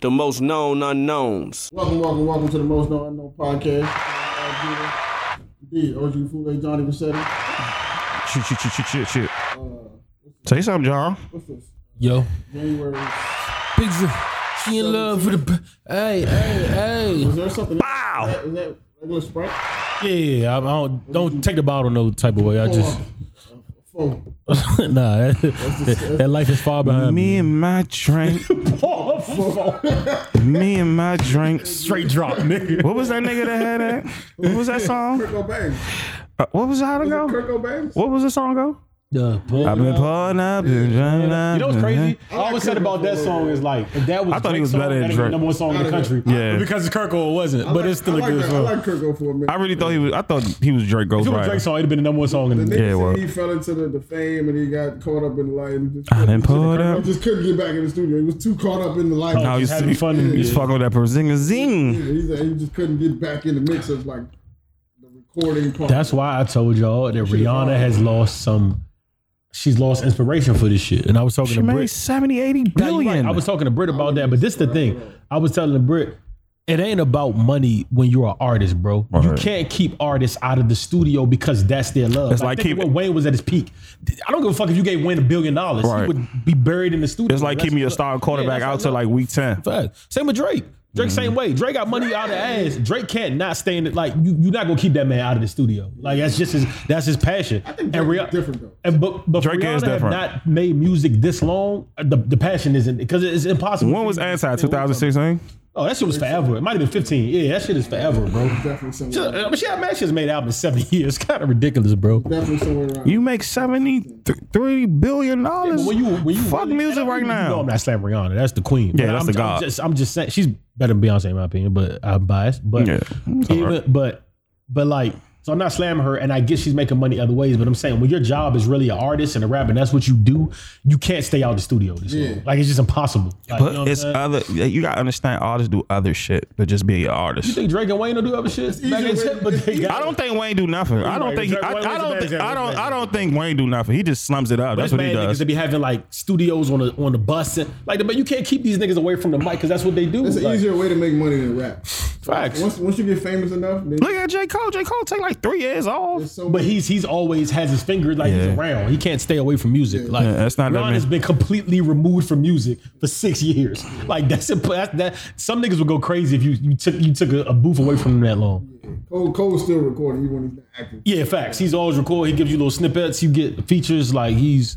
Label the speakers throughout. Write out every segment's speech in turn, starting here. Speaker 1: the most known unknowns.
Speaker 2: Welcome, welcome, welcome to the Most Known Unknown podcast. Uh, D, OG Fule, Johnny Vassetti.
Speaker 3: Shit, shit, shit, shit, shit, shit. Say something, John.
Speaker 2: What's this?
Speaker 4: Yo.
Speaker 2: January.
Speaker 4: Picture. She in love with the. Hey, hey,
Speaker 2: Is there something? Wow. Is that, is that regular Sprite?
Speaker 4: hey. Yeah, I, I don't, don't take the bottle no type of way. I just.
Speaker 2: Four.
Speaker 4: nah, that, that life is far behind me.
Speaker 3: Me and my drink. Me and my drinks.
Speaker 4: Straight drop, nigga.
Speaker 3: What was that nigga that had that? What was that song?
Speaker 2: Kirk O'Bang.
Speaker 3: Uh, What was that
Speaker 2: Kirk
Speaker 3: go?
Speaker 2: O'Bang?
Speaker 3: What was the song go?
Speaker 4: The
Speaker 3: I've been pulling up and drinking.
Speaker 4: You know what's crazy? I
Speaker 2: like
Speaker 4: always said
Speaker 2: Kirk
Speaker 4: about that
Speaker 2: O'Bang.
Speaker 4: song is like if that was
Speaker 3: I thought he
Speaker 4: Drake's
Speaker 3: was
Speaker 4: song,
Speaker 3: better than
Speaker 4: that'd be
Speaker 3: Drake.
Speaker 4: the number one song in the country.
Speaker 3: Yeah.
Speaker 4: But because it's Kirk Cole, it wasn't, but it's still
Speaker 2: I
Speaker 4: a
Speaker 2: like
Speaker 4: good
Speaker 2: that.
Speaker 4: song.
Speaker 2: I like Kirk O for a minute.
Speaker 3: I really thought he was. I thought he was Drake Ghost
Speaker 4: if it was
Speaker 3: Rider.
Speaker 4: Drake's song, it'd have been the number one song in
Speaker 2: The
Speaker 4: the.
Speaker 2: nigga
Speaker 3: Yeah, well.
Speaker 2: said he fell into the, the fame and he got caught up in life. And just,
Speaker 3: I done pulled up.
Speaker 2: just couldn't get back in the studio. He was too caught up in the life.
Speaker 3: No, he's
Speaker 4: Just having fun and-
Speaker 3: He's fucking with that Perzinga zing.
Speaker 2: He said he just couldn't get back in the mix of like the recording part.
Speaker 4: That's why I told y'all that Rihanna has lost some. She's lost inspiration for this shit, and I was talking
Speaker 3: She
Speaker 4: to
Speaker 3: made
Speaker 4: Brit.
Speaker 3: 70, 80
Speaker 4: Nah, you right.
Speaker 3: billion.
Speaker 4: I was talking to Brit about that, but this the thing. I was telling Brit, it ain't about money when you're an artist, bro. You
Speaker 3: Right.
Speaker 4: can't keep artists out of the studio because that's their love.
Speaker 3: It's like
Speaker 4: think of
Speaker 3: keep-
Speaker 4: when Wayne was at his peak. I don't give a fuck if you gave Wayne a billion dollars. He
Speaker 3: Right.
Speaker 4: would be buried in the studio.
Speaker 3: It's like
Speaker 4: That's
Speaker 3: keeping your
Speaker 4: what-
Speaker 3: star quarterback
Speaker 4: Yeah,
Speaker 3: out
Speaker 4: that's
Speaker 3: till
Speaker 4: what I
Speaker 3: like week ten.
Speaker 4: love. Facts. Same with Drake. Drake
Speaker 3: Mm-hmm.
Speaker 4: same way. Drake got money out of ass. Drake can't not stay in it. Like you, you're not gonna keep that man out of the studio. Like that's just his. That's his passion. I
Speaker 2: think
Speaker 4: and
Speaker 2: Drake
Speaker 4: Rih-
Speaker 2: is different, though.
Speaker 4: And but but
Speaker 3: Drake
Speaker 4: Rihanna
Speaker 3: is different.
Speaker 4: have not made music this long. The, the passion isn't because it's impossible.
Speaker 3: When was anti 2016?
Speaker 4: Oh, that shit was forever. It might have been 15. Yeah, that shit is forever, bro.
Speaker 2: definitely
Speaker 4: She-
Speaker 2: somewhere.
Speaker 4: I mean, she had man, she's made albums in seven years. Kind of ridiculous, bro.
Speaker 2: Definitely somewhere around.
Speaker 3: You make 73 billion dollars.
Speaker 4: When you when you
Speaker 3: fuck
Speaker 4: really-
Speaker 3: music
Speaker 4: and I-
Speaker 3: right
Speaker 4: you know I'm
Speaker 3: now.
Speaker 4: not slapping Rihanna. That's the queen.
Speaker 3: Yeah,
Speaker 4: But
Speaker 3: that's
Speaker 4: I'm,
Speaker 3: the
Speaker 4: I'm
Speaker 3: god.
Speaker 4: just, I'm just saying she's better than Beyonce in my opinion, but I'm biased. But
Speaker 3: Yeah, it's all
Speaker 4: even but but like so I'm not slamming her, and I guess she's making money other ways. But I'm saying when your job is really an artist and a rapper, and that's what you do, you can't stay out the studio. This
Speaker 2: Yeah.
Speaker 4: long. Like it's just impossible. Like, you know
Speaker 3: But
Speaker 4: what I'm
Speaker 3: it's
Speaker 4: saying?
Speaker 3: other. You gotta understand artists do other shit, but just be an
Speaker 4: you
Speaker 3: artist.
Speaker 4: think Drake and Wayne will do other shit? Back in the
Speaker 2: easier
Speaker 4: day,
Speaker 2: with-
Speaker 4: but they
Speaker 2: it's
Speaker 4: got
Speaker 3: I don't think Wayne do nothing. I don't
Speaker 4: Right,
Speaker 3: think. I,
Speaker 4: Wayne's a
Speaker 3: I don't.
Speaker 4: bad
Speaker 3: Think,
Speaker 4: example.
Speaker 3: I don't. I don't think Wayne do nothing. He just slums it up. That's
Speaker 4: That's
Speaker 3: what he
Speaker 4: bad
Speaker 3: does.
Speaker 4: niggas that be having like studios on the on the bus and like but you can't keep these niggas away from the mic because that's what they do.
Speaker 2: It's an
Speaker 4: Like,
Speaker 2: easier way to make money than rap.
Speaker 4: facts.
Speaker 2: Once once you get famous enough, then
Speaker 3: Look at J Cole. J Cole take like three years off.
Speaker 2: so
Speaker 4: But he's he's always has his finger like
Speaker 3: Yeah.
Speaker 4: he's around. He can't stay away from music. Like
Speaker 3: Yeah, that's not that
Speaker 4: Ron has
Speaker 3: many-
Speaker 4: been completely removed from music for six years. Like that's a that, that some niggas would go crazy if you you took you took a, a booth away from them that long.
Speaker 2: Cole Cole's still recording. He when he's not active.
Speaker 4: Yeah, facts. He's always recording. He gives you little snippets. You get features. Like he's.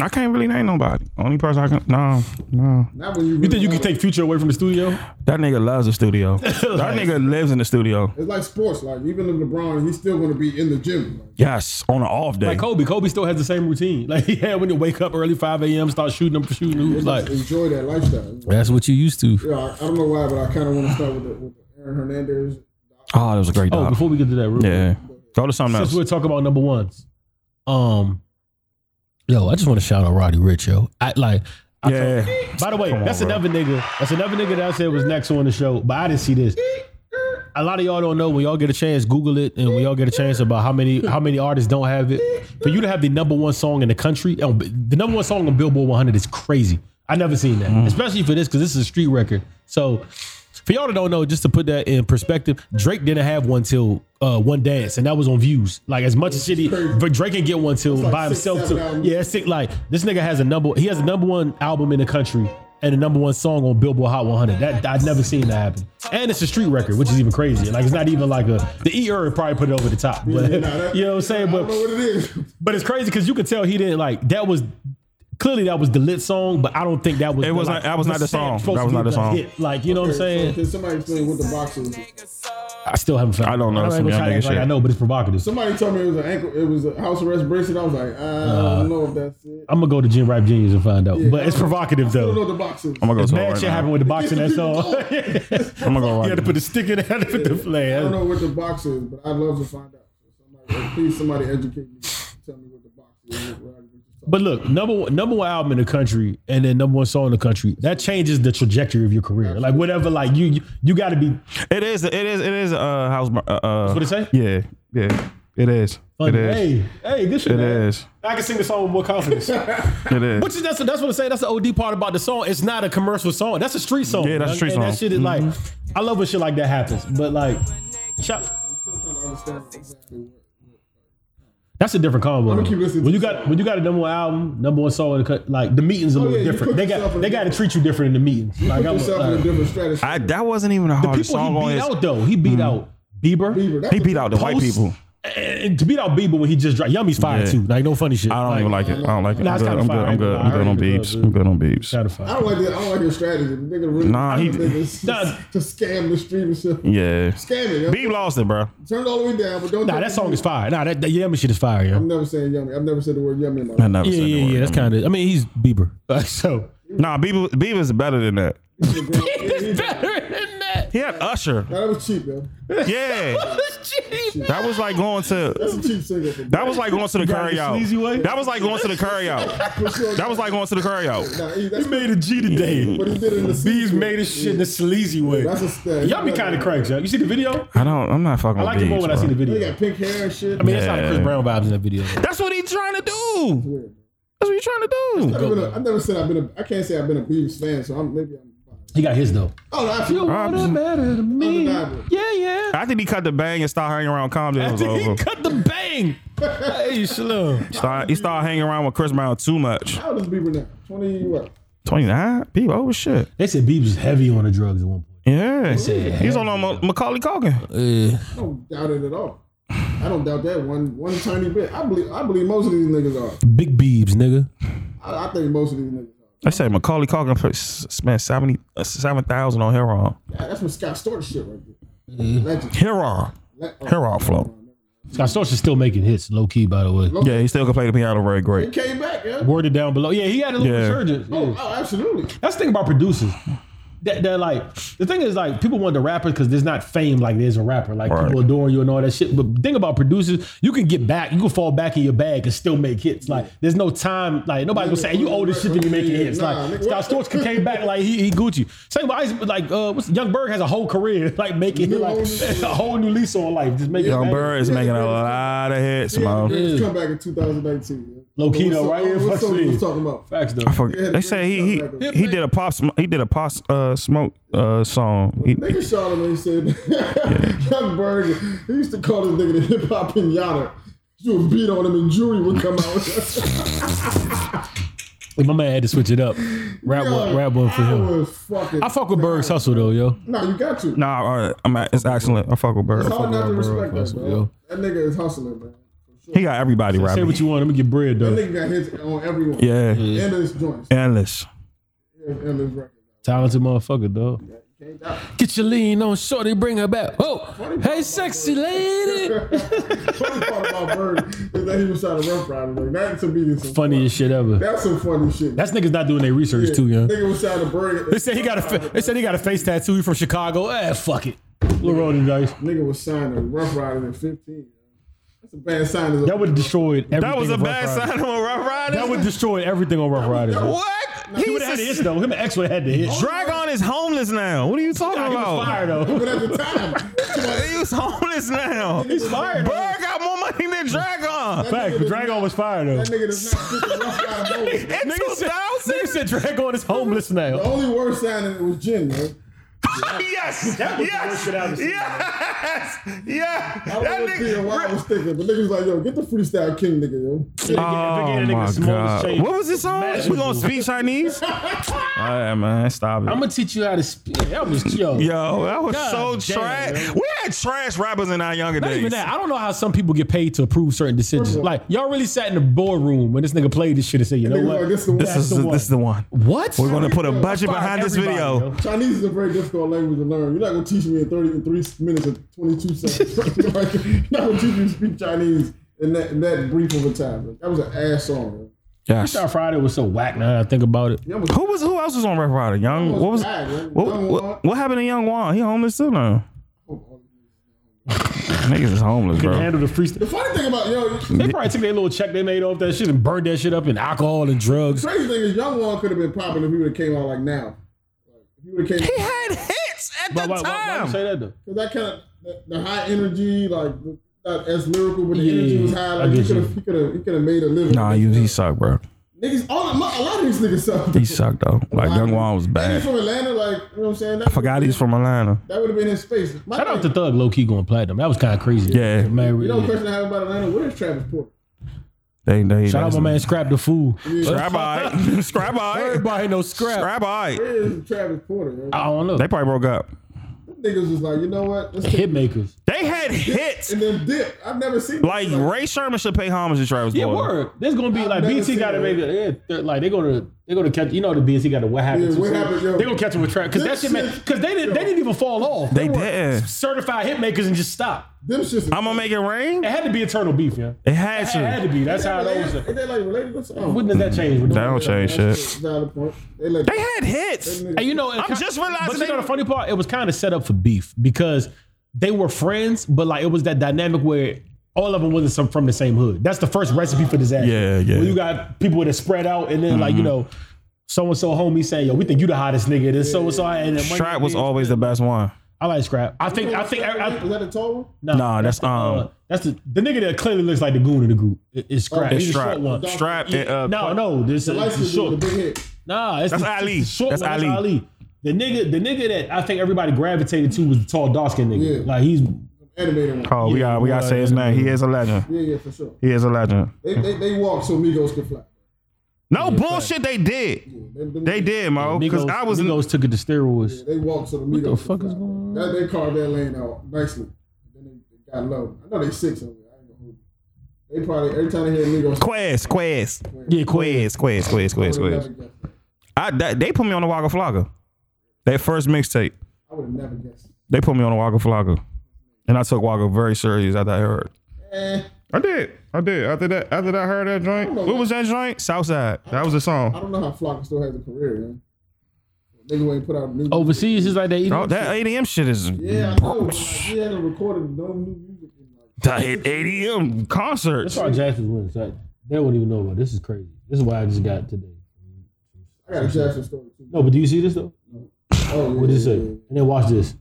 Speaker 3: I can't really name nobody. Only person I can. No, no.
Speaker 2: Not when you.
Speaker 4: You think you can take future away from the studio?
Speaker 3: That nigga loves the studio. that nigga lives in the studio.
Speaker 2: It's like sports. Like even if LeBron, he's still going to be in the gym. Like,
Speaker 3: Yes, on an off day.
Speaker 4: Like Kobe, Kobe still has the same routine. Like he had when you wake up early, five a.m., start shooting them, shooting hoops.
Speaker 2: just
Speaker 4: Like
Speaker 2: enjoy that lifestyle.
Speaker 4: that's what you used to.
Speaker 2: Yeah, I, I don't know why, but I kind of want to start with, the, with the Aaron Hernandez.
Speaker 3: Oh, that was a great
Speaker 4: Oh,
Speaker 3: dog.
Speaker 4: before we get to that, real
Speaker 3: yeah. Go to something
Speaker 4: since
Speaker 3: else.
Speaker 4: we're talking about number ones, um, yo, I just want to shout out Roddy Rich, yo. I like, I
Speaker 3: Yeah.
Speaker 4: told- by the way,
Speaker 3: Come on,
Speaker 4: that's
Speaker 3: bro.
Speaker 4: another nigga. That's another nigga that I said was next on the show, but I didn't see this. A lot of y'all don't know. When y'all get a chance, Google it, and when y'all get a chance about how many how many artists don't have it. For you to have the number one song in the country, oh, the number one song on Billboard 100 is crazy. I never seen that,
Speaker 3: Mm.
Speaker 4: especially for this because this is a street record. So. For y'all that don't know, just to put that in perspective, Drake didn't have one till uh, one dance, and that was on views. Like as much as shitty, but Drake can get one till
Speaker 2: like
Speaker 4: by
Speaker 2: six,
Speaker 4: himself.
Speaker 2: seven
Speaker 4: Till,
Speaker 2: albums.
Speaker 4: yeah, it's sick. Like this nigga has a number. He has a number one album in the country and a number one song on Billboard Hot 100. That I've never seen that happen. And it's a street record, which is even crazier. Like it's not even like a the E Earth probably put it over the top, but
Speaker 2: Yeah, nah, that-
Speaker 4: you know what I'm saying.
Speaker 2: I don't know
Speaker 4: But
Speaker 2: what it is.
Speaker 4: but it's crazy because you could tell he didn't like that was. Clearly, that was the lit song, but I don't think that was.
Speaker 3: It
Speaker 4: the,
Speaker 3: was not- that was not the song.
Speaker 4: stamp supposed
Speaker 3: That was
Speaker 4: to
Speaker 3: not
Speaker 4: be
Speaker 3: the song.
Speaker 4: hit. Like you know what I'm
Speaker 2: So,
Speaker 4: saying.
Speaker 2: can somebody explain what the box is?
Speaker 4: I still haven't found.
Speaker 3: I don't know,
Speaker 4: I'm not
Speaker 3: some
Speaker 4: gonna
Speaker 3: young
Speaker 4: try to
Speaker 3: nigga
Speaker 4: act like
Speaker 3: shit.
Speaker 4: I know, but it's provocative.
Speaker 2: Somebody told me it was an ankle. It was a house arrest bracelet. I was like, "Ah, I don't know if that's it.
Speaker 4: I'm gonna go to Jim Rap Genius and find out. but it's
Speaker 2: I don't- I
Speaker 4: provocative
Speaker 2: still don't
Speaker 4: though.
Speaker 2: know the box is.
Speaker 3: I'm gonna go to it
Speaker 4: Bad
Speaker 3: right
Speaker 4: shit
Speaker 3: now.
Speaker 4: happened with the box in that song.
Speaker 3: I'm gonna go
Speaker 4: you
Speaker 3: right
Speaker 4: had to
Speaker 3: now.
Speaker 4: put the stick in there, had to put the
Speaker 2: I don't
Speaker 4: flag.
Speaker 2: know what the box is, but I'd love to find out. So somebody, please, somebody educate me. Tell me what the box is. what Roddy Ricch is talking
Speaker 4: But look, number one, number one album in the country, and then number one song in the country. That changes the trajectory of your career. Like whatever, like you you, you got to be.
Speaker 3: It is. It is. It is. Uh, house. Uh, uh,
Speaker 4: what it say?
Speaker 3: Yeah. Yeah. It is.
Speaker 4: Funny.
Speaker 3: It is.
Speaker 4: Hey, hey, good shit.
Speaker 3: It
Speaker 4: man.
Speaker 3: is.
Speaker 4: I can sing the song with more confidence.
Speaker 3: It is.
Speaker 4: Which is that's that's what I say. That's the OD part about the song. It's not a commercial song. That's a street song. Mm-hmm.
Speaker 3: Yeah, that's a street
Speaker 4: and
Speaker 3: song.
Speaker 4: That shit is like, I love when shit like that happens. But like, shout-
Speaker 2: I'm still trying to understand exactly what.
Speaker 4: that's a different combo.
Speaker 2: gonna keep listening
Speaker 4: when
Speaker 2: to
Speaker 4: you
Speaker 2: this
Speaker 4: got
Speaker 2: song. Oh,
Speaker 4: when you got a number one album, number one song, in the cut, like the meetings a little
Speaker 2: yeah, you
Speaker 4: different.
Speaker 2: put
Speaker 4: They
Speaker 2: yourself
Speaker 4: got
Speaker 2: in
Speaker 4: they
Speaker 2: a
Speaker 4: got to treat you different in the meetings. Like
Speaker 2: Put
Speaker 4: I'm
Speaker 2: yourself in a
Speaker 4: like,
Speaker 2: different strategy.
Speaker 3: I, that wasn't even a hard song Hmm.
Speaker 4: people
Speaker 3: on
Speaker 4: he beat
Speaker 3: his.
Speaker 4: out though. He beat out Bieber.
Speaker 2: Bieber, that's
Speaker 3: He
Speaker 2: a-
Speaker 3: beat out the white
Speaker 4: Post-
Speaker 3: people.
Speaker 4: And, and to beat out Bieber when he just dropped, Yummy's fire
Speaker 3: Yeah.
Speaker 4: too. Like no funny shit.
Speaker 3: I don't even like it. I don't like it.
Speaker 4: Nah,
Speaker 3: I'm
Speaker 4: it's
Speaker 3: good.
Speaker 4: kinda
Speaker 3: I'm good.
Speaker 4: fire.
Speaker 3: I'm good. I'm good on
Speaker 4: Alright.
Speaker 3: beebs. I'm good on beebs.
Speaker 4: Gotta fire.
Speaker 2: I don't like that. I don't like your strategy. The nigga really
Speaker 3: Nah, he-
Speaker 2: the nigga is
Speaker 4: Nah.
Speaker 2: to scam the street and shit.
Speaker 3: Yeah.
Speaker 2: Scam it. yo.
Speaker 3: Beeb lost it, bro.
Speaker 2: Turn it all the way down, but don't.
Speaker 4: Nah,
Speaker 2: take
Speaker 4: that
Speaker 2: it-
Speaker 4: song is fire. Nah, that, that Yummy shit is fire, yo.
Speaker 2: I'm never saying yummy. I've never said the word yummy in my
Speaker 3: I
Speaker 2: life.
Speaker 3: never
Speaker 4: Yeah,
Speaker 3: said the
Speaker 4: yeah,
Speaker 3: word.
Speaker 4: yeah. That's kind of. I mean, he's Bieber, so
Speaker 3: Nah, Bieber, Bieber is better than that.
Speaker 4: it's better than that.
Speaker 3: He had Usher.
Speaker 2: Nah, that was cheap, yo.
Speaker 3: Yeah. That was like going to.
Speaker 2: That's a cheap single. For
Speaker 3: That was like going to the curry
Speaker 4: the
Speaker 3: out.
Speaker 4: sleazy way?
Speaker 3: That was like going to the curry out. That was like going to the curry out.
Speaker 2: Nah, he, that's
Speaker 4: made a G today.
Speaker 2: what he did in the
Speaker 4: Bees
Speaker 2: season.
Speaker 4: made his shit in a sleazy way.
Speaker 2: That's a stat.
Speaker 4: Y'all be kind of cranks, yo. You see the video?
Speaker 3: I don't. I'm not fucking.
Speaker 4: I like it more when I see the
Speaker 2: He
Speaker 4: video.
Speaker 2: got pink hair and shit.
Speaker 4: I mean, it's not Chris
Speaker 3: Yeah.
Speaker 4: Brown vibes in that video.
Speaker 3: That's what he's trying to do. That's what he's trying to
Speaker 2: I've
Speaker 3: do.
Speaker 2: never, been a, I've never said I've been a. I can't say I've been a Beavers fan, so I'm maybe I'm. biased.
Speaker 4: He got his though.
Speaker 2: Oh, no, I feel.
Speaker 3: I'm-
Speaker 4: matter to me.
Speaker 2: Undeniable.
Speaker 4: Yeah, yeah.
Speaker 3: After he cut the bang and started hanging around Compton, it was
Speaker 4: After he
Speaker 3: over.
Speaker 4: cut the bang. Hey, Shalom.
Speaker 3: Start- he started hanging around with Chris Brown too much.
Speaker 2: How old is Bieber now? Twenty what?
Speaker 3: 29? People, oh shit.
Speaker 4: They said Beebs was heavy on the drugs at one point.
Speaker 3: Yeah. He's on um, Macaulay Culkin.
Speaker 2: I don't doubt it at all. I don't doubt that one one tiny bit. I believe I believe most of these niggas are.
Speaker 4: Big Beebs, nigga.
Speaker 2: I, I think most of these niggas are.
Speaker 3: They say Macaulay Culkin put- s- spent 70 uh, 7,000 on Heron.
Speaker 2: Yeah, that's what Scott Storch shit right there.
Speaker 4: Mm-hmm.
Speaker 2: Legend.
Speaker 3: Heron.
Speaker 2: Le- oh.
Speaker 3: Heron flow.
Speaker 4: Scott Storch is still making hits, low key, by the way.
Speaker 3: Yeah, he still can play the piano very
Speaker 2: He
Speaker 3: great.
Speaker 2: came back, yeah.
Speaker 4: Worded down below. Yeah, he had a little
Speaker 3: Yeah.
Speaker 4: resurgence. Yeah.
Speaker 2: Oh, oh, absolutely.
Speaker 4: That's the thing about producers. That, that like the thing is like people want the rapper because there's not fame like there's a rapper like
Speaker 3: Right.
Speaker 4: people adore you and all that shit. But the thing about producers, you can get back, you can fall back in your bag and still make hits. Like there's no time. Like nobody gonna say you owe this shit than you making hits.
Speaker 2: Nah,
Speaker 4: Like
Speaker 2: nigga,
Speaker 4: Scott
Speaker 2: what?
Speaker 4: Storch came back like he, he Gucci. Same with Ice, like uh, what's Young Berg has a whole career like making
Speaker 2: New
Speaker 4: like
Speaker 2: whole new-
Speaker 4: a whole new lease on life, just making
Speaker 3: Young
Speaker 4: back-
Speaker 3: Bird is making a lot of hits,
Speaker 2: Yeah,
Speaker 3: man.
Speaker 2: he come back in 2019. Yeah.
Speaker 4: Low key though,
Speaker 2: What's-
Speaker 4: right here,
Speaker 2: What's
Speaker 4: fuck
Speaker 2: what
Speaker 4: with
Speaker 2: we
Speaker 4: you.
Speaker 2: talking about?
Speaker 4: Facts though.
Speaker 3: I forget. They say he he, he did a pop Sm- he did a pop uh, smoke uh, song. He,
Speaker 2: Nigga Charlamagne said, Young Berg, he used to call this nigga the hip hop pinata. You would beat on him and jewelry would come out.
Speaker 4: My man had to switch it up. Rap one, rap one for
Speaker 2: I
Speaker 4: him.
Speaker 2: was fucking.
Speaker 4: I fuck with Berg's hustle though, yo.
Speaker 2: No, you got to.
Speaker 3: nah, all right, I'm at, it's excellent. I fuck with Bird. I
Speaker 2: It's
Speaker 3: fuck
Speaker 2: hard
Speaker 3: with
Speaker 2: not to
Speaker 3: Bird.
Speaker 2: respect that,
Speaker 4: hustle,
Speaker 2: bro.
Speaker 4: yo.
Speaker 2: That nigga is hustling, man.
Speaker 3: He got everybody
Speaker 4: Say
Speaker 3: rapping.
Speaker 4: what you want. Let me get bread though.
Speaker 2: That nigga got hits on everyone.
Speaker 3: Yeah.
Speaker 2: Endless joints.
Speaker 3: endless.
Speaker 2: Endless records.
Speaker 4: Talented motherfucker, dog.
Speaker 2: Can't doubt it.
Speaker 4: Get your lean on shorty, bring her back. Oh, hey, sexy lady.
Speaker 2: Funny part about Bird is that he was trying to rough ride him. Like, that to me is some
Speaker 4: Funniest shit ever.
Speaker 2: That's some funny shit.
Speaker 4: That's niggas not doing their research too, yo.
Speaker 2: Nigga was trying to Bird.
Speaker 4: They said he got a. Fa- they said he got a face tattoo. He from Chicago. Eh, fuck it. Little rolling dice.
Speaker 2: Nigga was signed to Rough Riders at 15. That's a bad sign. as a-
Speaker 4: That would have destroyed everything.
Speaker 3: That was a
Speaker 4: of Rough
Speaker 3: bad
Speaker 4: Riders.
Speaker 3: sign of a Rough Riders.
Speaker 4: That would destroy everything on Rough Riders. yo.
Speaker 3: what?
Speaker 4: He would have had the hits though. Him and X would have had the hits.
Speaker 3: Dragon is homeless now. What are you talking
Speaker 4: Nah, He was
Speaker 3: about?
Speaker 4: fired though.
Speaker 2: But at the time,
Speaker 3: He was homeless now. Bird
Speaker 4: He's fired. though.
Speaker 3: got more money than Dragon.
Speaker 4: Facts, but Dragon was fired though.
Speaker 2: that nigga does not fit the Rough Rider mold.
Speaker 3: In
Speaker 4: Nigga said,
Speaker 3: 2000?
Speaker 4: nigga said Dragon is homeless
Speaker 2: The
Speaker 4: now.
Speaker 2: only worst signing was Jin, man.
Speaker 3: Yes.
Speaker 4: That was the
Speaker 3: Yes.
Speaker 4: worst shit I ever seen.
Speaker 3: Yes. Yeah.
Speaker 2: I
Speaker 3: That
Speaker 2: don't know what I
Speaker 3: nigga.
Speaker 2: was thinking, but niggas like, yo, get the freestyle king, nigga, yo.
Speaker 3: Oh
Speaker 4: If it gave a nigga
Speaker 3: my
Speaker 4: the smallest
Speaker 3: god.
Speaker 4: change,
Speaker 3: What was this song? We gonna speak Chinese? All right, man. Stop it.
Speaker 4: I'm gonna teach you how to speak. That was yo.
Speaker 3: Yo, that was
Speaker 4: God
Speaker 3: so
Speaker 4: damn,
Speaker 3: trash.
Speaker 4: yo.
Speaker 3: We had trash rappers in our younger
Speaker 4: Not
Speaker 3: days.
Speaker 4: even that. I don't know how some people get paid to approve certain decisions. Like y'all really sat in the boardroom when this nigga played this shit and said, you know
Speaker 2: Niggas
Speaker 4: what?
Speaker 2: like, this the
Speaker 3: This
Speaker 2: one.
Speaker 3: is
Speaker 4: the
Speaker 3: the,
Speaker 4: one.
Speaker 3: this is the one.
Speaker 4: what?
Speaker 3: We're gonna put a budget
Speaker 4: Fuck
Speaker 3: behind this
Speaker 4: everybody,
Speaker 3: video.
Speaker 4: yo.
Speaker 2: Chinese is a very difficult language to learn. You're not gonna teach me in 30 in three minutes and 22 seconds. like, you're not gonna teach me to speak Chinese in that in that brief of a time. man. That was an ass song. Man.
Speaker 3: Yes.
Speaker 4: Freestyle Friday was so whack. Now that I think about it.
Speaker 2: That was
Speaker 3: Who was who else was on Rap Rider? Young. What was
Speaker 2: bad, man.
Speaker 3: what,
Speaker 2: Young Juan.
Speaker 3: what, what happened to Young Juan? He homeless too now. Niggas is homeless,
Speaker 4: Couldn't
Speaker 3: bro.
Speaker 4: handle the freestyle.
Speaker 2: the funny thing about yo,
Speaker 4: They probably took their little check they made off that shit and burned that shit up in alcohol and drugs.
Speaker 2: crazy thing is, Young Juan could have been popping if he would have came out like now. Like, if he would have came
Speaker 3: He had hits at
Speaker 4: Why,
Speaker 3: the
Speaker 4: why, why, why you
Speaker 3: time.
Speaker 4: say that though?
Speaker 2: because that kind of the, the high energy, like the, not as lyrical, but the
Speaker 4: Yeah,
Speaker 2: energy was
Speaker 4: I
Speaker 2: high. Like he
Speaker 4: get
Speaker 2: could
Speaker 4: you.
Speaker 2: have, he could have, he could have made a living.
Speaker 3: Nah, you, he sucked, bro.
Speaker 2: niggas, all a lot a lot of these niggas suck.
Speaker 3: He sucked though. Like Young Juan was
Speaker 2: And He's
Speaker 3: bad.
Speaker 2: from Atlanta, like you know what I'm saying. That
Speaker 3: I forgot he's from Atlanta.
Speaker 2: That would have been his space. My
Speaker 4: Shout out to
Speaker 2: thing-
Speaker 4: Thug low key going platinum. That was kind of crazy.
Speaker 3: Yeah.
Speaker 4: Man,
Speaker 2: you know,
Speaker 4: yeah.
Speaker 2: the question I have about Atlanta. Where's Travis Porter?
Speaker 3: They, they,
Speaker 4: Shout out
Speaker 3: that's-
Speaker 4: my man Scrap the Fool.
Speaker 3: Scrap eye. Scrap eye.
Speaker 4: Everybody know Scrap.
Speaker 3: Scrap eye.
Speaker 2: Where is Travis Porter? Man?
Speaker 4: I don't know.
Speaker 3: They probably broke up.
Speaker 2: Niggas was like, you know what? Let's take-
Speaker 4: Hitmakers.
Speaker 3: They had hits.
Speaker 2: and then dip. I've never seen
Speaker 3: Like Ray Sherman should pay homage to Travis
Speaker 4: Yeah,
Speaker 3: Porter.
Speaker 4: word. There's gonna be like
Speaker 2: never
Speaker 4: BT
Speaker 2: seen
Speaker 4: got to
Speaker 2: that.
Speaker 4: make it. yeah, Like they're gonna they're gonna catch. You know the BT got to what happens.
Speaker 2: Yeah, what happened, yo.
Speaker 4: They're gonna catch him with track because that
Speaker 2: This
Speaker 4: shit man
Speaker 2: shit-
Speaker 4: because they didn't they didn't even fall off.
Speaker 3: They
Speaker 4: were
Speaker 3: didn't.
Speaker 4: certified hit makers and just stop.
Speaker 2: them shits.
Speaker 3: I'm gonna make it rain.
Speaker 4: It had to be eternal beef, yeah.
Speaker 3: It had
Speaker 4: It had to
Speaker 3: to.
Speaker 4: be. That's how it
Speaker 2: related. Is
Speaker 4: was.
Speaker 2: that like related or something?
Speaker 4: When does that change?
Speaker 3: That don't change
Speaker 2: That's
Speaker 3: shit.
Speaker 2: a valid point. They like
Speaker 3: They had hits.
Speaker 4: And you know, it
Speaker 3: I'm
Speaker 4: kin-
Speaker 3: just realizing
Speaker 4: But you
Speaker 3: they-
Speaker 4: know the funny part, it was kind of set up for beef because they were friends, but like it was that dynamic where all of them wasn't some, from the same hood. That's the first recipe for disaster.
Speaker 3: Yeah, yeah. Mm-hmm.
Speaker 4: When you got people that spread out, and then like you know, so and so homie saying, "Yo, we think you the hottest nigga." Then so and so, and then one
Speaker 3: Trap
Speaker 4: nigga
Speaker 3: was
Speaker 4: be-
Speaker 3: always the best one.
Speaker 4: I like scrap. I think. I think. I,
Speaker 2: is
Speaker 4: I,
Speaker 2: that a tall one?
Speaker 4: nah,
Speaker 3: Nah, that's,
Speaker 4: the, uh,
Speaker 3: um,
Speaker 4: that's the the nigga that clearly looks like the goon of the group. It- It's scrap.
Speaker 3: It's
Speaker 4: He's the short
Speaker 3: strap.
Speaker 4: one.
Speaker 3: Strap and uh,
Speaker 4: No, no, this
Speaker 2: Oh, The
Speaker 4: is
Speaker 2: license is
Speaker 4: short.
Speaker 2: the big hit.
Speaker 4: Nah, it's
Speaker 3: That's
Speaker 4: the,
Speaker 3: Ali.
Speaker 4: it's the short
Speaker 3: That's
Speaker 4: one,
Speaker 3: Ali.
Speaker 4: The nigga, the nigga that I think everybody gravitated to was the tall, dark skinned nigga.
Speaker 2: Yeah.
Speaker 4: Like he's
Speaker 2: Animated one.
Speaker 3: Oh, we got we gotta say his name. He is a legend.
Speaker 2: Yeah, yeah, for sure.
Speaker 3: He is a legend.
Speaker 2: They they, they walk so Migos can fly.
Speaker 3: No bullshit, they did.
Speaker 2: Them- them-
Speaker 3: They did, Mo. Because
Speaker 4: Migos,
Speaker 3: Oh, I was
Speaker 4: Migos took it to steroids.
Speaker 2: They walk so the Migos. What the fuck is going on? That, they carved that lane out nicely. Then they, they got low. I know they six on it. I ain't gonna hold you. They probably every time they hear Migos,
Speaker 3: Quest, Quest,
Speaker 4: Yeah, quick.
Speaker 3: Quest, Quest, Quest, Quest,
Speaker 2: I would have
Speaker 3: Quest.
Speaker 2: never guessed that.
Speaker 3: I that, they put me on the Waka Flocka. That first mixtape,
Speaker 2: I would have never guessed.
Speaker 3: they put me on the Waka Flocka, and I took Waka very serious after I heard.
Speaker 2: Eh,
Speaker 3: I did, I did. After that, after that, I heard that joint. What was that joint? Southside. That was the
Speaker 2: I
Speaker 3: song.
Speaker 2: don't know how Flocka still has a career, man. Nigga ain't put out new
Speaker 4: Overseas is like that.
Speaker 3: Oh, that ADM shit is.
Speaker 2: Yeah, I know. but, Like, he hasn't recorded no new music in like
Speaker 3: That ADM concerts.
Speaker 4: That's why Jackson's wins. Like, they don't even know about this. Is crazy. This is why I just got today.
Speaker 2: I got a Jackson story too.
Speaker 4: No, but do you see this though?
Speaker 2: Oh, yeah,
Speaker 4: What did it say?
Speaker 2: yeah,
Speaker 4: And then watch this.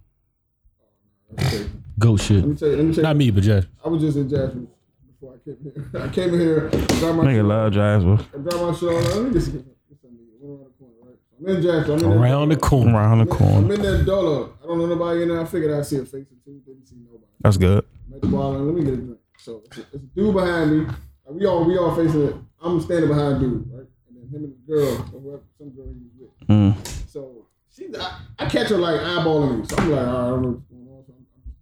Speaker 2: yeah, okay.
Speaker 4: Go shit.
Speaker 2: Let me tell you. Let me tell you.
Speaker 4: Not me, but Jackson.
Speaker 2: I was just in Jackson before I came here. I came in here. Got my
Speaker 3: Nigga love Jasper.
Speaker 2: I dropped my show. Let me just get around the corner, right? I'm in Jackson. I'm in that-
Speaker 4: Around the corner.
Speaker 3: Around the corner.
Speaker 2: I'm in that dollar. I don't know nobody in there. I figured I'd see a face or two. Didn't see nobody.
Speaker 3: That's good.
Speaker 2: Met the ball and let me get a drink. So it's a, it's a dude behind me. And we all we all facing it. I'm standing behind dude, right? And then him and the girl, or whoever, some girl he was with. So she, I, I catch her like eyeballing me. So I'm like, all right, I don't know what's going on.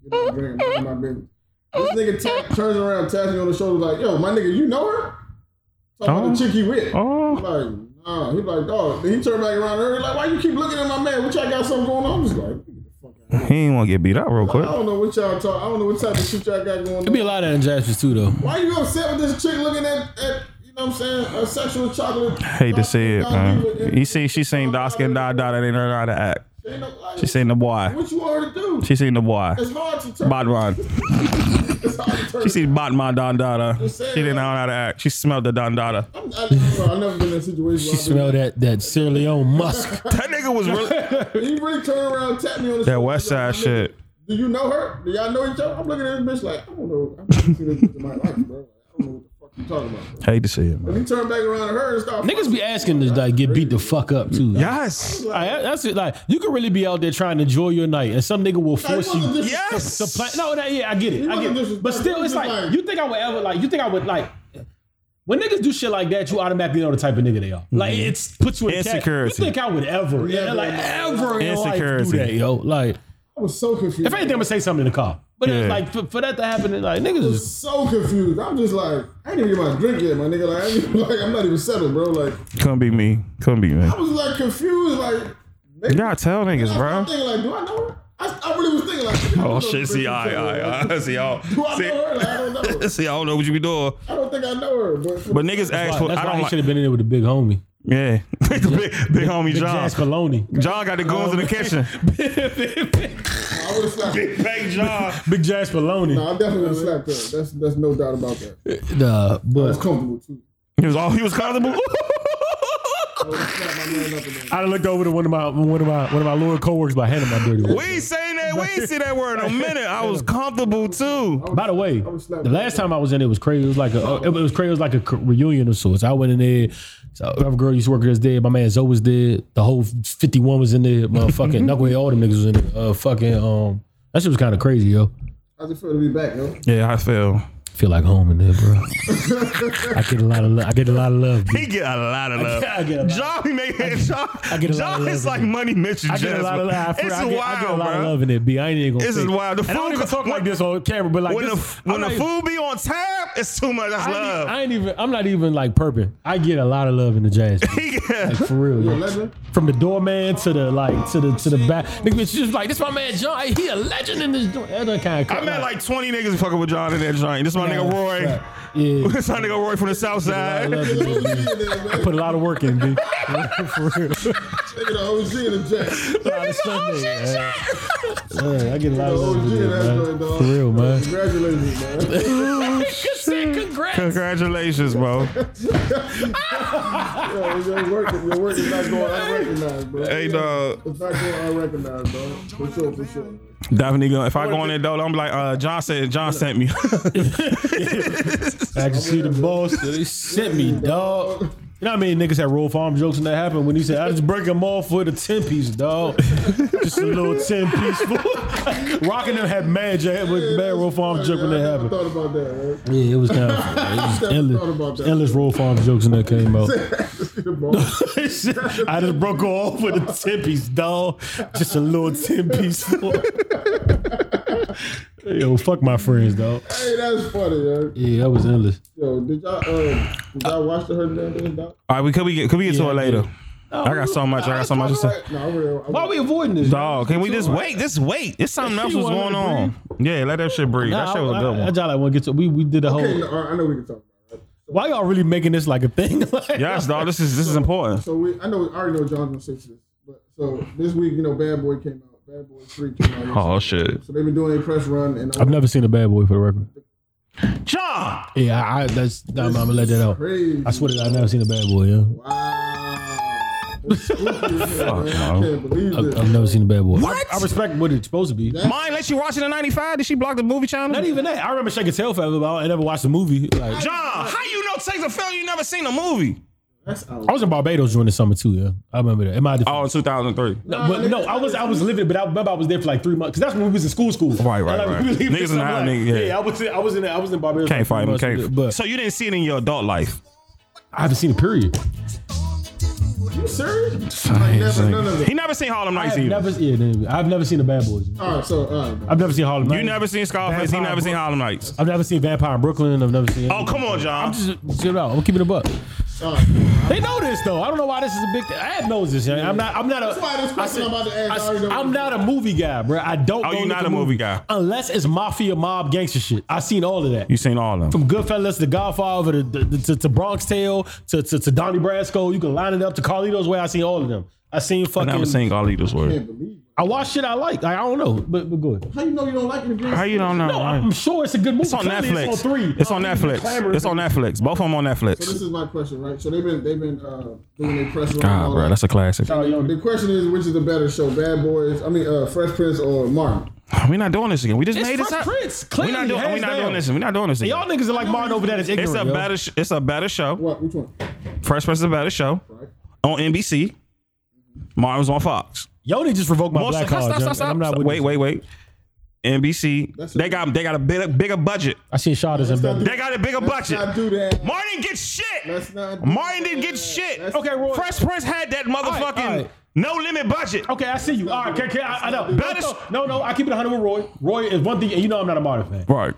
Speaker 2: So I'm, I'm just getting my drink and minding my business. This nigga ta- turns around, taps me on the shoulder, like, yo, my nigga, you know her? Talking about
Speaker 3: Oh.
Speaker 2: the chick he with.
Speaker 3: Oh.
Speaker 2: I'm like, nah. He's like, dog. Then he turned back around and he like, why you keep looking at my man? What y'all got something going on? I'm just like, "Get the fuck out of here."
Speaker 3: He ain't want to get beat up real
Speaker 2: I
Speaker 3: quick.
Speaker 2: don't know what y'all talk. I don't know what type of shit y'all got going on.
Speaker 4: There'd be a lot of that in Jackson's too, though.
Speaker 2: Why you upset with this chick looking at, at you know what I'm saying, a sexual chocolate?
Speaker 3: Hate to see it, man. You see, she seen Doskin die, die, that ain't her how to act. She seen the boy.
Speaker 2: What you want her to do?
Speaker 3: She seen the boy.
Speaker 2: It's hard to turn.
Speaker 3: Batman.
Speaker 2: It's hard to turn.
Speaker 3: She seen Batman Don Dada. She didn't know how to act. She smelled the Don Dada.
Speaker 2: I'm, I, bro, I've never been in a situation where
Speaker 4: She
Speaker 2: I've been-
Speaker 4: smelled that that Sierra Leone musk.
Speaker 3: That nigga was really.
Speaker 2: You really turn around and tap me on the
Speaker 3: That
Speaker 2: shoulder,
Speaker 3: West
Speaker 2: you know,
Speaker 3: Side shit.
Speaker 2: Do you know her? Do y'all know each other? I'm looking at this bitch like, I don't know. I've never seen this bitch in my life, bro. I don't know what the fuck you talking about. Bro.
Speaker 3: Hate to see it,
Speaker 2: When
Speaker 3: man.
Speaker 2: you turn back around to her and start
Speaker 4: Niggas be asking to like get beat the fuck up too.
Speaker 3: Yes.
Speaker 4: Like, that- that's it. Like you could really be out there trying to enjoy your night, and some nigga will force you to
Speaker 3: Yes.
Speaker 4: play. No, that, yeah, I get it. I get it. But still, it's like you think I would ever like. You think I would like. When niggas do shit like that, you automatically know the type of nigga they are. Like
Speaker 3: Mm-hmm.
Speaker 4: it's puts you in cat-
Speaker 3: Insecurity.
Speaker 4: You think I would ever, yeah,
Speaker 2: Never
Speaker 4: like
Speaker 2: in my
Speaker 4: ever in life do
Speaker 3: Insecurity.
Speaker 4: that, yo? Like
Speaker 2: I was so confused.
Speaker 4: if anything, I'm gonna say something in the car. But
Speaker 3: Yeah.
Speaker 4: it's like for, for that to happen, like niggas
Speaker 2: I
Speaker 4: is
Speaker 2: was so confused. I'm just like, I didn't even get my drink yet, my nigga. Like, I ain't even, like I'm not even settled, bro. Like,
Speaker 3: Couldn't be me. Couldn't be me.
Speaker 2: I was like confused. Like,
Speaker 3: You
Speaker 2: maybe,
Speaker 3: gotta tell niggas,
Speaker 2: I'm
Speaker 3: bro.
Speaker 2: thinking like, do I know her? I, I really was thinking like, I don't know
Speaker 3: Oh
Speaker 2: this
Speaker 3: shit. See,
Speaker 2: bitch.
Speaker 3: I, I, I see y'all.
Speaker 2: Do I know her? Like, I don't know.
Speaker 3: See, see, I don't know what you be doing,
Speaker 2: I don't think I know her, but,
Speaker 3: but niggas ask for.
Speaker 4: that's
Speaker 3: I
Speaker 4: why
Speaker 3: don't
Speaker 4: he
Speaker 3: like.
Speaker 4: should have been in there with the big homie,
Speaker 3: Yeah, big, big homie
Speaker 4: big
Speaker 3: John.
Speaker 4: Jazz Oh, Coloni.
Speaker 3: John got the goons in the kitchen.
Speaker 2: I would have slapped. her.
Speaker 3: Big John.
Speaker 4: Big Jazz Coloni.
Speaker 2: I definitely would have slapped her. That's that's no doubt about that. I
Speaker 4: Nah, but
Speaker 2: was comfortable too.
Speaker 3: He was all he was comfortable.
Speaker 2: I would have slapped my man up in there.
Speaker 4: I done looked over to one of my one of my one of my lower coworkers by handing my dirty. work.
Speaker 3: we ain't saying that Yeah, we ain't see that word in a minute. I was comfortable too.
Speaker 4: By the way,
Speaker 2: was slapped.
Speaker 4: the last time I was in, it was crazy. It was like a, uh, it was crazy. It was like a c- reunion of sorts. I went in there. So whoever girl used to work there was dead. My man Zoe was dead. The whole fifty one was in there. Motherfucking knucklehead. All them niggas was in there. Uh, fucking um, that shit was kind of crazy, yo.
Speaker 2: How's it feel to be back, yo?
Speaker 3: Yeah, I feel.
Speaker 4: Feel like home in there, bro. I get a lot of love. I get a lot of love. B.
Speaker 3: He get a lot of love.
Speaker 4: I get a lot.
Speaker 3: John, he make John,
Speaker 4: get a lot of
Speaker 3: John
Speaker 4: love
Speaker 3: is
Speaker 4: in
Speaker 3: like
Speaker 4: it.
Speaker 3: money Mitchell.
Speaker 4: I get a lot of love. I,
Speaker 3: It's
Speaker 4: feel- I get, I get a
Speaker 3: wild,
Speaker 4: lot of
Speaker 3: bro.
Speaker 4: love in it, B. I ain't even gonna.
Speaker 3: This is
Speaker 4: fake it.
Speaker 3: wild. The
Speaker 4: And I don't
Speaker 3: food
Speaker 4: even
Speaker 3: co-
Speaker 4: talk
Speaker 3: when-
Speaker 4: like this on camera, but like
Speaker 3: When the,
Speaker 4: this, I'm
Speaker 3: when the
Speaker 4: not even-
Speaker 3: food be on tap, it's too much. That's
Speaker 4: I ain't even-
Speaker 3: love.
Speaker 4: I ain't even. I'm not even like perping. I get a lot of love in the jazz. B.
Speaker 3: He get-
Speaker 4: For real,
Speaker 2: You a
Speaker 4: yo.
Speaker 2: legend?
Speaker 4: from the doorman to the like to the to the back. Nigga, it's just like this. My man John, he a legend in this. joint." That done kind of.
Speaker 3: I met like 20 niggas fucking with John in that joint. This my nigga Roy.
Speaker 4: Yeah.
Speaker 3: This my nigga Roy from the South
Speaker 4: I
Speaker 3: Side.
Speaker 4: love you,
Speaker 2: Put
Speaker 4: B. I put a lot of work in, B. For real.
Speaker 2: the OG in the jack.
Speaker 4: A lot of stuff in, man. Yeah, I get a lot of
Speaker 2: The
Speaker 4: love
Speaker 2: OG
Speaker 4: in
Speaker 2: in that
Speaker 4: there,
Speaker 2: joint,
Speaker 4: man.
Speaker 2: dog.
Speaker 4: For real, man.
Speaker 2: Congratulations, man.
Speaker 3: Congratulations, bro.
Speaker 2: Yo, your work, your work is not going unrecognized, bro.
Speaker 3: Hey, dog.
Speaker 2: It's not going unrecognized, bro. For sure, for sure.
Speaker 3: Definitely gonna. If I go on there though, I'm like, uh, John said, John sent me.
Speaker 4: I can see the boss. They sent me, dog. You know how many niggas had roll farm jokes and that happened when he said, I just break them off with a 10 piece, dog. just a little 10 piece. fool. Rocking them had mad, ja- with mad roll farm joke when that
Speaker 2: I never
Speaker 4: happened.
Speaker 2: thought about that, right?
Speaker 4: Yeah, it was kind of it was
Speaker 2: Never thought about
Speaker 4: endless,
Speaker 2: that.
Speaker 4: endless roll farm jokes and that came out.
Speaker 2: The ball.
Speaker 4: I just broke her off with a 10 piece, dog. Just a little 10 piece. fool. Yo, fuck my friends, dog.
Speaker 2: Hey, that's funny, yo.
Speaker 4: Yeah, that was endless.
Speaker 2: Yo, did y'all, um, did y'all watch the Hurt Down Day, doc?
Speaker 3: All right, we could we get could we get to
Speaker 4: Yeah,
Speaker 3: it later?
Speaker 4: dude.
Speaker 3: I got so much. I got so much to say.
Speaker 2: No, I'm real. I'm
Speaker 4: Why are we avoiding this?
Speaker 3: Dog, can we just wait? Just wait. There's something else was
Speaker 4: wanna
Speaker 3: going
Speaker 4: let it
Speaker 3: on. Yeah, let that shit breathe. That shit was a good
Speaker 4: I, I,
Speaker 3: one.
Speaker 4: just like want to get to. We we did a
Speaker 2: Okay,
Speaker 3: Oh.
Speaker 4: whole.
Speaker 2: no, all right, I know we can talk about it. right?
Speaker 4: Why y'all really making this like a thing? Like,
Speaker 3: Yes, dog. This is this is important.
Speaker 2: So we, I know, I already know John's gonna say this, but so this week, you know, Bad Boy came out. Bad Boy Three came out. yesterday.
Speaker 3: Oh shit,
Speaker 2: So they've been doing a press run, and
Speaker 4: I've never seen a bad boy for the record.
Speaker 3: John.
Speaker 4: Yeah, I, I that's I'm, gonna let that out.
Speaker 2: Crazy.
Speaker 4: I swear to God, I've never seen a bad boy. Yeah,
Speaker 2: Wow. It's spooky as hell, man. I can't believe
Speaker 4: I've,
Speaker 2: this.
Speaker 4: I've never seen a bad boy.
Speaker 3: What?
Speaker 4: I, I respect what it's supposed to be.
Speaker 3: Mine let you watch it in '95. Did she block the movie channel?
Speaker 4: Not even that. I remember shaking tail forever, but I never watched the movie. Like,
Speaker 3: John, how you know takes a film? You never seen a movie?
Speaker 2: That's out.
Speaker 4: I was in Barbados during the summer too. Yeah, I remember that. Am I?
Speaker 3: Oh, in 2003.
Speaker 4: No, but no, I was I was living, but I remember I was there for like three months because that's when we was in school, school.
Speaker 3: Right, right,
Speaker 4: And,
Speaker 3: right.
Speaker 4: we lived
Speaker 3: Niggas in
Speaker 4: in
Speaker 3: high,
Speaker 4: some,
Speaker 3: nigga,
Speaker 4: yeah.
Speaker 3: yeah.
Speaker 4: I was in, I was in I was in Barbados.
Speaker 3: Can't
Speaker 4: for
Speaker 3: fight
Speaker 4: three
Speaker 3: him.
Speaker 4: months,
Speaker 3: Can't.
Speaker 4: But
Speaker 3: So you didn't see it in your adult life.
Speaker 4: I haven't seen a period.
Speaker 2: you serious? Like, never, none of it.
Speaker 3: He never seen Harlem
Speaker 4: I
Speaker 3: Nights
Speaker 4: have
Speaker 3: either.
Speaker 4: never, yeah, then I've never seen the Bad Boys.
Speaker 2: All right, so all right.
Speaker 4: I've never seen Harlem.
Speaker 3: you never seen Scarface. He
Speaker 4: Vampire
Speaker 3: never seen
Speaker 4: Brooklyn.
Speaker 3: Harlem Nights.
Speaker 4: I've never seen Vampire in Brooklyn. I've never seen.
Speaker 3: Oh come on, John.
Speaker 4: I'm just just get it out. I'm keeping it a buck.
Speaker 2: All right.
Speaker 4: They know this though. I don't know why this is a big thing. I knows this. young. I'm not. I'm not a.
Speaker 2: why this
Speaker 4: I
Speaker 2: question I'm about to ask, I already know
Speaker 4: am
Speaker 2: what
Speaker 4: not a movie guy, bro. I don't.
Speaker 3: Oh,
Speaker 4: go
Speaker 3: you
Speaker 4: look
Speaker 3: not
Speaker 4: at
Speaker 3: a movie
Speaker 4: movies.
Speaker 3: guy.
Speaker 4: Unless it's mafia, mob, gangster shit. I seen all of that.
Speaker 3: You seen all of them.
Speaker 4: From Goodfellas to Godfather to, to, to, to Bronx Tale to, to, to Donnie Brasco. You can line it up to Carlito's Way. I seen all of them. I seen
Speaker 3: I
Speaker 4: fucking. I,
Speaker 3: never seen Carlito's
Speaker 2: I
Speaker 3: Way.
Speaker 2: can't believe it.
Speaker 4: watch shit I like. Like, I don't know, but, but good.
Speaker 2: How you know you don't like it again?
Speaker 3: How you don't know?
Speaker 4: No, I'm sure it's a good movie.
Speaker 3: It's on
Speaker 4: Clearly
Speaker 3: Netflix.
Speaker 4: It's on three.
Speaker 3: It's on
Speaker 4: Not even
Speaker 3: Netflix.
Speaker 4: clamorous.
Speaker 3: It's on Netflix. Both of them on
Speaker 2: So this
Speaker 3: Netflix.
Speaker 2: is my question, right? So they've been they've been uh, doing their press run. and
Speaker 3: God,
Speaker 2: all
Speaker 3: bro,
Speaker 2: that.
Speaker 3: that's a classic.
Speaker 4: Oh, yo,
Speaker 2: The question is, which is the better show, Bad Boys? I mean, uh, Fresh Prince or Martin?
Speaker 3: We're not doing this again. We just
Speaker 4: It's
Speaker 3: made this
Speaker 4: Fresh
Speaker 3: up.
Speaker 4: Prince,
Speaker 3: We're
Speaker 4: clearly,
Speaker 3: not doing.
Speaker 4: hands
Speaker 3: We're not
Speaker 4: down.
Speaker 3: doing this. We're not doing this
Speaker 4: y'all
Speaker 3: again.
Speaker 4: niggas are like Martin over that is ignorant.
Speaker 3: It's a
Speaker 4: yo.
Speaker 3: better. sh- It's a better show.
Speaker 2: What? Which one?
Speaker 3: Fresh Prince is a better show
Speaker 2: Right.
Speaker 3: on NBC. Martin was on Fox.
Speaker 4: Y'all need to just revoke my
Speaker 3: Most-
Speaker 4: black
Speaker 3: stop,
Speaker 4: card.
Speaker 3: stop,
Speaker 4: yo,
Speaker 3: stop,
Speaker 4: and
Speaker 3: stop.
Speaker 4: I'm not with
Speaker 3: wait,
Speaker 4: this.
Speaker 3: wait, wait. NBC.
Speaker 2: That's
Speaker 3: they
Speaker 2: it.
Speaker 3: got they got a big, bigger budget.
Speaker 4: I seen Shada's in bed.
Speaker 3: They got a bigger
Speaker 2: Let's
Speaker 3: budget.
Speaker 2: not do that.
Speaker 3: Martin gets shit.
Speaker 2: Let's not do
Speaker 3: Martin didn't
Speaker 2: that.
Speaker 3: get shit.
Speaker 2: Let's-
Speaker 4: Okay, Roy.
Speaker 3: Fresh Prince had that motherfucking
Speaker 4: right, all right.
Speaker 3: no limit budget.
Speaker 4: Okay, I see you. All right, okay, okay, I, I know.
Speaker 3: Better-
Speaker 4: No, no, I keep it 100 with Roy. Roy is one thing, and you know I'm not a Martin fan.
Speaker 3: Right.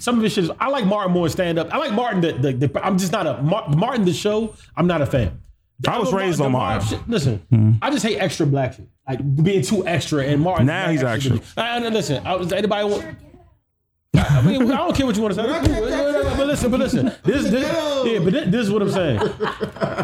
Speaker 4: Some of his shit is, I like Martin more in stand up. I like Martin, the, the, the, I'm just not a, Mar- Martin the show, I'm not a fan. The
Speaker 3: I was
Speaker 4: other
Speaker 3: raised
Speaker 4: Mar-
Speaker 3: on
Speaker 4: the
Speaker 3: Martin.
Speaker 4: shit- listen, I just hate extra black shit. Like being too extra, and Martin.
Speaker 3: Now he's
Speaker 4: I, listen, I was, anybody want. I mean, I don't care what you want to say. But listen, but listen, this, this, yeah, but thi- this is what I'm saying.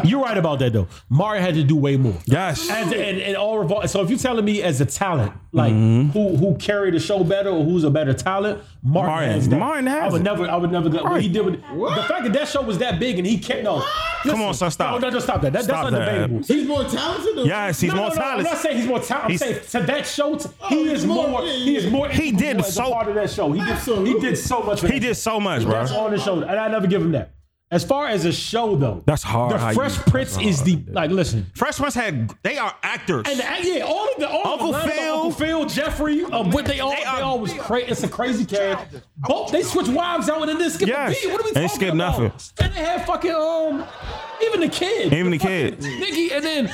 Speaker 4: You're right about that though. Mario had to do way more.
Speaker 3: Yes.
Speaker 4: As, and, and all revol- so if you're telling me as a talent, like
Speaker 3: Mm-hmm.
Speaker 4: who who carried the show better or who's a better talent, Martin,
Speaker 3: Martin.
Speaker 4: has that.
Speaker 3: Martin has
Speaker 4: I would
Speaker 3: it.
Speaker 4: never, I would never. Go, what he
Speaker 3: Right.
Speaker 4: did with the fact that that show was that big and he can't. No, Listen,
Speaker 3: on, son, stop.
Speaker 4: No, no, just stop that. that
Speaker 3: Stop
Speaker 4: that's
Speaker 3: that.
Speaker 4: undebatable.
Speaker 2: He's more talented. Than
Speaker 3: Yes, he's
Speaker 4: No,
Speaker 3: more
Speaker 4: no, no, I'm
Speaker 3: talented.
Speaker 4: not saying he's more talented. I'm
Speaker 3: He's-
Speaker 4: saying to that show, t-
Speaker 2: Oh,
Speaker 4: he
Speaker 2: he's
Speaker 4: is
Speaker 2: more-
Speaker 4: more.
Speaker 2: yeah,
Speaker 4: He is more.
Speaker 3: He
Speaker 4: equal
Speaker 3: did
Speaker 4: as a
Speaker 3: so-
Speaker 4: part of that show. He did, he
Speaker 2: Absolutely.
Speaker 4: did so much. for
Speaker 3: He
Speaker 4: that
Speaker 3: did so much, bro.
Speaker 4: that's on the show, and I never give him that. As far as a show though,
Speaker 3: That's hard how
Speaker 4: The
Speaker 3: you-
Speaker 4: Fresh
Speaker 3: that's
Speaker 4: Prince is the like. Listen,
Speaker 3: Fresh Prince had they are actors.
Speaker 4: and uh, yeah, all of the all
Speaker 3: Uncle
Speaker 4: of the lineup,
Speaker 3: Phil.
Speaker 4: Uncle Phil, Jeffrey, um, what they all
Speaker 3: They
Speaker 4: they,
Speaker 3: are-
Speaker 4: all was crazy. It's a crazy cast. Both they switch wives out and then they skip
Speaker 3: Yes.
Speaker 4: a beat. What are we
Speaker 3: They
Speaker 4: talking
Speaker 3: skip
Speaker 4: about?
Speaker 3: nothing.
Speaker 4: And they had fucking um, even the kid,
Speaker 3: Even the
Speaker 4: fucking
Speaker 3: kid.
Speaker 4: Nikki, and then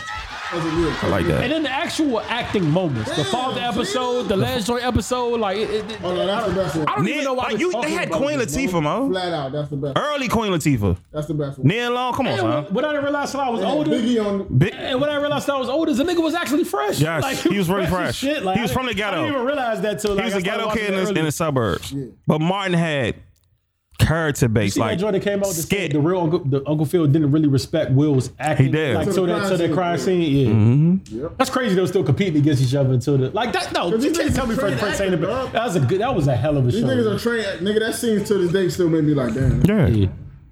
Speaker 3: I like that.
Speaker 4: and then the actual acting moments, the
Speaker 2: Damn,
Speaker 4: father
Speaker 2: Jesus.
Speaker 4: episode, the last joint episode, like it, it,
Speaker 2: Oh no, that's the best one.
Speaker 4: I don't even
Speaker 3: Nia-
Speaker 4: know why
Speaker 3: like
Speaker 4: we're
Speaker 3: you, they
Speaker 4: talking
Speaker 3: had
Speaker 4: about
Speaker 3: Queen
Speaker 4: this, bro.
Speaker 3: Latifah, man.
Speaker 2: Flat out, that's the best.
Speaker 3: Early Queen Latifah.
Speaker 2: That's the best one.
Speaker 3: Neil Long, come on,
Speaker 4: And
Speaker 3: son.
Speaker 4: what I didn't realize till I was
Speaker 2: Yeah,
Speaker 4: older,
Speaker 2: Biggie on.
Speaker 3: Big,
Speaker 4: And when I realized I was older, the nigga was actually fresh.
Speaker 3: Yes, he was really
Speaker 4: as
Speaker 3: fresh.
Speaker 4: shit.
Speaker 3: He was
Speaker 4: I
Speaker 3: from the
Speaker 4: didn't-
Speaker 3: ghetto.
Speaker 4: I didn't even realize that till
Speaker 3: he
Speaker 4: like,
Speaker 3: was
Speaker 4: I
Speaker 3: a ghetto
Speaker 4: started
Speaker 3: kid in
Speaker 4: watching
Speaker 3: the,
Speaker 4: it
Speaker 3: in the
Speaker 4: early.
Speaker 3: suburbs. But Martin had character base,
Speaker 4: See
Speaker 3: like
Speaker 4: that joint that came out. that said
Speaker 3: skit.
Speaker 4: The real Uncle, the Uncle Phil didn't really respect Will's acting.
Speaker 3: He did. Mm-hmm.
Speaker 4: Like
Speaker 3: To
Speaker 4: till
Speaker 2: the
Speaker 4: that
Speaker 2: crime
Speaker 4: till that
Speaker 2: scene,
Speaker 4: crime
Speaker 2: yeah.
Speaker 4: scene. Yeah.
Speaker 2: Yep.
Speaker 4: That's crazy. They were still competing against each other until the like that. No,
Speaker 2: Cause
Speaker 4: you
Speaker 2: these
Speaker 4: can't
Speaker 2: niggas
Speaker 4: tell me
Speaker 2: are
Speaker 4: Fresh
Speaker 2: trained
Speaker 4: Prince ain't a
Speaker 2: actors,
Speaker 4: That was a good. That was a hell of a
Speaker 2: These niggas
Speaker 4: show.
Speaker 2: are trained. Nigga, that scene to this day still made me like, damn.
Speaker 3: yeah.
Speaker 4: Yeah.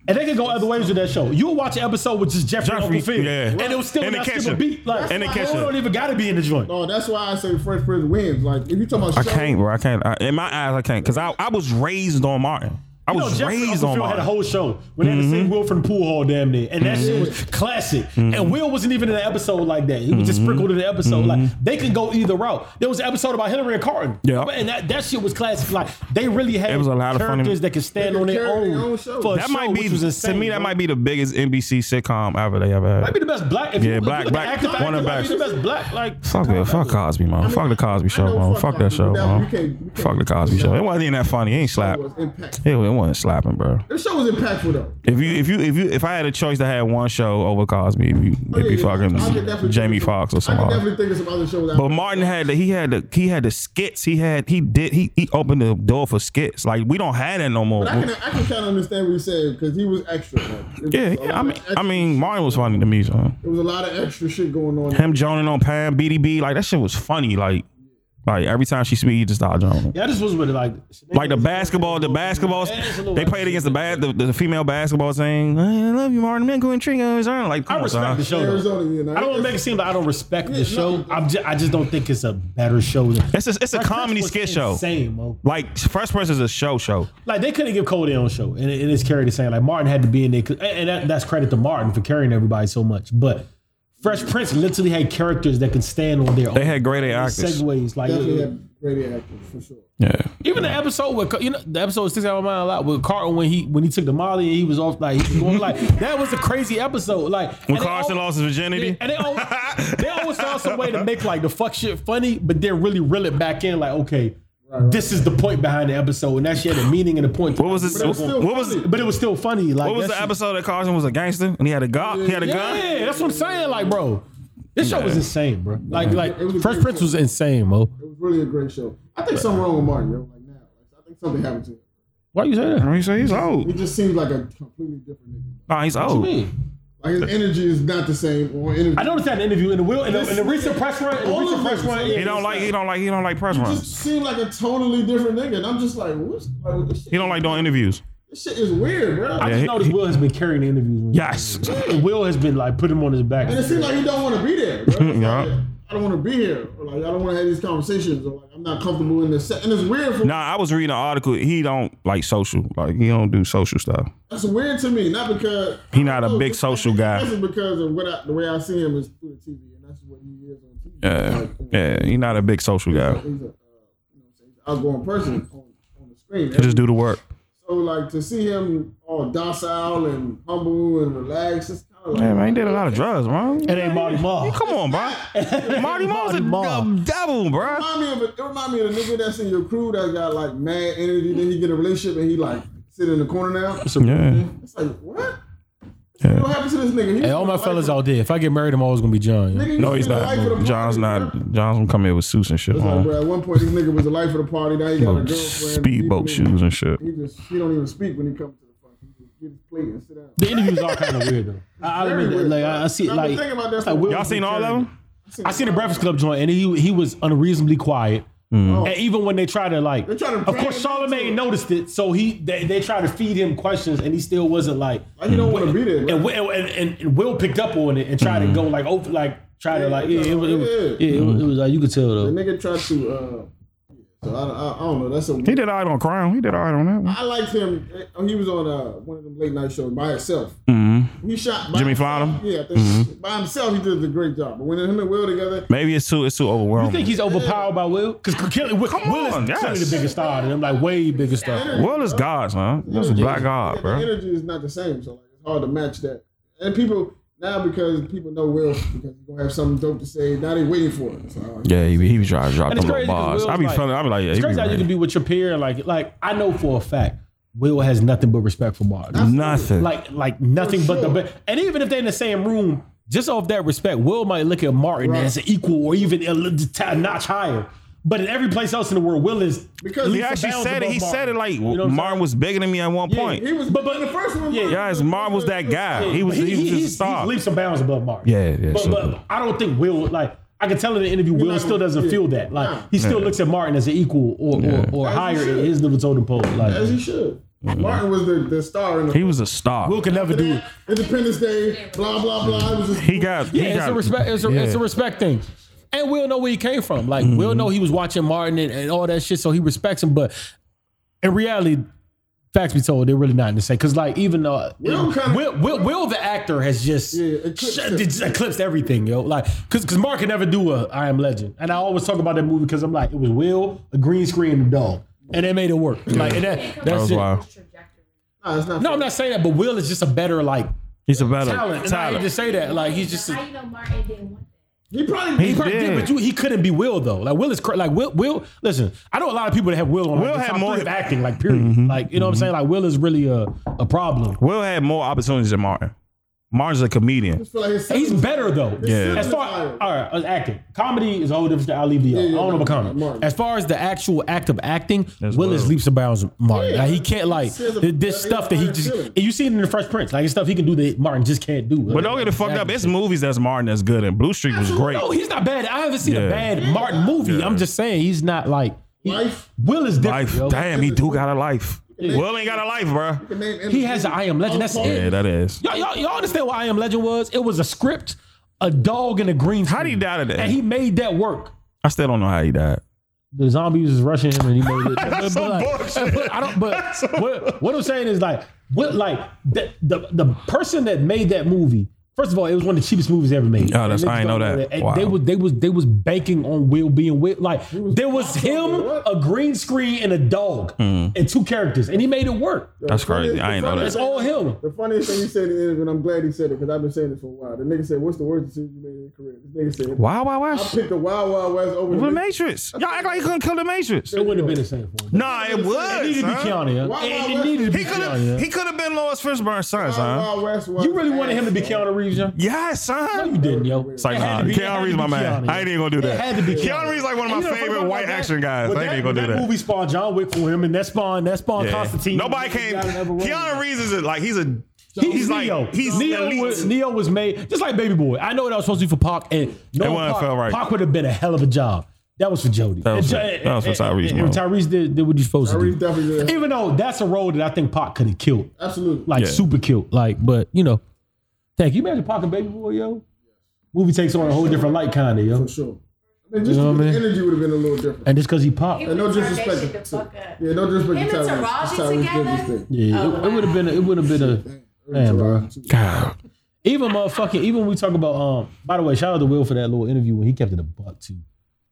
Speaker 4: And they could go other ways with that show. You'll watch an episode with just Jeffrey,
Speaker 3: Jeffrey,
Speaker 4: Uncle Phil,
Speaker 3: yeah.
Speaker 4: and it was still
Speaker 3: And
Speaker 4: not
Speaker 3: the
Speaker 4: skip
Speaker 3: catcher.
Speaker 4: a beat. Like
Speaker 3: And the
Speaker 4: it
Speaker 3: catcher.
Speaker 4: don't even got to be in the joint.
Speaker 2: Oh, that's why I say Fresh Prince wins. Like, if you talking
Speaker 3: I
Speaker 2: about show,
Speaker 3: can't, bro. I can't. I, in my eyes, I can't. Because I, I was raised on Martin. I
Speaker 4: You know,
Speaker 3: was
Speaker 4: Jeffrey
Speaker 3: raised
Speaker 4: Uncle
Speaker 3: on Mm-hmm.
Speaker 4: Phil had a
Speaker 3: Martin.
Speaker 4: whole show when they had to sing Will from the pool hall damn near, and that shit
Speaker 3: Mm-hmm.
Speaker 4: was classic. And Will wasn't even in an episode like that; he was just sprinkled in the episode. Like they can go either route. There was an episode about Hillary and Carton,
Speaker 3: Mm-hmm. Yeah.
Speaker 4: and that, that shit was classic. Like they really had
Speaker 3: It was a lot of funny-
Speaker 4: characters that could stand
Speaker 2: They
Speaker 4: on
Speaker 2: could
Speaker 4: their
Speaker 2: carry
Speaker 4: own.
Speaker 2: their own show.
Speaker 4: For a
Speaker 3: That
Speaker 4: show,
Speaker 3: might be
Speaker 4: which was insane,
Speaker 3: to me. That
Speaker 4: bro.
Speaker 3: might be the biggest NBC sitcom ever they ever had.
Speaker 4: Might be the best black. If
Speaker 3: Yeah,
Speaker 4: you,
Speaker 3: black-
Speaker 4: if you look
Speaker 3: black-
Speaker 4: at active
Speaker 3: one of the
Speaker 4: actors,
Speaker 3: best.
Speaker 4: might be the best black. Like
Speaker 3: Fuck it. Fuck Cosby, man. fuck the Cosby
Speaker 2: I
Speaker 3: show,
Speaker 2: know
Speaker 3: man. Fuck,
Speaker 2: fuck
Speaker 3: that
Speaker 2: Cosby,
Speaker 3: show,
Speaker 2: but that-
Speaker 3: man.
Speaker 2: you can't- you
Speaker 3: fuck the
Speaker 2: can't-
Speaker 3: Cosby show. It wasn't even that funny. It ain't slap.
Speaker 2: It was impactful.
Speaker 3: It, it wasn't slapping, bro.
Speaker 2: The show was impactful though.
Speaker 3: If you, if you, if you, if I had a choice to have one show over Cosby, it'd be,
Speaker 2: Oh,
Speaker 3: it'd be
Speaker 2: yeah, yeah. I could
Speaker 3: fucking
Speaker 2: definitely
Speaker 3: Jamie
Speaker 2: think of some-
Speaker 3: Foxx or
Speaker 2: I
Speaker 3: something.
Speaker 2: could definitely think of some other shows. out
Speaker 3: But
Speaker 2: there.
Speaker 3: Martin had the, he had the he had the skits. He had he did he, he opened the door for skits. Like we don't have that no more.
Speaker 2: But I can I can kind of understand what you said because he was extra. Like, it
Speaker 3: yeah,
Speaker 2: was a lot
Speaker 3: yeah. I
Speaker 2: of
Speaker 3: mean,
Speaker 2: extra-
Speaker 3: I mean, Martin was funny to me. So
Speaker 2: there was a lot of extra shit going on.
Speaker 3: him joining on Pam BDB, like that shit was funny. Like like every time she speak, you just start joining.
Speaker 4: yeah, this was with like
Speaker 3: Like the basketball, the basketball, they played against the bad the, the female basketball team. I love you, Martin. Man, go and treat his own. Like come
Speaker 4: I
Speaker 3: on,
Speaker 4: respect
Speaker 3: son.
Speaker 4: the show. though.
Speaker 2: Arizona, you know,
Speaker 4: I don't want to make it seem like I don't respect the show. I'm just, I just don't think it's a better show. Than
Speaker 3: It's a, it's a comedy skit show.
Speaker 4: Same, bro.
Speaker 3: Like Fresh Prince is a show show.
Speaker 4: Like they couldn't give Cole their own show, and, it- and it's carried the same. Like Martin had to be in there, 'cause- and that, that's credit to Martin for carrying everybody so much. But Fresh Prince literally had characters that could stand on their own.
Speaker 3: They had great A actors.
Speaker 4: segues. Like
Speaker 2: Definitely
Speaker 4: uh,
Speaker 2: had great actors for sure.
Speaker 3: Yeah.
Speaker 4: even the episode with Car- you know the episode sticks out of my mind a lot with Carton when he when he took the Molly and he was off like he was going like that was a crazy episode. Like
Speaker 3: When
Speaker 4: and they
Speaker 3: Carson
Speaker 4: all-
Speaker 3: lost his virginity.
Speaker 4: And they always, they always found some way to make like the fuck shit funny, but then really reel it back in. Like, okay, this is the point behind the episode, and that shit had a meaning and a point.
Speaker 3: What was this?
Speaker 2: But it was
Speaker 3: What,
Speaker 2: still
Speaker 3: what was
Speaker 2: funny.
Speaker 4: But it was still funny. Like,
Speaker 3: what was
Speaker 4: that
Speaker 3: the
Speaker 4: shit-
Speaker 3: episode that Carson was a gangster and he had a gun? He had a gun.
Speaker 4: Yeah, that's what I'm saying. Like, bro, this show was insane, bro. Like, like
Speaker 2: It was a
Speaker 4: Fresh
Speaker 2: great
Speaker 4: Prince
Speaker 2: show.
Speaker 4: was insane, bro.
Speaker 2: It was really a great show. I think something wrong with Martin, yo. Like now, like, I think something happened to him.
Speaker 4: Why you say that?
Speaker 3: He said he's
Speaker 2: He
Speaker 3: old.
Speaker 2: just seems like a completely different nigga.
Speaker 3: Nah, he's
Speaker 4: What you
Speaker 3: old.
Speaker 4: mean?
Speaker 2: Like his energy is not the same. Or energy.
Speaker 4: I noticed that in the interview in the will in the, in the recent press run. In the
Speaker 2: All
Speaker 4: recent
Speaker 2: of
Speaker 4: press
Speaker 2: them.
Speaker 4: run,
Speaker 3: He
Speaker 4: yeah.
Speaker 3: don't like. He don't like. He don't like press runs.
Speaker 2: Just seemed like a totally different nigga, and I'm just like, what's like this shit?
Speaker 3: He don't like doing interviews.
Speaker 2: This shit is weird, bro.
Speaker 4: I
Speaker 3: Yeah,
Speaker 4: just
Speaker 3: he-
Speaker 4: noticed Will has been carrying the interviews.
Speaker 3: Yes.
Speaker 4: And Will has been like putting him on his back.
Speaker 2: And it seems like you don't want to be there. Bro. It's
Speaker 3: Yeah.
Speaker 2: like, I don't want to be here. Or like I don't want to have these conversations. Or like I'm not comfortable in this. Set. And it's weird for
Speaker 3: Nah, I was reading an article. He don't like social. Like he don't do social stuff.
Speaker 2: that's weird to me. Not because Oh,
Speaker 3: He not a big
Speaker 2: That's
Speaker 3: social guy.
Speaker 2: That's because of what I, the way I see him is through the TV, and that's what he is on TV.
Speaker 3: Yeah,
Speaker 2: Like, oh,
Speaker 3: yeah. He not a big social guy.
Speaker 2: He's a uh, you know, he's an outgoing person on, on the screen.
Speaker 3: He just do the work.
Speaker 2: So like to see him all docile and humble and relaxed, it's kind of like
Speaker 3: Yeah, man, he did a lot of drugs, man.
Speaker 4: It ain't Marty Ma.
Speaker 3: Come on, bro. Marty Mo's a,
Speaker 4: Ma.
Speaker 3: a devil, bro.
Speaker 2: remind me of a, it remind me of the nigga that's in your crew that got like mad energy. Then he get a relationship and he like sit in the corner now.
Speaker 3: Yeah.
Speaker 2: It's like what? What happened to this nigga? He
Speaker 4: Hey, all my fellas out there, if I get married, I'm always gonna be John. yo.
Speaker 2: Nigga,
Speaker 3: No, he's not. John's not. uh, John's gonna come here with suits and shit
Speaker 2: Like,
Speaker 3: on.
Speaker 2: bro, at one point, this nigga was the life of the party. Now he got a girlfriend.
Speaker 3: Speedboat
Speaker 2: He- he-
Speaker 3: shoes and shit.
Speaker 2: He just he don't even speak when he comes to the fuck. He just get his plate and sit down.
Speaker 4: The interviews are kind of weird though. I, I
Speaker 2: Very
Speaker 4: admit that.
Speaker 2: weird,
Speaker 4: Like
Speaker 2: bro.
Speaker 4: I, I see,
Speaker 2: I've been
Speaker 4: like,
Speaker 2: thinking about this
Speaker 4: like,
Speaker 2: for-
Speaker 4: Will
Speaker 3: Y'all
Speaker 4: was
Speaker 3: seen all of
Speaker 4: carrying-
Speaker 3: them?
Speaker 4: I seen the Breakfast Club joint, and he he was unreasonably quiet.
Speaker 3: Mm-hmm.
Speaker 4: And even when they tried to like,
Speaker 2: They tried to
Speaker 4: of
Speaker 2: drag
Speaker 4: course,
Speaker 2: him into it.
Speaker 4: Charlemagne noticed it, so he they, they tried to feed him questions, and he still wasn't like.
Speaker 2: Like, he don't want to be there.
Speaker 4: And
Speaker 2: bro.
Speaker 4: Will, and, and, and Will picked up on it and tried
Speaker 3: Mm-hmm.
Speaker 4: to go like over like try to like yeah it was it was,
Speaker 2: Yeah.
Speaker 4: yeah, it was, it was like you could tell
Speaker 2: The
Speaker 4: though.
Speaker 2: nigga tried to. Uh, so I, I, I don't know. That's a.
Speaker 3: He did all right on Crown. He did all right on that one.
Speaker 2: I liked him. Uh, He was on uh, one of them late night shows by himself. He shot by
Speaker 3: Mm-hmm. Jimmy
Speaker 2: himself.
Speaker 3: Fallon? Mm-hmm.
Speaker 2: Yeah, I think by himself he did a great job. But when him and Will together,
Speaker 3: Maybe it's too. It's too overwhelming.
Speaker 4: You think he's overpowered by Will? Because Will,
Speaker 3: Come
Speaker 4: Will is
Speaker 3: on, yes.
Speaker 4: clearly the biggest star, and I'm like way bigger star.
Speaker 3: Will is God's, man. That's a black God,
Speaker 2: the
Speaker 3: bro.
Speaker 2: energy is not the same. So like, it's hard to match that. And people now because people know Will because he's gonna have something dope to say. Now they waiting for it. So, uh,
Speaker 3: Yeah, he be, he be trying to drop
Speaker 4: And it's
Speaker 3: them little
Speaker 4: crazy 'cause
Speaker 3: bars.
Speaker 4: Will's
Speaker 3: I be
Speaker 4: like-
Speaker 3: feeling. I be like, yeah, he
Speaker 4: It's
Speaker 3: be
Speaker 4: crazy how you
Speaker 3: ready.
Speaker 4: can be with your peer and like like I know for a fact Will has nothing but respect for Martin.
Speaker 3: nothing.
Speaker 4: like like nothing but the
Speaker 2: sure.
Speaker 4: best. And even if they're in the same room, just off that respect, Will might look at Martin
Speaker 2: Right.
Speaker 4: as an equal or even a, little t- a notch higher. But in every place else in the world, Will is
Speaker 2: Because
Speaker 4: leaps
Speaker 3: he
Speaker 4: and
Speaker 3: actually
Speaker 4: bounds
Speaker 3: said it.
Speaker 4: above
Speaker 3: He
Speaker 4: Martin.
Speaker 3: said it like
Speaker 4: what I'm
Speaker 3: Martin was bigger than me at one point.
Speaker 2: he was,
Speaker 4: But-
Speaker 2: but,
Speaker 4: but-
Speaker 2: the first one,
Speaker 4: yeah.
Speaker 2: was-
Speaker 3: Guys, Martin was that guy. He was.
Speaker 4: But
Speaker 3: He, was just a
Speaker 4: he's-
Speaker 3: star.
Speaker 4: He's leaps and bounds above Martin.
Speaker 3: Yeah, yeah,
Speaker 4: But,
Speaker 3: so-
Speaker 4: but I don't think Will like. I can tell in the interview, Will
Speaker 2: not
Speaker 4: still
Speaker 2: gonna-
Speaker 4: doesn't
Speaker 2: yeah.
Speaker 4: feel that. Like
Speaker 2: Nah.
Speaker 4: he still looks at Martin as an equal or or, or
Speaker 2: As he
Speaker 4: higher in
Speaker 2: should.
Speaker 4: his little totem pole.
Speaker 2: as
Speaker 4: Like
Speaker 2: he should. Martin was the, the star in the
Speaker 3: He was a star.
Speaker 4: Will can never do it.
Speaker 2: Independence Day, blah blah blah. It was just
Speaker 3: He got.
Speaker 4: Yeah,
Speaker 3: he
Speaker 4: it's
Speaker 3: got,
Speaker 4: a respect. It's a, it's a
Speaker 3: yeah. Mm-hmm.
Speaker 4: respect thing. And we'll know where he came from. Like we'll know he was watching Martin and, and all that shit, so he respects him. But in reality, facts be told, they're really not in the same. Because like even though
Speaker 2: Will
Speaker 4: Will,
Speaker 2: kinda-
Speaker 4: Will, Will, the actor has just
Speaker 2: eclipsed
Speaker 4: shut-
Speaker 2: him.
Speaker 4: just eclipsed everything, yo. Like because because Mark could never do a I Am Legend, and I always talk about that movie because I'm like it was Will, a green screen, and a dog, and they made it work. Like and that
Speaker 3: That
Speaker 4: that's
Speaker 3: was
Speaker 4: it.
Speaker 3: wild.
Speaker 2: Nah, it's not.
Speaker 4: No, I'm not saying that, but Will is just a better like
Speaker 3: He's a better talent.
Speaker 4: talent. And I hate to say that, like he's just. a-
Speaker 5: How you know Martin didn't want
Speaker 2: He probably.
Speaker 3: He
Speaker 4: He probably did,
Speaker 3: did.
Speaker 4: but you, he couldn't be Will though. Like Will is cra- like Will. Will, listen. I know a lot of people that have Will on. Like,
Speaker 3: Will
Speaker 4: the
Speaker 3: had
Speaker 4: top
Speaker 3: more- Mm-hmm.
Speaker 4: three of acting, like period. Like you know what I'm saying. Like Will is really a a problem.
Speaker 3: Will had more opportunities than Martin. Martin's a comedian.
Speaker 2: I feel like his
Speaker 4: He's better though.
Speaker 3: Yeah.
Speaker 4: As uh, far all right, as acting, comedy is a whole different. Thing. I'll leave the. I don't know about comedy.
Speaker 2: Martin.
Speaker 4: As far as the actual act of acting,
Speaker 3: That's
Speaker 4: Will is
Speaker 3: Will.
Speaker 4: leaps and bounds Martin.
Speaker 2: Yeah.
Speaker 4: Like, he can't like
Speaker 2: He says a-
Speaker 4: this
Speaker 2: he
Speaker 4: stuff that he
Speaker 2: has
Speaker 4: just.
Speaker 2: feelings.
Speaker 4: And you see it in the Fresh Prince, like it's stuff he can do that Martin just can't do.
Speaker 3: But don't get it fucked up. It's movies that's Martin that's good, and Blue Streak was great.
Speaker 4: No, he's not bad. I haven't seen a
Speaker 3: Yeah.
Speaker 4: bad Martin movie.
Speaker 3: Yeah.
Speaker 4: I'm just saying he's not like. he-
Speaker 2: Life.
Speaker 4: Will is different.
Speaker 3: Life,
Speaker 4: yo.
Speaker 3: damn, he do got a life. Will ain't got a life, bro.
Speaker 2: name
Speaker 4: He has an I Am Legend. That's
Speaker 3: Oh, Yeah,
Speaker 4: it.
Speaker 3: that is.
Speaker 4: Y'all, y'all, y'all understand what I Am Legend was? It was a script, a dog, and a green screen.
Speaker 3: How did he die today?
Speaker 4: And he made that work.
Speaker 3: I still don't know how he died.
Speaker 4: The zombies is rushing him, and he made it. But,
Speaker 3: some
Speaker 4: like,
Speaker 3: bullshit.
Speaker 4: but I don't. But what, what I'm saying is like, what like the, the the person that made that movie. First of all, it was one of the cheapest movies ever made.
Speaker 3: Oh, that's-
Speaker 4: And
Speaker 3: I ain't know that.
Speaker 4: And
Speaker 3: Wow.
Speaker 4: They was they was they was banking on Will being Will. Like there was him, a green screen, and a dog,
Speaker 3: Hmm.
Speaker 4: and two characters, and he made it work.
Speaker 3: That's crazy. I ain't know
Speaker 4: It's
Speaker 3: that.
Speaker 4: all him.
Speaker 2: The funniest thing he said in the interview, and I'm glad he said it because I've been saying it for a while. The nigga said, "What's the worst decision you made in your career?" This nigga said,
Speaker 3: Wow, wow,
Speaker 2: "I
Speaker 3: wow.
Speaker 2: picked the Wild Wild West over
Speaker 3: The
Speaker 2: the Wild
Speaker 3: Matrix. Y'all act like he couldn't kill the Matrix.
Speaker 4: It wouldn't have been the same for him.
Speaker 3: Nah, it
Speaker 4: It
Speaker 3: was.
Speaker 4: needed to be
Speaker 3: son.
Speaker 4: Keanu. yeah.
Speaker 2: Why- why-
Speaker 4: It-
Speaker 2: why-
Speaker 4: It needed
Speaker 3: He
Speaker 4: to be
Speaker 3: could
Speaker 4: Keanu. yeah.
Speaker 3: have. He could have been Lawrence Fishburne's son, son.
Speaker 2: Wild West." Was
Speaker 4: You really wanted him to be
Speaker 2: ass.
Speaker 4: Keanu Reeves, yo?
Speaker 3: Yes, son.
Speaker 4: No, you didn't, yo.
Speaker 3: It's like, nah, Keanu Reeves, my man. I ain't even gonna do that.
Speaker 4: It had to be
Speaker 3: Keanu Reeves, like one of my favorite white action guys. I ain't even gonna do
Speaker 4: That
Speaker 3: that.
Speaker 4: movie spawned John Wick for him, and that spawned that spawned
Speaker 3: Yeah.
Speaker 4: Constantine.
Speaker 3: Nobody came. Keanu Reeves is a, like he's a.
Speaker 4: He's,
Speaker 3: He's, like
Speaker 4: Neo.
Speaker 3: he's
Speaker 4: Neo
Speaker 3: elite.
Speaker 4: was, Neo was made just like Baby Boy. I know that was supposed to be for Pac, and no,
Speaker 3: wouldn't
Speaker 4: Pac,
Speaker 3: felt right.
Speaker 4: Pac would have been a hell of a job. That was for Jody.
Speaker 3: That was
Speaker 4: And
Speaker 3: for-
Speaker 4: Jo-
Speaker 3: that was for
Speaker 4: and-
Speaker 3: Tyrese,
Speaker 4: and-
Speaker 3: man.
Speaker 4: and Tyrese did, did what he's supposed
Speaker 2: Reeves
Speaker 4: to
Speaker 2: definitely
Speaker 4: do.
Speaker 2: did.
Speaker 4: Even though that's a role that I think Pac could have killed.
Speaker 2: Absolutely.
Speaker 4: like
Speaker 3: Yeah.
Speaker 4: super cute. Like, but you know, thank you. Imagine Pac and Baby Boy, yo. Movie takes on a whole different light, kinda, yo.
Speaker 2: for sure. I mean, just
Speaker 4: You know what I
Speaker 2: the
Speaker 4: mean?
Speaker 2: energy would have been a little different.
Speaker 4: And just because he popped,
Speaker 5: that?
Speaker 4: yeah,
Speaker 2: And no
Speaker 5: He turned
Speaker 2: disrespect
Speaker 5: that shit the
Speaker 2: to-
Speaker 5: fuck up.
Speaker 2: Yeah, no disrespect to
Speaker 5: Him and
Speaker 2: Tyrese. That's
Speaker 5: Taraji
Speaker 2: Tyrese did this
Speaker 5: together?
Speaker 2: thing.
Speaker 4: it, would have been, a, it would have been a man, bro.
Speaker 3: God,
Speaker 4: Even motherfucking, even when we talk about, um, by the way, shout out to Will for that little interview when he kept it a buck too.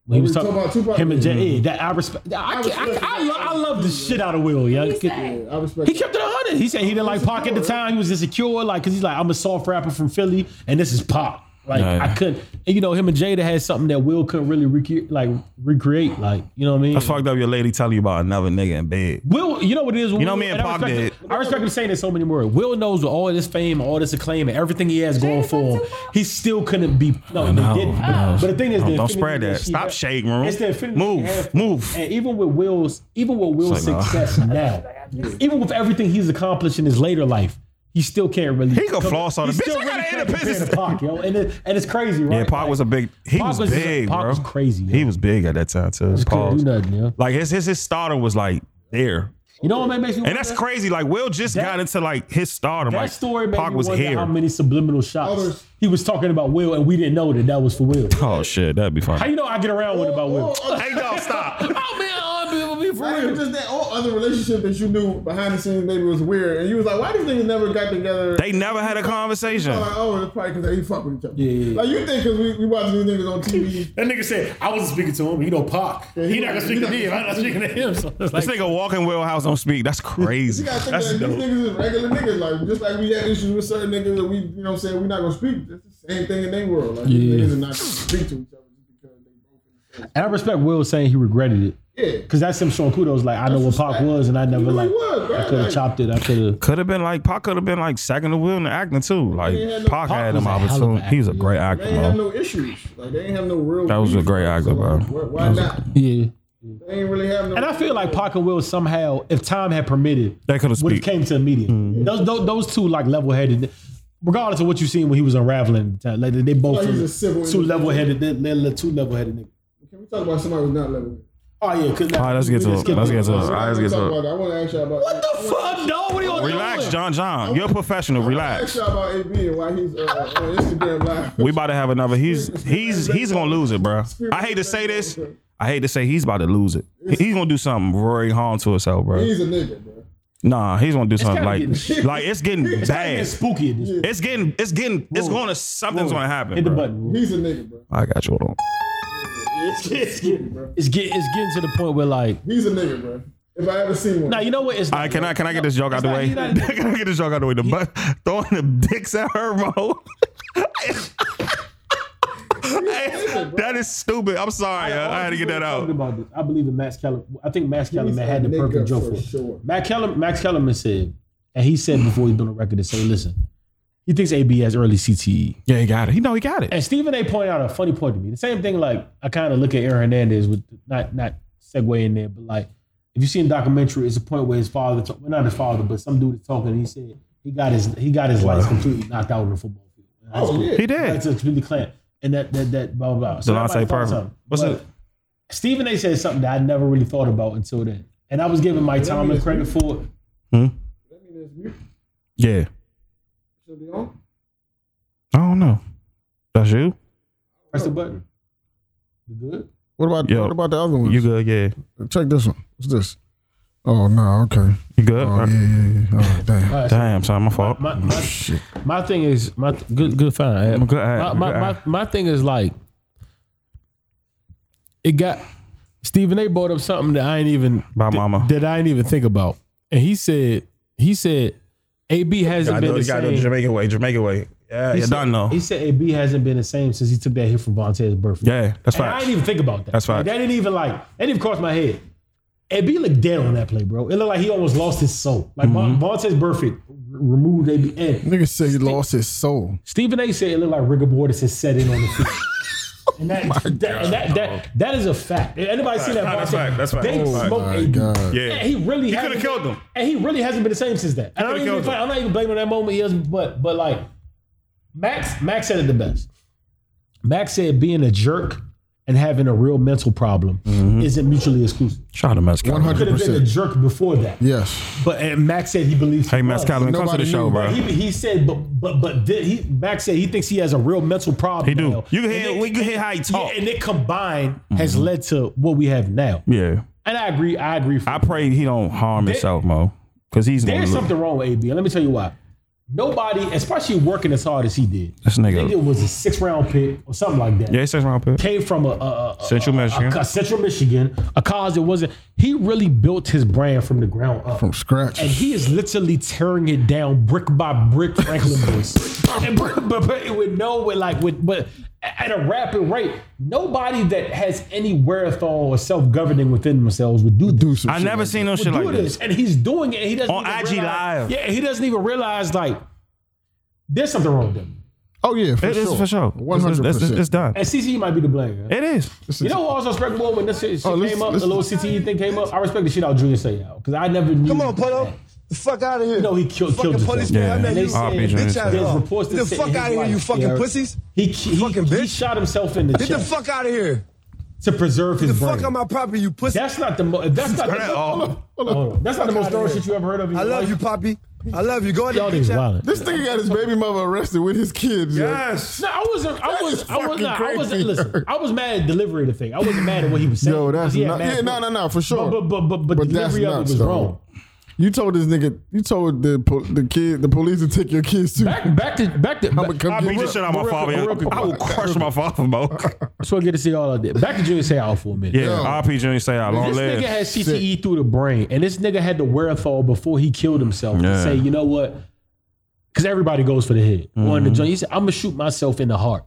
Speaker 4: When he was
Speaker 2: we
Speaker 4: talking
Speaker 2: talk about Tupac?
Speaker 4: him and Jay, yeah, that I respect. I, can't- I, I, I, lo- I love the shit out of Will, yeah.
Speaker 5: He said,
Speaker 2: Yeah, I respect.
Speaker 4: He kept it 100. He said he didn't like Pac at the time. He was insecure, like, because he's like, I'm a soft rapper from Philly, and this is Pac. Like
Speaker 3: Nah,
Speaker 4: I
Speaker 3: nah.
Speaker 4: couldn't, and you know, him and Jada had something that Will couldn't really rec- like recreate. Like you know what I mean?
Speaker 3: That's fucked up. Your lady telling you about another nigga in bed.
Speaker 4: Will, you know what it is?
Speaker 3: You know me
Speaker 4: Will-
Speaker 3: and
Speaker 4: I
Speaker 3: Pac
Speaker 4: respect him- I respect him saying this so many more. Will knows with all this fame, all this acclaim, and everything he has going for him, he still couldn't be. No,
Speaker 3: no,
Speaker 4: they didn't.
Speaker 3: no.
Speaker 4: But the thing is,
Speaker 3: Don't-
Speaker 4: the
Speaker 3: don't
Speaker 4: infinity
Speaker 3: spread that.
Speaker 4: she
Speaker 3: Stop
Speaker 4: had-
Speaker 3: shaking, Maroon.
Speaker 4: It's the infinity she
Speaker 3: Move,
Speaker 4: had for him.
Speaker 3: move.
Speaker 4: And even with Will's, even with
Speaker 3: It's
Speaker 4: Will's
Speaker 3: like, nah.
Speaker 4: success now, even with everything he's accomplished in his later life. He still can't really.
Speaker 3: He could floss on
Speaker 4: he
Speaker 3: the bitch.
Speaker 4: still
Speaker 3: I gotta end
Speaker 4: can't
Speaker 3: the
Speaker 4: compare
Speaker 3: business.
Speaker 4: to Pac, yo. And, it, and it's crazy, right?
Speaker 3: Yeah, Pac
Speaker 4: Like,
Speaker 3: was a big. He
Speaker 4: Pac
Speaker 3: was,
Speaker 4: was-
Speaker 3: big,
Speaker 4: Pac
Speaker 3: bro.
Speaker 4: was crazy, yo.
Speaker 3: He was big at that time too.
Speaker 4: couldn't
Speaker 3: Pause.
Speaker 4: do nothing, yo.
Speaker 3: Like his his his stardom was like there,
Speaker 4: You know what makes me?
Speaker 3: and that's
Speaker 4: wonder?
Speaker 3: crazy. Like Will just got into like his stardom.
Speaker 4: That
Speaker 3: like
Speaker 4: story made
Speaker 3: Pac
Speaker 4: me
Speaker 3: was
Speaker 4: wonder
Speaker 3: here.
Speaker 4: how many subliminal shots
Speaker 5: Others.
Speaker 4: he was talking about Will, and we didn't know that that was for Will.
Speaker 3: oh shit, that'd be
Speaker 4: How
Speaker 3: fun.
Speaker 4: you know I get around with about Will?
Speaker 3: Hey, no, stop.
Speaker 4: Oh man, oh, be
Speaker 5: Not even just that, all other relationship that you knew behind the scenes maybe was weird, and you was like, why these niggas never got together?
Speaker 3: They never had a conversation.
Speaker 5: like, oh, it's probably because they fuck with each other.
Speaker 4: Yeah, yeah, yeah.
Speaker 5: Like you think because we, we watch these niggas on TV,
Speaker 4: That nigga said I wasn't speaking to him. You know, Pac.
Speaker 5: he not gonna speak to me if I'm
Speaker 4: not speaking to him. So it's
Speaker 3: This nigga walking Will House don't speak. That's crazy.
Speaker 5: you gotta think
Speaker 3: That's
Speaker 5: that
Speaker 3: dope.
Speaker 5: these niggas is regular niggas. Like just like we had issues with certain niggas that we, you know, what I'm saying we're not gonna speak. That's the same thing in their world. Like
Speaker 4: Yeah.
Speaker 5: these niggas are not gonna speak to each other because they both.
Speaker 4: and I respect Will saying he regretted it
Speaker 5: Yeah,
Speaker 4: because that's him showing kudos. Like I know what Pac
Speaker 5: respect.
Speaker 4: was, and I never
Speaker 5: You know
Speaker 4: like
Speaker 5: he was, bro.
Speaker 4: I could have
Speaker 5: Like-
Speaker 4: chopped it. I could have.
Speaker 3: Could have been like Pac could have been like second to Will in the acting too. Like
Speaker 5: ain't had no-
Speaker 3: Pac had
Speaker 4: was
Speaker 3: him
Speaker 4: a hell of an
Speaker 3: opportunity. He was a
Speaker 4: actor,
Speaker 3: great
Speaker 5: they
Speaker 3: actor,
Speaker 5: ain't have
Speaker 3: bro.
Speaker 5: no issues. Like they ain't have no real.
Speaker 3: That was a
Speaker 5: beef.
Speaker 3: great actor, bro.
Speaker 5: Why, why not?
Speaker 4: Yeah.
Speaker 5: They ain't really have no.
Speaker 4: And I feel like Pac and Will somehow, if time had permitted,
Speaker 3: They could have
Speaker 4: would have
Speaker 3: speak. Mm-hmm.
Speaker 4: came to a meeting. Those, those those two like level headed, regardless of what you seen when he was unraveling, like they both
Speaker 5: Like Oh, he's a civil
Speaker 4: two level headed. They're, they're two level headed niggas.
Speaker 5: Can we talk about somebody who's not level?
Speaker 4: Oh yeah, cause
Speaker 3: All right, let's get to it. Let's get to it. All right, let's get
Speaker 5: Talk
Speaker 3: to
Speaker 5: about
Speaker 3: it.
Speaker 5: that. I want to ask y'all about
Speaker 4: what the fuck, dog? What are you doing?
Speaker 3: Relax, John. John, you're a professional.
Speaker 5: Ask
Speaker 3: Relax.
Speaker 5: y'all about AB and why he's uh, on Instagram live.
Speaker 3: We about to have another. He's he's he's gonna lose it, bro. I hate to say this. I hate to say he's about to lose it. He- He's gonna do something very harm to himself, bro.
Speaker 5: He's a nigga, bro.
Speaker 3: Nah, he's gonna do something
Speaker 4: gotta
Speaker 3: like
Speaker 4: get-
Speaker 3: like it's getting
Speaker 4: It's kinda
Speaker 3: bad.
Speaker 4: getting spooky in this.
Speaker 3: It's getting it's getting it's going to something's gonna happen.
Speaker 4: Hit the
Speaker 3: bro.
Speaker 4: button.
Speaker 5: He's a nigga, bro.
Speaker 3: I got you. Hold on.
Speaker 4: It's, it's, getting,
Speaker 5: bro.
Speaker 4: it's getting it's getting to the point where like
Speaker 5: He's a nigga, bro. If I ever seen one.
Speaker 4: now you know what? It's
Speaker 3: All right, can I can I get this joke out the
Speaker 4: not-
Speaker 3: way?
Speaker 4: he's not-
Speaker 3: Can I get this joke out the way? The butt throwing the dicks at her, bro. Hey, that is stupid. I'm sorry. yo. I had to get that
Speaker 4: Talking
Speaker 3: out.
Speaker 4: About this. I believe in Max Kellerman. I think Max Kellerman
Speaker 5: a
Speaker 4: had the
Speaker 5: nigga
Speaker 4: perfect joke
Speaker 5: for
Speaker 4: for it.
Speaker 5: sure.
Speaker 4: Max, Kellerman, Max Kellerman said, and he said before he built a record to say, listen, he thinks AB has early CTE.
Speaker 3: Yeah, he got it. He know he got it.
Speaker 4: And Stephen A. pointed out a funny point to me. The same thing, like I kind of look at Aaron Hernandez with not not segue in there, but like if you see in documentary, it's a point where his father, talk, well, not his father, but some dude is talking. and He said he got his he got his life completely knocked out on the football field.
Speaker 5: Oh, yeah.
Speaker 3: He
Speaker 4: That's
Speaker 3: did.
Speaker 4: a completely clean. And that that that blah blah. blah. So
Speaker 3: Delonte
Speaker 4: everybody thought
Speaker 3: Perfect.
Speaker 4: something.
Speaker 3: What's
Speaker 4: But
Speaker 3: up?
Speaker 4: Stephen A. said something that I never really thought about until then, and I was giving Mike Tomlin credit for it.
Speaker 5: That mean it's mute.
Speaker 3: Hmm? Yeah.
Speaker 5: Should be on.
Speaker 3: I don't know. That's you.
Speaker 4: Press the button. Oh. You good?
Speaker 5: What about
Speaker 3: Yo. what
Speaker 5: about the other one?
Speaker 3: You good? Yeah.
Speaker 5: Check this one. What's this? Oh no, okay.
Speaker 3: You good? All right.
Speaker 5: yeah, yeah. Oh damn.
Speaker 4: All right, so
Speaker 3: Damn, son, my fault.
Speaker 4: my, my, my thing is my th- good good fine. I-
Speaker 3: Oh, I'm good at it.
Speaker 4: my,
Speaker 3: I'm
Speaker 4: my,
Speaker 3: good
Speaker 4: my,
Speaker 3: at it.
Speaker 4: my thing is like it got Stephen A brought up something that I ain't even
Speaker 3: Bye, mama.
Speaker 4: that I ain't even think about. And he said he said AB hasn't been the same.
Speaker 3: Jamaican way. Jamaican way. Yeah,
Speaker 4: he
Speaker 3: you
Speaker 4: said,
Speaker 3: done though.
Speaker 4: He said AB hasn't been the same since he took that hit from Vontae's birthday.
Speaker 3: Uh-huh. Yeah, that's
Speaker 4: And I
Speaker 3: fine.
Speaker 4: didn't even think about that.
Speaker 3: That's
Speaker 4: Like,
Speaker 3: facts.
Speaker 4: that didn't even like that didn't even cross my head. AB looked dead on that play, bro. It looked like he almost lost his soul. Like mm
Speaker 3: Mm-hmm.
Speaker 4: Vontae's perfect removed AB. And
Speaker 5: Nigga said he lost his soul.
Speaker 4: Stephen A. said it looked like rigor mortis is set in on the field. And that, that, and that, that, that is a fact. Anybody see that?
Speaker 3: No, that's
Speaker 4: Vontae?
Speaker 3: fact, that's fact.
Speaker 4: They
Speaker 3: Oh my
Speaker 4: smoked a
Speaker 5: God.
Speaker 3: Yeah.
Speaker 4: And he really
Speaker 3: coulda
Speaker 4: hasn't-
Speaker 3: killed him.
Speaker 4: And he really hasn't been the same since that. And I don't
Speaker 3: coulda
Speaker 4: even,
Speaker 3: killed him.
Speaker 4: I'm not even blaming that moment. He is, but but like Max Max said it the best. Max said being a jerk and having a real mental problem isn't mutually exclusive.
Speaker 3: Shout out to Max Kellerman.
Speaker 5: 100.
Speaker 4: Could have been a jerk before that,
Speaker 5: Yes.
Speaker 4: but and Max said he believes.
Speaker 3: Hey, Max Kellerman, come to
Speaker 5: Nobody
Speaker 3: the show,
Speaker 5: knew.
Speaker 3: bro.
Speaker 4: He, he said, but but but thi- he Max said he thinks he has a real mental problem.
Speaker 3: He do.
Speaker 4: now.
Speaker 3: You can
Speaker 4: And
Speaker 3: hear-
Speaker 4: it-
Speaker 3: we can hear how he talk.
Speaker 4: Yeah, and it combined has led to what we have now.
Speaker 3: Yeah.
Speaker 4: And I agree. I agree.
Speaker 3: I pray he don't harm himself, Mo, because he's gonna
Speaker 4: There's
Speaker 3: look.
Speaker 4: something wrong with AB. and Let me tell you why. Nobody, especially working as hard as he did.
Speaker 3: This nigga-
Speaker 4: Nigga was a six round pick or something like that.
Speaker 3: Yeah, he six round pick.
Speaker 4: Came from a, a, a-
Speaker 3: Central
Speaker 4: a-
Speaker 3: Michigan.
Speaker 4: a Central Michigan, a college that wasn't. He really built his brand from the ground up.
Speaker 2: From scratch.
Speaker 4: and he is literally tearing it down brick by brick, Franklin Boyce. And brick by brick, with no, with like, with but at a rapid rate, nobody that has any wherewithal or self governing within themselves would do this.
Speaker 2: do some
Speaker 3: I
Speaker 2: shit
Speaker 3: never
Speaker 2: like
Speaker 3: seen no
Speaker 4: Would
Speaker 3: shit
Speaker 4: do
Speaker 3: like this.
Speaker 4: this, and he's doing it. And he doesn't
Speaker 3: On
Speaker 4: even
Speaker 3: IG
Speaker 4: realize-
Speaker 3: Live.
Speaker 4: Yeah, and he doesn't even realize like there's something wrong with them.
Speaker 2: that. Oh yeah, for
Speaker 3: It
Speaker 2: sure.
Speaker 3: is for sure.
Speaker 2: One hundred
Speaker 3: It's- it's- It's
Speaker 2: percent.
Speaker 3: done.
Speaker 4: And CC might be to blame. yeah.
Speaker 3: It is.
Speaker 4: You know who I was respectable when this shit, shit
Speaker 2: Oh, listen-
Speaker 4: came up,
Speaker 2: listen.
Speaker 4: the little CTE thing came up? I respect the shit out Junior say out because I never knew.
Speaker 6: Come on, put up. The fuck out of here.
Speaker 4: No, he killed-
Speaker 6: fucking
Speaker 4: killed
Speaker 6: police
Speaker 4: himself.
Speaker 6: man. I met
Speaker 3: Yeah.
Speaker 6: you.
Speaker 3: They said-
Speaker 6: bitch ass
Speaker 3: there's
Speaker 6: dog.
Speaker 4: reports that
Speaker 6: Get the
Speaker 4: said
Speaker 6: fuck
Speaker 4: his
Speaker 6: out of here, you
Speaker 4: wife-
Speaker 6: fucking
Speaker 4: Yeah.
Speaker 6: pussies.
Speaker 4: He, he,
Speaker 6: Fucking
Speaker 4: he
Speaker 6: bitch.
Speaker 4: shot himself in the
Speaker 6: Get the
Speaker 4: chest
Speaker 6: fuck out of here.
Speaker 4: to preserve his
Speaker 6: Get the
Speaker 4: brain.
Speaker 6: fuck on my property, you pussy.
Speaker 4: That's not the most. That's not. The,
Speaker 3: Turn it off.
Speaker 4: Hold on, hold on. That's not the most thorough
Speaker 6: here.
Speaker 4: shit you ever heard of. in
Speaker 6: I
Speaker 4: your
Speaker 6: love
Speaker 4: life.
Speaker 6: you, Poppy. I love you. Go ahead
Speaker 4: Y'all
Speaker 6: and
Speaker 4: niggas
Speaker 6: bitch out.
Speaker 4: wildin'.
Speaker 2: This nigga got his baby mother arrested with his kids. yo.
Speaker 3: Yes.
Speaker 4: No, I wasn't. I
Speaker 2: That
Speaker 4: was.
Speaker 2: is
Speaker 4: I was
Speaker 2: fucking
Speaker 4: not. I wasn't.
Speaker 2: crazy.
Speaker 4: Listen, I was mad at delivery of the thing. I wasn't mad at what he was saying.
Speaker 2: Yo, that's
Speaker 4: He had
Speaker 2: not,
Speaker 4: mad
Speaker 2: yeah, no, no, no, for sure.
Speaker 4: But but but but,
Speaker 2: But
Speaker 4: the
Speaker 2: that's
Speaker 4: delivery of it
Speaker 2: nuts,
Speaker 4: was
Speaker 2: though.
Speaker 4: wrong.
Speaker 2: You told this nigga, you told the po- the kid, the police to take your kids too.
Speaker 4: Back back to back to.
Speaker 2: I'ma come
Speaker 3: I
Speaker 2: get
Speaker 3: beat
Speaker 2: you.
Speaker 3: the shit out of my
Speaker 4: Real
Speaker 3: father.
Speaker 4: quick,
Speaker 3: yo.
Speaker 4: real quick.
Speaker 3: I will crush my father, bro.
Speaker 4: So I get to see all of that. Back to Junior say out for a minute.
Speaker 3: Yeah, RP Junior say I long
Speaker 4: This
Speaker 3: live.
Speaker 4: nigga had CTE through the brain, and this nigga had the wherewithal before he killed himself to
Speaker 3: Yeah.
Speaker 4: say, you know what? Because everybody goes for the head. One the
Speaker 3: Mm-hmm.
Speaker 4: joint, he said, "I'm gonna shoot myself in the heart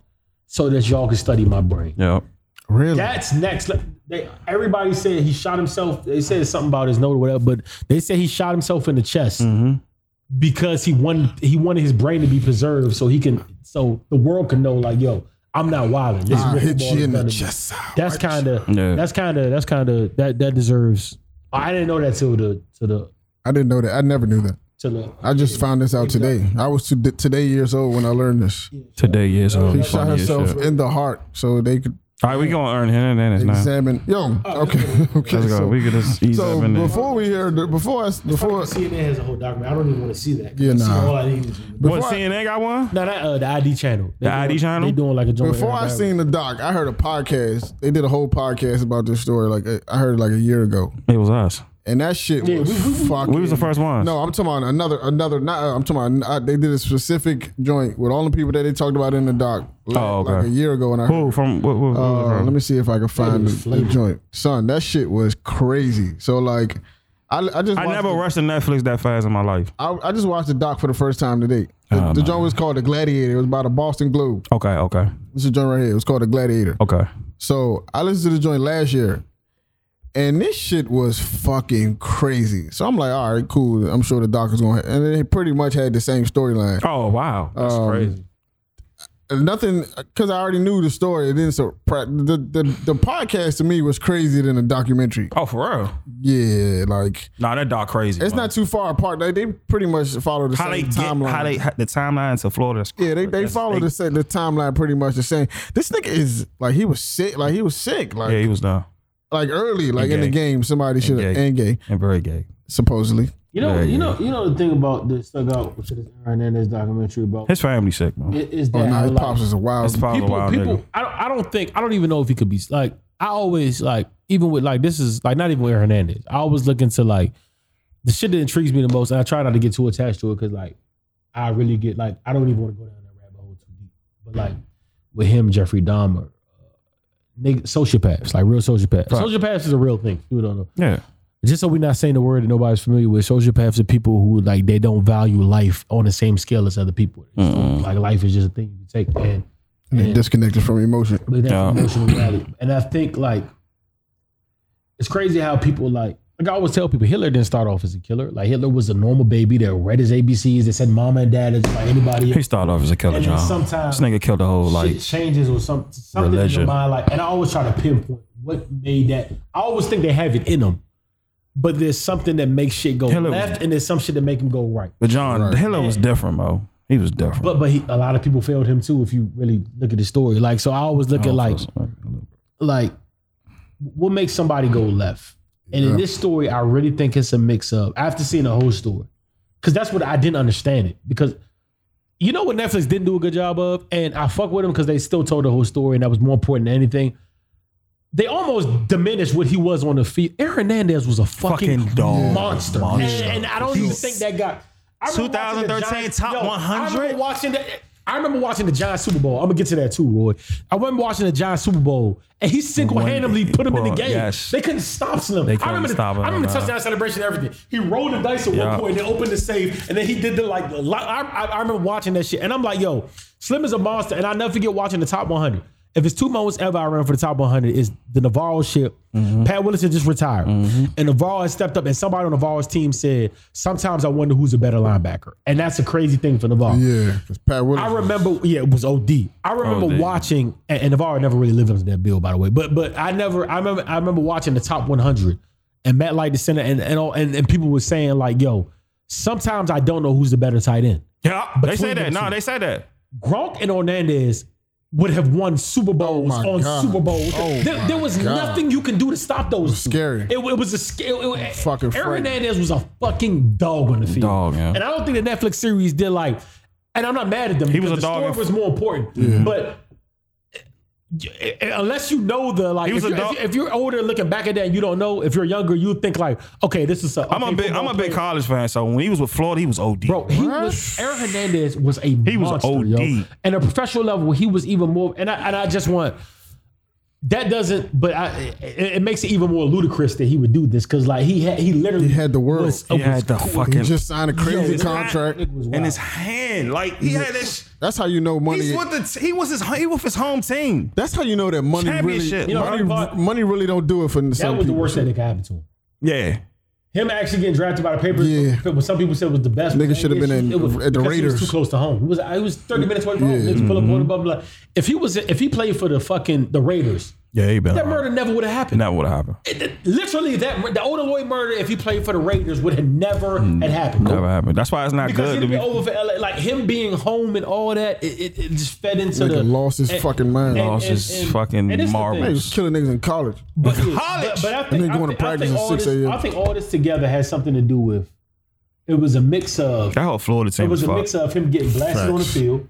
Speaker 4: so that y'all can study my brain."
Speaker 3: Yep.
Speaker 2: Really?
Speaker 4: That's next. le- They, everybody said he shot himself. They said something about his note or whatever, but they said he shot himself in the chest
Speaker 3: Mm-hmm.
Speaker 4: because he wanted he wanted his brain to be preserved so he can so the world can know like, yo, I'm not wilding. This is
Speaker 2: I
Speaker 4: what
Speaker 2: hit
Speaker 4: football
Speaker 2: you
Speaker 4: is
Speaker 2: in the
Speaker 4: gonna be.
Speaker 2: chest.
Speaker 4: That's kind of
Speaker 3: Yeah.
Speaker 4: that's kind of that's kind of that that deserves. I didn't know that till the till the
Speaker 2: I didn't know that. I never knew that.
Speaker 4: till the.
Speaker 2: I just found this out today. I was two, today years old when I learned this.
Speaker 3: Today is uh,
Speaker 2: She shot herself in the heart so they could
Speaker 3: All right, we gonna earn him and now.
Speaker 2: examine. Yo,
Speaker 3: Oh,
Speaker 2: okay, okay.
Speaker 3: Let's go.
Speaker 2: So,
Speaker 3: We could just ease
Speaker 2: so
Speaker 3: up in there.
Speaker 2: before we hear, the- before I, before
Speaker 4: CNN has a whole document. I don't even want to see that.
Speaker 2: Yeah, nah.
Speaker 4: See, all I need is
Speaker 3: What
Speaker 2: before I-
Speaker 3: CNN got one?
Speaker 4: no, that, uh, the ID channel. They
Speaker 3: The ID
Speaker 4: doing-
Speaker 3: channel?
Speaker 4: They doing like a joint.
Speaker 2: Before I seen the doc, I heard a podcast. They did a whole podcast about this story. Like uh, I heard it like a year ago,
Speaker 3: It was us.
Speaker 2: and that shit was fucking.
Speaker 3: We was the first ones.
Speaker 2: No, I'm talking about another, another. Not uh, I'm talking about. Uh, they did a specific joint with all the people that they talked about in the doc. Like,
Speaker 3: Oh, okay.
Speaker 2: like a year ago, and I.
Speaker 3: Who from? What, what, what was it
Speaker 2: Uh,
Speaker 3: from?
Speaker 2: let me see if I can find the, the joint, son. That shit was crazy. So like, I, I just
Speaker 3: I
Speaker 2: watched
Speaker 3: never
Speaker 2: the-
Speaker 3: rushed to Netflix that fast in my life.
Speaker 2: I, I just watched the doc for the first time today.
Speaker 3: Oh,
Speaker 2: The, the joint was called The Gladiator. It was by the Boston Globe.
Speaker 3: Okay, okay,
Speaker 2: This is the joint right here. It was called The Gladiator.
Speaker 3: okay.
Speaker 2: So I listened to the joint last year, and this shit was fucking crazy. So I'm like, all right, cool. I'm sure the doc is going. to And they pretty much had the same storyline.
Speaker 3: Oh wow, that's crazy.
Speaker 2: And Nothing, because I already knew the story. It didn't surprise. The, the the podcast to me was crazier than the documentary.
Speaker 3: Oh for real?
Speaker 2: Yeah, like
Speaker 3: Nah, that dog crazy.
Speaker 2: it's
Speaker 3: bro.
Speaker 2: not too far apart. They they pretty much follow the
Speaker 3: how they
Speaker 2: same
Speaker 3: get
Speaker 2: timeline.
Speaker 3: how they how, the timeline to Florida. is-
Speaker 2: Yeah, they, they
Speaker 3: that's-
Speaker 2: follow the same the timeline pretty much the same. This nigga is like he was sick, like he was sick, like
Speaker 3: Yeah, he was done
Speaker 2: like early, like in the
Speaker 3: gay.
Speaker 2: game. Somebody should have
Speaker 3: gay.
Speaker 2: and gay
Speaker 3: and very gay.
Speaker 2: suppostually.
Speaker 4: you know,
Speaker 3: Yeah,
Speaker 4: you
Speaker 3: yeah.
Speaker 4: know, you know the thing about the stuck out, which is Aaron Hernandez documentary about
Speaker 3: His family sick, man.
Speaker 4: i- is that
Speaker 2: Oh no, his
Speaker 4: like,
Speaker 2: pops is a wild.
Speaker 3: His father,
Speaker 4: people,
Speaker 3: wild
Speaker 4: people.
Speaker 3: nigga.
Speaker 4: I don't, I don't think I don't even know if he could be like. I always like even with like this is like not even with Hernandez. I always look into like the shit that intrigues me the most, and I try not to get too attached to it because like I really get like I don't even want to go down that rabbit hole too deep. But like with him, Jeffrey Dahmer, uh, nigga, sociopaths, like real sociopaths. Sociopaths is a real thing. You don't know
Speaker 3: Yeah,
Speaker 4: just so we're not saying the word that nobody's familiar with, sociopaths are people who like they don't value life on the same scale as other people. They just don't- Like life is just a thing you take, and
Speaker 2: And they disconnected from emotion.
Speaker 4: but that's
Speaker 3: Yeah.
Speaker 4: emotional reality. And I think like it's crazy how people like like I always tell people Hitler didn't start off as a killer. Like Hitler was a normal baby that read his ABCs, that said mama and dad is like anybody
Speaker 3: he
Speaker 4: else.
Speaker 3: started off as a killer,
Speaker 4: And then
Speaker 3: John.
Speaker 4: sometimes
Speaker 3: This nigga killed the whole like.
Speaker 4: shit changes or some, something in
Speaker 3: religion.
Speaker 4: your mind. Like, and I always try to pinpoint what made that. I always think they have it in them, but there's something that makes shit go
Speaker 3: Hell, it
Speaker 4: left,
Speaker 3: was-
Speaker 4: and there's some shit that make him go right.
Speaker 3: But John, Hitler was different, bro. He was different.
Speaker 4: But but he, a lot of people failed him too. If you really look at the story, like so, I always
Speaker 3: Oh,
Speaker 4: look at like like what makes somebody go left. And in this story, I really think it's a mix of after seeing the whole story, because that's what I didn't understand it. Because you know what Netflix didn't do a good job of, and I fuck with them because they still told the whole story, and that was more important than anything. They almost diminished what he was on the field. Aaron Hernandez was a fucking,
Speaker 3: Fucking dog.
Speaker 4: monster,
Speaker 3: Monster.
Speaker 4: And, and I don't even think that got. I I remember watching the
Speaker 3: 2013
Speaker 4: Giants-
Speaker 3: top
Speaker 4: yo, I
Speaker 3: 100?
Speaker 4: remember watching the. I remember watching the Giants Super Bowl. I'm gonna get to that too, Roy. I remember watching the Giants Super Bowl, and he single handedly
Speaker 3: One-
Speaker 4: put him in the
Speaker 3: Well,
Speaker 4: game.
Speaker 3: yes.
Speaker 4: They couldn't stop Slim.
Speaker 3: They
Speaker 4: I
Speaker 3: couldn't
Speaker 4: remember,
Speaker 3: stop him,
Speaker 4: I remember
Speaker 3: no.
Speaker 4: the touchdown celebration, and everything. He rolled the dice at
Speaker 3: Yeah.
Speaker 4: one point, and opened the safe, and then he did the like. the li- I, I, I remember watching that shit, and I'm like, yo, Slim is a monster, and I will never forget watching the top 100. If it's two moments ever I ran for the top 100 is the Navarro ship.
Speaker 3: Mm-hmm.
Speaker 4: Pat Willison just retired, and Navarro has stepped up, and somebody on Navarro's team said, "Sometimes I wonder who's a better linebacker," and that's a crazy thing for Navarro.
Speaker 2: Yeah, 'cause Pat Williams.
Speaker 4: I remember, yeah, it was OD. I remember
Speaker 3: OD.
Speaker 4: watching, and, and Navarro never really lived up to that bill, by the way. But but I never, I remember, I remember watching the top 100, and Matt Light the center, and and, all, and and people were saying like, yo, sometimes I don't know who's the better tight end.
Speaker 3: Yeah, they
Speaker 4: Between
Speaker 3: said that.
Speaker 4: the
Speaker 3: No,
Speaker 4: two.
Speaker 3: they said that.
Speaker 4: Gronk and Hernandez would have won Super Bowls
Speaker 2: Oh my
Speaker 4: on
Speaker 2: God.
Speaker 4: Super Bowls.
Speaker 2: Oh
Speaker 4: there,
Speaker 2: my
Speaker 4: there was
Speaker 2: God.
Speaker 4: nothing you can do to stop those. It was
Speaker 2: scary.
Speaker 4: It, was a scary.
Speaker 2: Fucking
Speaker 4: Aaron
Speaker 2: frightening.
Speaker 4: Hernandez was a fucking dog on the field.
Speaker 3: Dog, yeah.
Speaker 4: And I don't think the Netflix series did like. And I'm not mad at them.
Speaker 3: He was
Speaker 4: because
Speaker 3: a dog
Speaker 4: The
Speaker 3: in-
Speaker 4: story was more important, but. eh, eh, Unless you know the like,
Speaker 3: He was
Speaker 4: if,
Speaker 3: a
Speaker 4: you're,
Speaker 3: dog-
Speaker 4: if, you're older looking back at that, and you don't know. If you're younger, you think like, okay, this is. A,
Speaker 3: I'm a
Speaker 4: okay,
Speaker 3: big, I'm
Speaker 4: football
Speaker 3: a big
Speaker 4: player.
Speaker 3: college fan. So when he was with Florida, he was OD.
Speaker 4: Bro, he
Speaker 2: What?
Speaker 4: was Aaron Hernandez was a
Speaker 3: He was
Speaker 4: monster,
Speaker 3: OD.
Speaker 4: yo. and a professional level. He was even more, and I and I just want that doesn't, but I it, it makes it even more ludicrous that he would do this because like he had he literally
Speaker 2: He had the world.
Speaker 4: was-
Speaker 3: he had the
Speaker 4: was-
Speaker 2: He
Speaker 3: fucking
Speaker 2: just signed a crazy
Speaker 4: this-
Speaker 2: contract.
Speaker 4: it was
Speaker 3: in
Speaker 4: wild.
Speaker 3: his hand. Like he had this.
Speaker 2: That's how you know money.
Speaker 3: He's with the. He was his. He was his home team.
Speaker 2: That's how you know that money really,
Speaker 3: Championship.
Speaker 4: You know,
Speaker 2: money,
Speaker 4: but-
Speaker 2: money really don't do it for
Speaker 4: that
Speaker 2: some
Speaker 4: was the
Speaker 2: people.
Speaker 4: worst thing that could happen to him.
Speaker 3: Yeah.
Speaker 4: Him actually getting drafted by the Papers,
Speaker 2: Yeah.
Speaker 4: what some people said was the best.
Speaker 2: Nigga should have been in-
Speaker 4: It was-
Speaker 2: at the
Speaker 4: because he was
Speaker 2: Raiders.
Speaker 4: too close to home. He was, I was thirty minutes away from home.
Speaker 2: Yeah. Mm-hmm.
Speaker 4: Niggas pull up on him, blah, blah blah. If he was, if he played for the fucking the Raiders,
Speaker 3: Yeah, he been.
Speaker 4: that murder never would have happened.
Speaker 3: That would have happened.
Speaker 4: Literally, that the Oda Lloyd murder, if he played for the Raiders, would have never had happened.
Speaker 3: Never happened. That's why it's not
Speaker 4: Because
Speaker 3: Mm. good
Speaker 4: it'd
Speaker 3: to
Speaker 4: be
Speaker 3: be.
Speaker 4: over for LA. Like him being home and all that, it, it, it just fed into
Speaker 2: Nigga
Speaker 4: the
Speaker 2: lost his
Speaker 4: and-
Speaker 2: fucking mind.
Speaker 4: and-
Speaker 3: Lost
Speaker 4: and-
Speaker 3: his
Speaker 4: and-
Speaker 3: fucking
Speaker 4: and it's the
Speaker 3: marbles.
Speaker 2: They
Speaker 4: thing.
Speaker 2: was killing niggas in college.
Speaker 4: But, yeah,
Speaker 3: College.
Speaker 4: but, but I
Speaker 2: And
Speaker 4: think,
Speaker 2: then
Speaker 4: I
Speaker 2: going to
Speaker 4: think, I,
Speaker 2: practice
Speaker 4: think
Speaker 2: at
Speaker 4: all
Speaker 2: 6
Speaker 4: this,
Speaker 2: a.m.
Speaker 4: I think all this together has something to do with. It was a mix of
Speaker 3: That whole Florida
Speaker 4: it
Speaker 3: team
Speaker 4: was
Speaker 3: was
Speaker 4: a mix
Speaker 3: fucked.
Speaker 4: of him getting blasted on the
Speaker 2: Facts.
Speaker 4: field.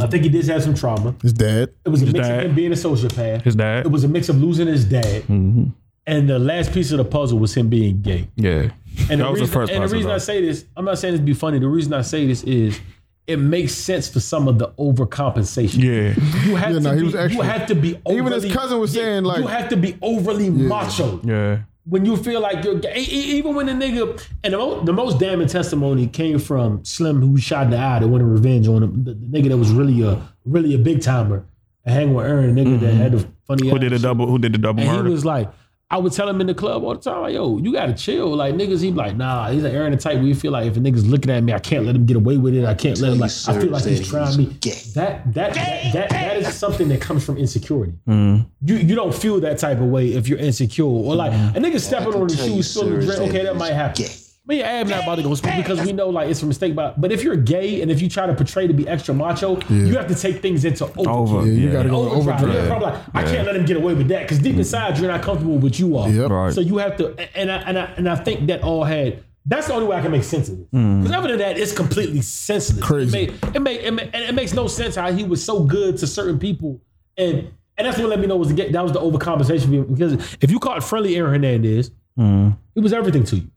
Speaker 4: I think he did have some trauma.
Speaker 2: His dad.
Speaker 4: It was a
Speaker 3: His
Speaker 4: mix
Speaker 3: dad.
Speaker 4: of him being a sociopath.
Speaker 3: His dad. Mm-hmm.
Speaker 4: It was a mix of losing his dad. And the last piece of the puzzle was him being gay.
Speaker 3: Yeah.
Speaker 4: And
Speaker 3: That
Speaker 4: the
Speaker 3: was the
Speaker 4: reason,
Speaker 3: first
Speaker 4: and the
Speaker 3: puzzle,
Speaker 4: reason I
Speaker 3: though.
Speaker 4: say this, I'm not saying this to be funny. The reason I say this is it makes sense for some of the overcompensation.
Speaker 3: Yeah.
Speaker 4: You have
Speaker 2: Yeah,
Speaker 4: to
Speaker 2: no,
Speaker 4: be,
Speaker 2: he was
Speaker 4: you
Speaker 2: extra.
Speaker 4: have to be overly,
Speaker 2: Even his cousin was
Speaker 4: yeah,
Speaker 2: saying, like-
Speaker 4: you have to be overly macho
Speaker 3: Yeah.
Speaker 4: when you feel like you're gay. E- e- Even when the nigga and the, mo- the most damning testimony came from Slim who was shot in the eye that wanted revenge on him. The, the nigga that was really a really a big timer, a hang with Aaron, nigga
Speaker 2: Mm-hmm.
Speaker 4: that had the funny.
Speaker 3: Who did the double? Who did the double
Speaker 4: And
Speaker 3: murder?
Speaker 4: he was like, I would tell him in the club all the time, like, yo, you gotta chill. Like niggas, he be like, nah, he's like Aaron the type where you feel like if a nigga's looking at me, I can't let him get away with it. I can't let him like I feel like he's trying me. That that that, that that is something that comes from insecurity. You you don't feel that type of way if you're insecure. Or like a nigga stepping on his shoes, feeling drink, okay, that might happen. But yeah, I am not about to go speak because we know like it's a mistake. But but if you're gay and if you try to portray to be extra macho, you have to take things into overdrive
Speaker 3: over.
Speaker 2: Yeah, you gotta go
Speaker 4: overdrive.
Speaker 2: overdrive.
Speaker 4: You're probably like, I can't let him get away with that because deep inside you're not comfortable with you all.
Speaker 2: Yep.
Speaker 3: Right.
Speaker 4: So you have to, and I and I and I think that all had. That's the only way I can make sense of it.
Speaker 2: Mm.
Speaker 4: Because other than that, it's completely senseless.
Speaker 2: Crazy.
Speaker 4: It, made, it, made, it, made, and it makes no sense how he was so good to certain people, and and that's what let me know was the, that was the overcompensation because if you caught friendly Aaron Hernandez, he was everything to you.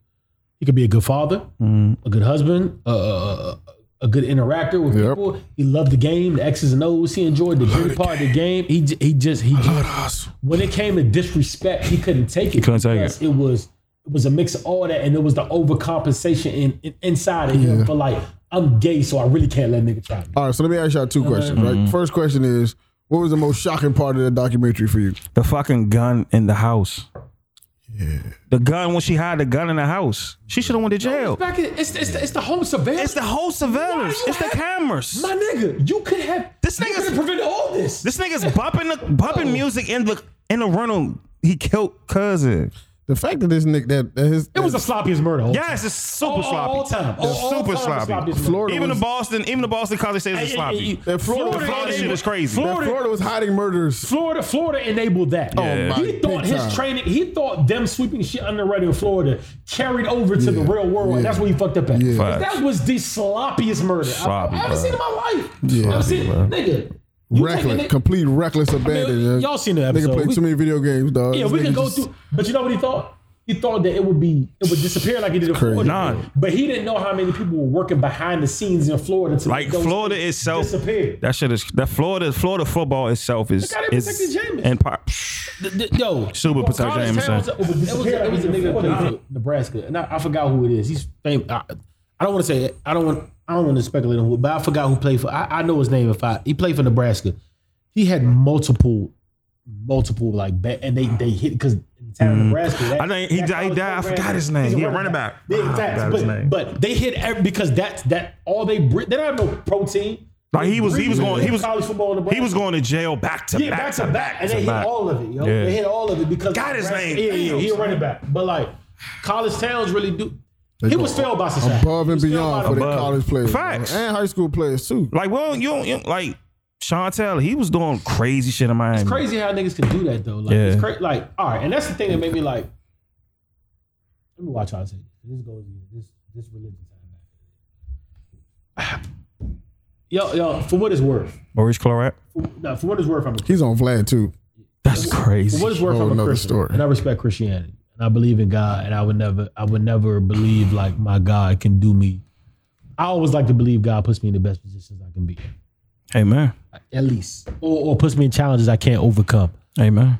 Speaker 4: He could be a good father, a good husband, a, a, a good interactor with
Speaker 2: Yep.
Speaker 4: people. He loved the game, the X's and O's. He enjoyed the dirty part of the game. He j- he just he just, when it came to disrespect, he couldn't take it.
Speaker 3: couldn't take
Speaker 4: because it. was it was a mix of all that, and it was the overcompensation in, in- inside of him for like I'm gay, so I really can't let a nigga try me.
Speaker 2: All right, so let me ask y'all two questions.
Speaker 4: Mm-hmm.
Speaker 2: Right, first question is, what was the most shocking part of the documentary for you?
Speaker 3: The fucking gun in the house. The gun when she had the gun in the house. She should have went to jail.
Speaker 4: Back in, it's, it's, the, it's the home surveillance.
Speaker 3: It's the whole surveillance.
Speaker 4: Why you
Speaker 3: It's the
Speaker 4: have-
Speaker 3: cameveners.
Speaker 4: my nigga. You could have
Speaker 3: This
Speaker 4: you
Speaker 3: nigga's-
Speaker 4: could have prevented all this.
Speaker 3: This nigga's bumping the bumping music in the in the rental. He killed cousin.
Speaker 2: The fact that this nigga that, that his
Speaker 4: it was the sloppiest murder. of all
Speaker 3: Yes, it's super
Speaker 4: all,
Speaker 3: sloppy.
Speaker 4: All time. All,
Speaker 3: It's
Speaker 4: all
Speaker 3: super
Speaker 4: time was
Speaker 3: sloppy.
Speaker 4: sloppiest
Speaker 2: Florida
Speaker 3: Even the
Speaker 2: was-
Speaker 3: Boston, even the Boston college says it's
Speaker 4: Hey, hey, hey,
Speaker 3: sloppy.
Speaker 4: hey,
Speaker 2: Florida-
Speaker 3: The Florida shit is crazy.
Speaker 2: that
Speaker 4: Florida,
Speaker 2: Florida was hiding murders.
Speaker 4: Florida, Florida enabled that.
Speaker 2: Yeah. my
Speaker 4: he thought
Speaker 2: big
Speaker 4: his
Speaker 2: time.
Speaker 4: training, he thought them sweeping shit under the rug in Florida carried over to the
Speaker 2: Yeah.
Speaker 4: real world, and
Speaker 2: Yeah.
Speaker 4: that's where he fucked up at.
Speaker 2: Yeah.
Speaker 4: But That was the sloppiest murder
Speaker 3: Sloppy,
Speaker 4: I've, I've ever
Speaker 3: bro.
Speaker 4: seen in my life.
Speaker 2: Yeah.
Speaker 4: I've seen,
Speaker 3: Sloppy,
Speaker 4: nigga. you taking
Speaker 2: Reckless,
Speaker 4: it-
Speaker 2: complete reckless
Speaker 4: I mean,
Speaker 2: abandon.
Speaker 4: y'all seen the
Speaker 2: Nigga
Speaker 4: episode?
Speaker 2: played
Speaker 4: We-
Speaker 2: too many video games, dog.
Speaker 4: yeah,
Speaker 2: This
Speaker 4: we
Speaker 2: nigga
Speaker 4: can go
Speaker 2: just-
Speaker 4: through. But you know what he thought? he thought that it would be it would disappear like he did in Florida.
Speaker 3: Nah.
Speaker 4: But he didn't know how many people were working behind the scenes in Florida to
Speaker 3: Like
Speaker 4: make those
Speaker 3: Florida
Speaker 4: things
Speaker 3: itself-
Speaker 4: disappear.
Speaker 3: That shit is that Florida Florida football itself is
Speaker 4: Look how they
Speaker 3: is
Speaker 4: protected Jameis.
Speaker 3: and pop.
Speaker 4: Yo,
Speaker 3: Super protect
Speaker 4: College
Speaker 3: Jameson.
Speaker 4: Towns, It was, it was, it was a nigga that played for Nebraska, and I, I forgot who it is. He's famous. I, I don't want to say it. I don't want. I don't want to speculate on who, but I forgot who played for. I, I know his name. If I he played for Nebraska, he had multiple, multiple like ba- and they they hit because in town of Nebraska. that-
Speaker 3: Mm. I think he died-
Speaker 4: that
Speaker 3: he
Speaker 4: college
Speaker 3: died. I
Speaker 4: program-
Speaker 3: forgot his name.
Speaker 4: he's
Speaker 3: He a running back.
Speaker 4: Yeah,
Speaker 3: Ah, I
Speaker 4: exactly.
Speaker 3: forgot his name.
Speaker 4: But, but they hit every, because that's that all they br- they don't have no protein.
Speaker 3: Like he was he was going he was
Speaker 4: college football. In Nebraska.
Speaker 3: he was going to jail back to
Speaker 4: Yeah,
Speaker 3: back,
Speaker 4: back to back, and they
Speaker 3: to
Speaker 4: hit
Speaker 3: back.
Speaker 4: all of it. Yo.
Speaker 3: Yeah.
Speaker 4: They hit all of it because
Speaker 3: Got his
Speaker 4: Nebraska-
Speaker 3: name.
Speaker 4: Yeah, yeah,
Speaker 3: Damn,
Speaker 4: he a
Speaker 3: son.
Speaker 4: running back. But like College Towns really do. he was failed by society.
Speaker 2: Above and
Speaker 4: He was failed
Speaker 2: beyond
Speaker 4: by
Speaker 2: for the
Speaker 3: Above.
Speaker 2: college players.
Speaker 3: Facts.
Speaker 2: And high school players too.
Speaker 3: Like well you don't, you don't like Chantel he was doing crazy shit in Miami.
Speaker 4: It's crazy how niggas can do that though. Like
Speaker 3: Yeah.
Speaker 4: it's crazy. Like all right, and that's the thing that made me like. Let me watch how I say this. This goes in this this religion time. yo, yo, for what it's worth,
Speaker 3: Maurice Claret.
Speaker 4: for, no, for what it's worth, I'm a
Speaker 2: He's on Vlad too.
Speaker 3: That's
Speaker 4: For
Speaker 3: crazy.
Speaker 4: what it's worth,
Speaker 2: Whole
Speaker 4: I'm a
Speaker 2: nother
Speaker 4: Christian,
Speaker 2: story.
Speaker 4: and I respect Christianity, and I believe in God, and I would never, I would never believe like my God can do me. I always like to believe God puts me in the best positions I can be, in,
Speaker 3: Amen.
Speaker 4: at least, or, or puts me in challenges I can't overcome.
Speaker 3: Amen.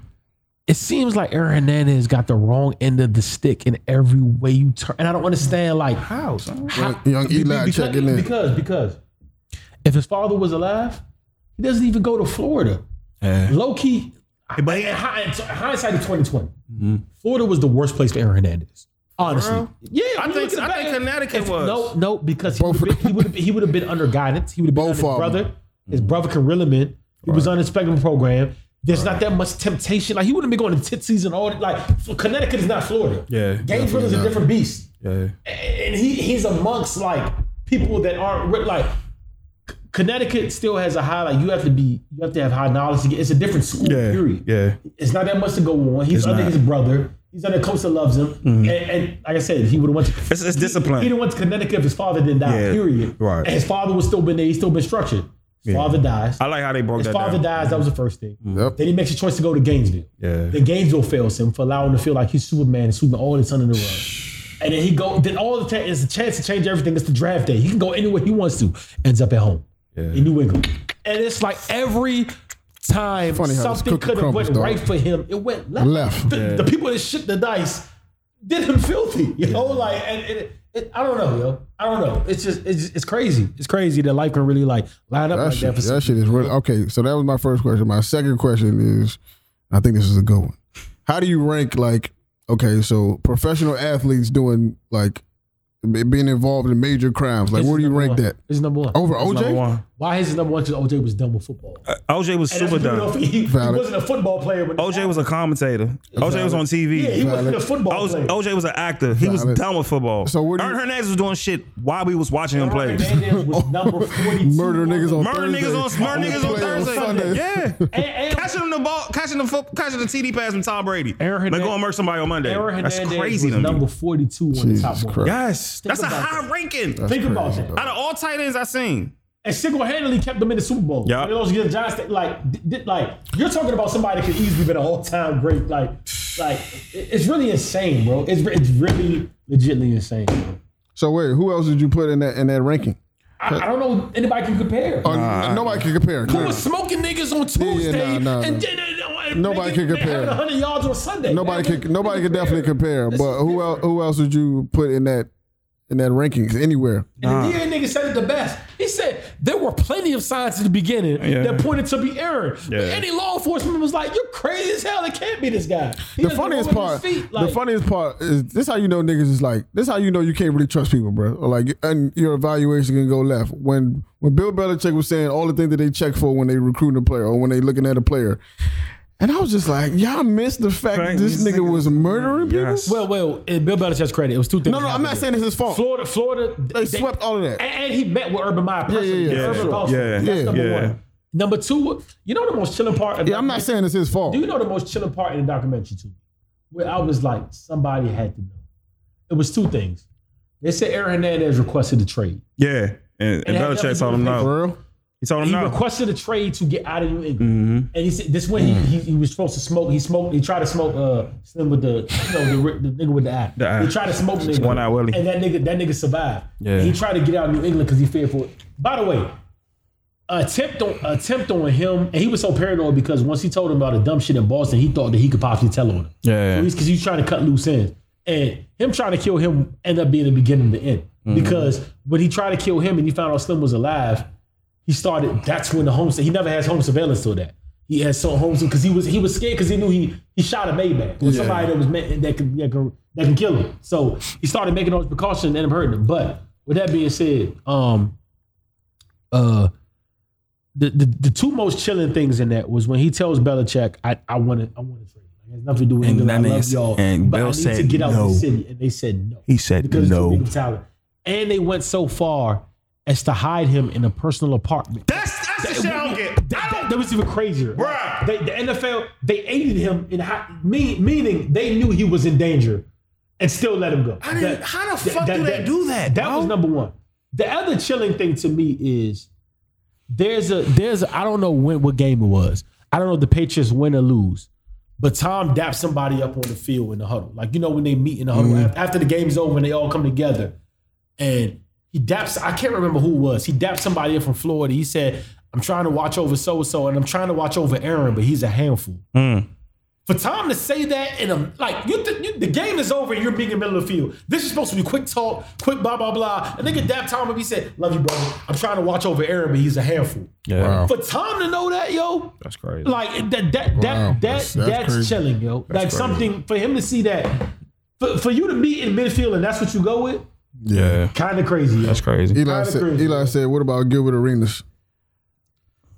Speaker 4: It seems like Aaron Hernandez got the wrong end of the stick in every way you turn, and I don't understand like
Speaker 3: How son?
Speaker 2: Young, young Eli
Speaker 4: because,
Speaker 2: checking in.
Speaker 4: because because if his father was alive, he doesn't even go to Florida.
Speaker 2: Eh.
Speaker 3: Yeah.
Speaker 4: Low key, but in hi- in hindsight of 2020, Florida was the worst place for Aaron Hernandez. Honestly, yeah,
Speaker 3: I
Speaker 4: when you
Speaker 3: think-
Speaker 4: look at
Speaker 3: I
Speaker 4: the
Speaker 3: think
Speaker 4: back-
Speaker 3: Connecticut
Speaker 4: if-
Speaker 3: was.
Speaker 4: no, no, because he
Speaker 2: Both
Speaker 4: would
Speaker 2: of them.
Speaker 4: have been, he would have been under guidance. He would have been
Speaker 2: Both
Speaker 4: under his
Speaker 2: of them.
Speaker 4: brother. His brother can reel him in. He was on his spectrum program. There's not that much temptation. Like he wouldn't be going to tootsies and all. that. Like Fl- Connecticut is not Florida.
Speaker 3: Yeah,
Speaker 4: Gainesville is a
Speaker 2: not.
Speaker 4: different beast
Speaker 3: Yeah.
Speaker 4: and he he's amongst like people that aren't re- like C- Connecticut still has a high like you have to be you have to have high knowledge to get it's a different school period.
Speaker 3: Yeah.
Speaker 4: It's not that much to go on. He's
Speaker 3: It's
Speaker 4: under
Speaker 3: not. Mm-hmm.
Speaker 4: his brother. He's under coach that loves him. And, and like I said, he would have went to
Speaker 3: It's- it's discipline.
Speaker 4: He, he didn't went to Connecticut if his father didn't die,
Speaker 3: Yeah,
Speaker 4: period.
Speaker 3: right.
Speaker 4: And his father was still been there, he's still been structured. His father dies.
Speaker 3: I like how they broke
Speaker 4: his
Speaker 3: that Mm-hmm.
Speaker 4: father
Speaker 3: down.
Speaker 4: dies, that was the first thing.
Speaker 2: Yep.
Speaker 4: Then he makes a choice to go to Gainesville.
Speaker 3: Yeah.
Speaker 4: Then Gainesville fails him for allowing him to feel like he's Superman and sweeping all his son in the rug. And then he go. Then all the time it's a chance to change everything. It's the draft day. He can go anywhere he wants to. Ends up at home in New England. And it's like every time
Speaker 2: Funny how this
Speaker 4: something
Speaker 2: cookie
Speaker 4: could have went
Speaker 2: crumbles, dog.
Speaker 4: right for him, it went left.
Speaker 2: Left.
Speaker 4: The, the people that shit the dice did him filthy. You know, like and it, it, I don't know, yo. I don't know. It's just it's, it's crazy. It's crazy that life can really like line up
Speaker 2: That
Speaker 4: like
Speaker 2: shit,
Speaker 4: that for
Speaker 2: that
Speaker 4: some.
Speaker 2: shit is really okay. So that was my first question. My second question is, I think this is a good one. How do you rank like okay, so professional athletes doing like be- being involved in major crimes? Like,
Speaker 4: This
Speaker 2: where
Speaker 4: is
Speaker 2: do you
Speaker 4: number
Speaker 2: rank
Speaker 4: one.
Speaker 2: that
Speaker 4: This is number one.
Speaker 2: over OJ?
Speaker 3: Number one.
Speaker 4: Why his is number one? Because OJ was done with football.
Speaker 3: OJ was
Speaker 4: And that's
Speaker 3: Uh, super
Speaker 4: what people don't
Speaker 3: dumb.
Speaker 4: think. He, he
Speaker 2: Valid.
Speaker 4: wasn't a football player. But
Speaker 3: OJ was a commentator. OJ was on TV.
Speaker 4: yeah, he wasn't a football
Speaker 3: OJ,
Speaker 4: player.
Speaker 3: OJ was an actor. He was
Speaker 2: Valid.
Speaker 3: done with football.
Speaker 2: So
Speaker 3: So
Speaker 2: where do you-
Speaker 3: Ern Hernandez was doing shit while we was watching him play.
Speaker 4: Aaron Hernandez was number 42.
Speaker 2: Oh, Murder niggas on
Speaker 3: Murder
Speaker 2: Thursday.
Speaker 3: niggas on murder
Speaker 2: Only
Speaker 3: niggas on
Speaker 2: play
Speaker 3: Thursday.
Speaker 2: Sunday.
Speaker 3: Yeah.
Speaker 4: And, and
Speaker 3: catching the ball, catching the foot, catching the TD pass from Tom Brady.
Speaker 4: Aaron
Speaker 3: Aaron like
Speaker 4: Hernan-
Speaker 3: go and murk somebody on Monday.
Speaker 4: Aaron
Speaker 3: That's
Speaker 4: Hernandez
Speaker 3: crazy
Speaker 4: was
Speaker 3: to
Speaker 4: number
Speaker 3: me.
Speaker 4: 42 on the top
Speaker 2: Jesus
Speaker 4: 100.
Speaker 2: Christ.
Speaker 3: Yes, that's a
Speaker 4: about
Speaker 3: high ranking.
Speaker 4: Think about
Speaker 2: crazy,
Speaker 4: that.
Speaker 2: bro.
Speaker 3: Out of all tight ends I seen,
Speaker 4: And single-handedly kept them in the Super Bowl.
Speaker 3: Yeah.
Speaker 4: And those against John Sta- like, di- di- like you're talking about somebody that could easily been an all-time great. Like, like it- it's really insane, bro. It's re- it's really legitly insane. Bro.
Speaker 2: So wait, who else did you put in that in that ranking?
Speaker 4: I, I don't know anybody can compare.
Speaker 2: Oh, nobody can compare.
Speaker 4: Who was smoking niggas on Tuesday
Speaker 2: nah, nah,
Speaker 4: and
Speaker 2: nah.
Speaker 4: did it- uh, and
Speaker 2: Nobody
Speaker 4: niggas
Speaker 2: can compare.
Speaker 4: having 100 yards on Sunday.
Speaker 2: Nobody
Speaker 4: Man,
Speaker 2: can nobody can definitely compare.
Speaker 4: This
Speaker 2: But
Speaker 4: is
Speaker 2: who else who else would you put in that in that rankings anywhere?
Speaker 4: And the DA nigga said it the best. He said there were plenty of signs in the beginning
Speaker 3: Yeah.
Speaker 4: that pointed to be Aaron.
Speaker 3: Yeah.
Speaker 4: But any law enforcement was like, "You're crazy as hell. It can't be this guy." He
Speaker 2: the
Speaker 4: doesn't
Speaker 2: funniest
Speaker 4: move with
Speaker 2: part,
Speaker 4: his feet, like-
Speaker 2: the funniest part is this: how you know niggas is like this? How you know you can't really trust people, bro? Or like, and your evaluation can go left. When when Bill Belichick was saying all the things that they check for when they recruiting a player or when they looking at a player, and I was just like, y'all missed the fact that
Speaker 3: Right,
Speaker 2: this
Speaker 3: these
Speaker 2: nigga
Speaker 3: niggas-
Speaker 2: was murdering people.
Speaker 3: yes.
Speaker 4: Well, well, in Bill Belichick's credit, it was two things.
Speaker 2: No, no,
Speaker 4: that
Speaker 2: I'm not
Speaker 4: happened
Speaker 2: saying it's his
Speaker 4: there.
Speaker 2: fault.
Speaker 4: Florida, Florida,
Speaker 2: They swept all of that.
Speaker 4: And, and he met with Urban Meyer personally.
Speaker 2: yeah, yeah,
Speaker 4: Urban
Speaker 2: sure.
Speaker 4: Boston.
Speaker 3: Yeah,
Speaker 4: That's
Speaker 2: yeah,
Speaker 4: number
Speaker 3: yeah.
Speaker 4: one. Number two, you know the most chilling part.
Speaker 2: Yeah, I'm not saying it's his fault.
Speaker 4: Do you know the most chilling part in the documentary too? Where I was like, somebody had to know. It was two things. They said Aaron Hernandez requested a trade.
Speaker 3: yeah, and, and
Speaker 4: had nothing
Speaker 3: Belichick
Speaker 4: to do
Speaker 3: told him
Speaker 4: with
Speaker 3: no.
Speaker 2: For real?
Speaker 3: He told him
Speaker 4: He
Speaker 3: no. Mm-hmm.
Speaker 4: requested a trade to get out of New England, and he said this when he, he he was supposed to smoke. He smoked. He tried to smoke uh Slim with the you know the, ri- the nigga with the eye.
Speaker 3: The eye.
Speaker 4: He tried to smoke nigga
Speaker 3: One Eye Willie.
Speaker 4: and that nigga that nigga survived.
Speaker 3: Yeah.
Speaker 4: he tried to get out of New England because he feared for it. By the way, attempt on attempt on him, and he was so paranoid because once he told him about the dumb shit in Boston, he thought that he could possibly tell on him.
Speaker 3: Yeah.
Speaker 4: because he's trying to cut loose ends, and him trying to kill him ended up being the beginning to end
Speaker 3: Mm-hmm.
Speaker 4: because when he tried to kill him and he found out Slim was alive, he started. That's when the home he never has home surveillance till that. He had so home because he was he was scared because he knew he he shot a Maybach or somebody that was meant that could that could, that could kill him. So he started making all those precautions and ended up hurting him. But with that being said, um, uh the, the the two most chilling things in that was when he tells Belichick, I I want to I want to trade. Like, it has nothing to do with
Speaker 3: And
Speaker 4: England. I
Speaker 3: that
Speaker 4: love
Speaker 3: is-
Speaker 4: y'all.
Speaker 3: and
Speaker 4: but I
Speaker 3: Bell
Speaker 4: need to
Speaker 3: said
Speaker 4: get out
Speaker 3: no.
Speaker 4: of the city, and they said no.
Speaker 3: He said
Speaker 4: because it's
Speaker 3: no.
Speaker 4: too big of talent. And they went so far as to hide him in a personal apartment.
Speaker 3: That's that's the shit I don't get.
Speaker 4: That,
Speaker 3: I
Speaker 4: that,
Speaker 3: don't.
Speaker 4: that was even crazier.
Speaker 3: Bruh.
Speaker 4: They, the NFL, they aided him in hi- me, meaning they knew he was in danger and still let him go.
Speaker 3: I didn't- how the fuck do they do that,
Speaker 4: That was
Speaker 3: bro?
Speaker 4: number one. The other chilling thing to me is there's a there's I I don't know when what game it was. I don't know if the Patriots win or lose. But Tom dapped somebody up on the field in the huddle. Like, you know, when they meet in the
Speaker 3: Mm-hmm.
Speaker 4: huddle af- after the game's over and they all come together. And he daps, I can't remember who it was. He dapped somebody up from Florida. He said, I'm trying to watch over so and so, and I'm trying to watch over Aaron, but he's a handful. For Tom to say that in a like you, th- you- the game is over and you're being in the middle of the field. This is supposed to be quick talk, quick blah blah blah. And they could dap Tom up. He said, "Love you, brother. I'm trying to watch over Aaron, but he's a handful."
Speaker 3: Yeah,
Speaker 4: For Tom to know that, yo,
Speaker 3: that's crazy.
Speaker 4: like that that that
Speaker 2: Wow,
Speaker 4: that
Speaker 2: that's-
Speaker 4: that's,
Speaker 2: that's crazy.
Speaker 4: chilling, yo. like something for him to see that, for, for you to be in midfield and that's what you go with,
Speaker 3: yeah,
Speaker 4: kind of crazy. Yo.
Speaker 3: that's crazy.
Speaker 2: Eli
Speaker 4: Kinda
Speaker 2: said,
Speaker 4: crazy.
Speaker 2: Eli said, what about Gilbert Arenas?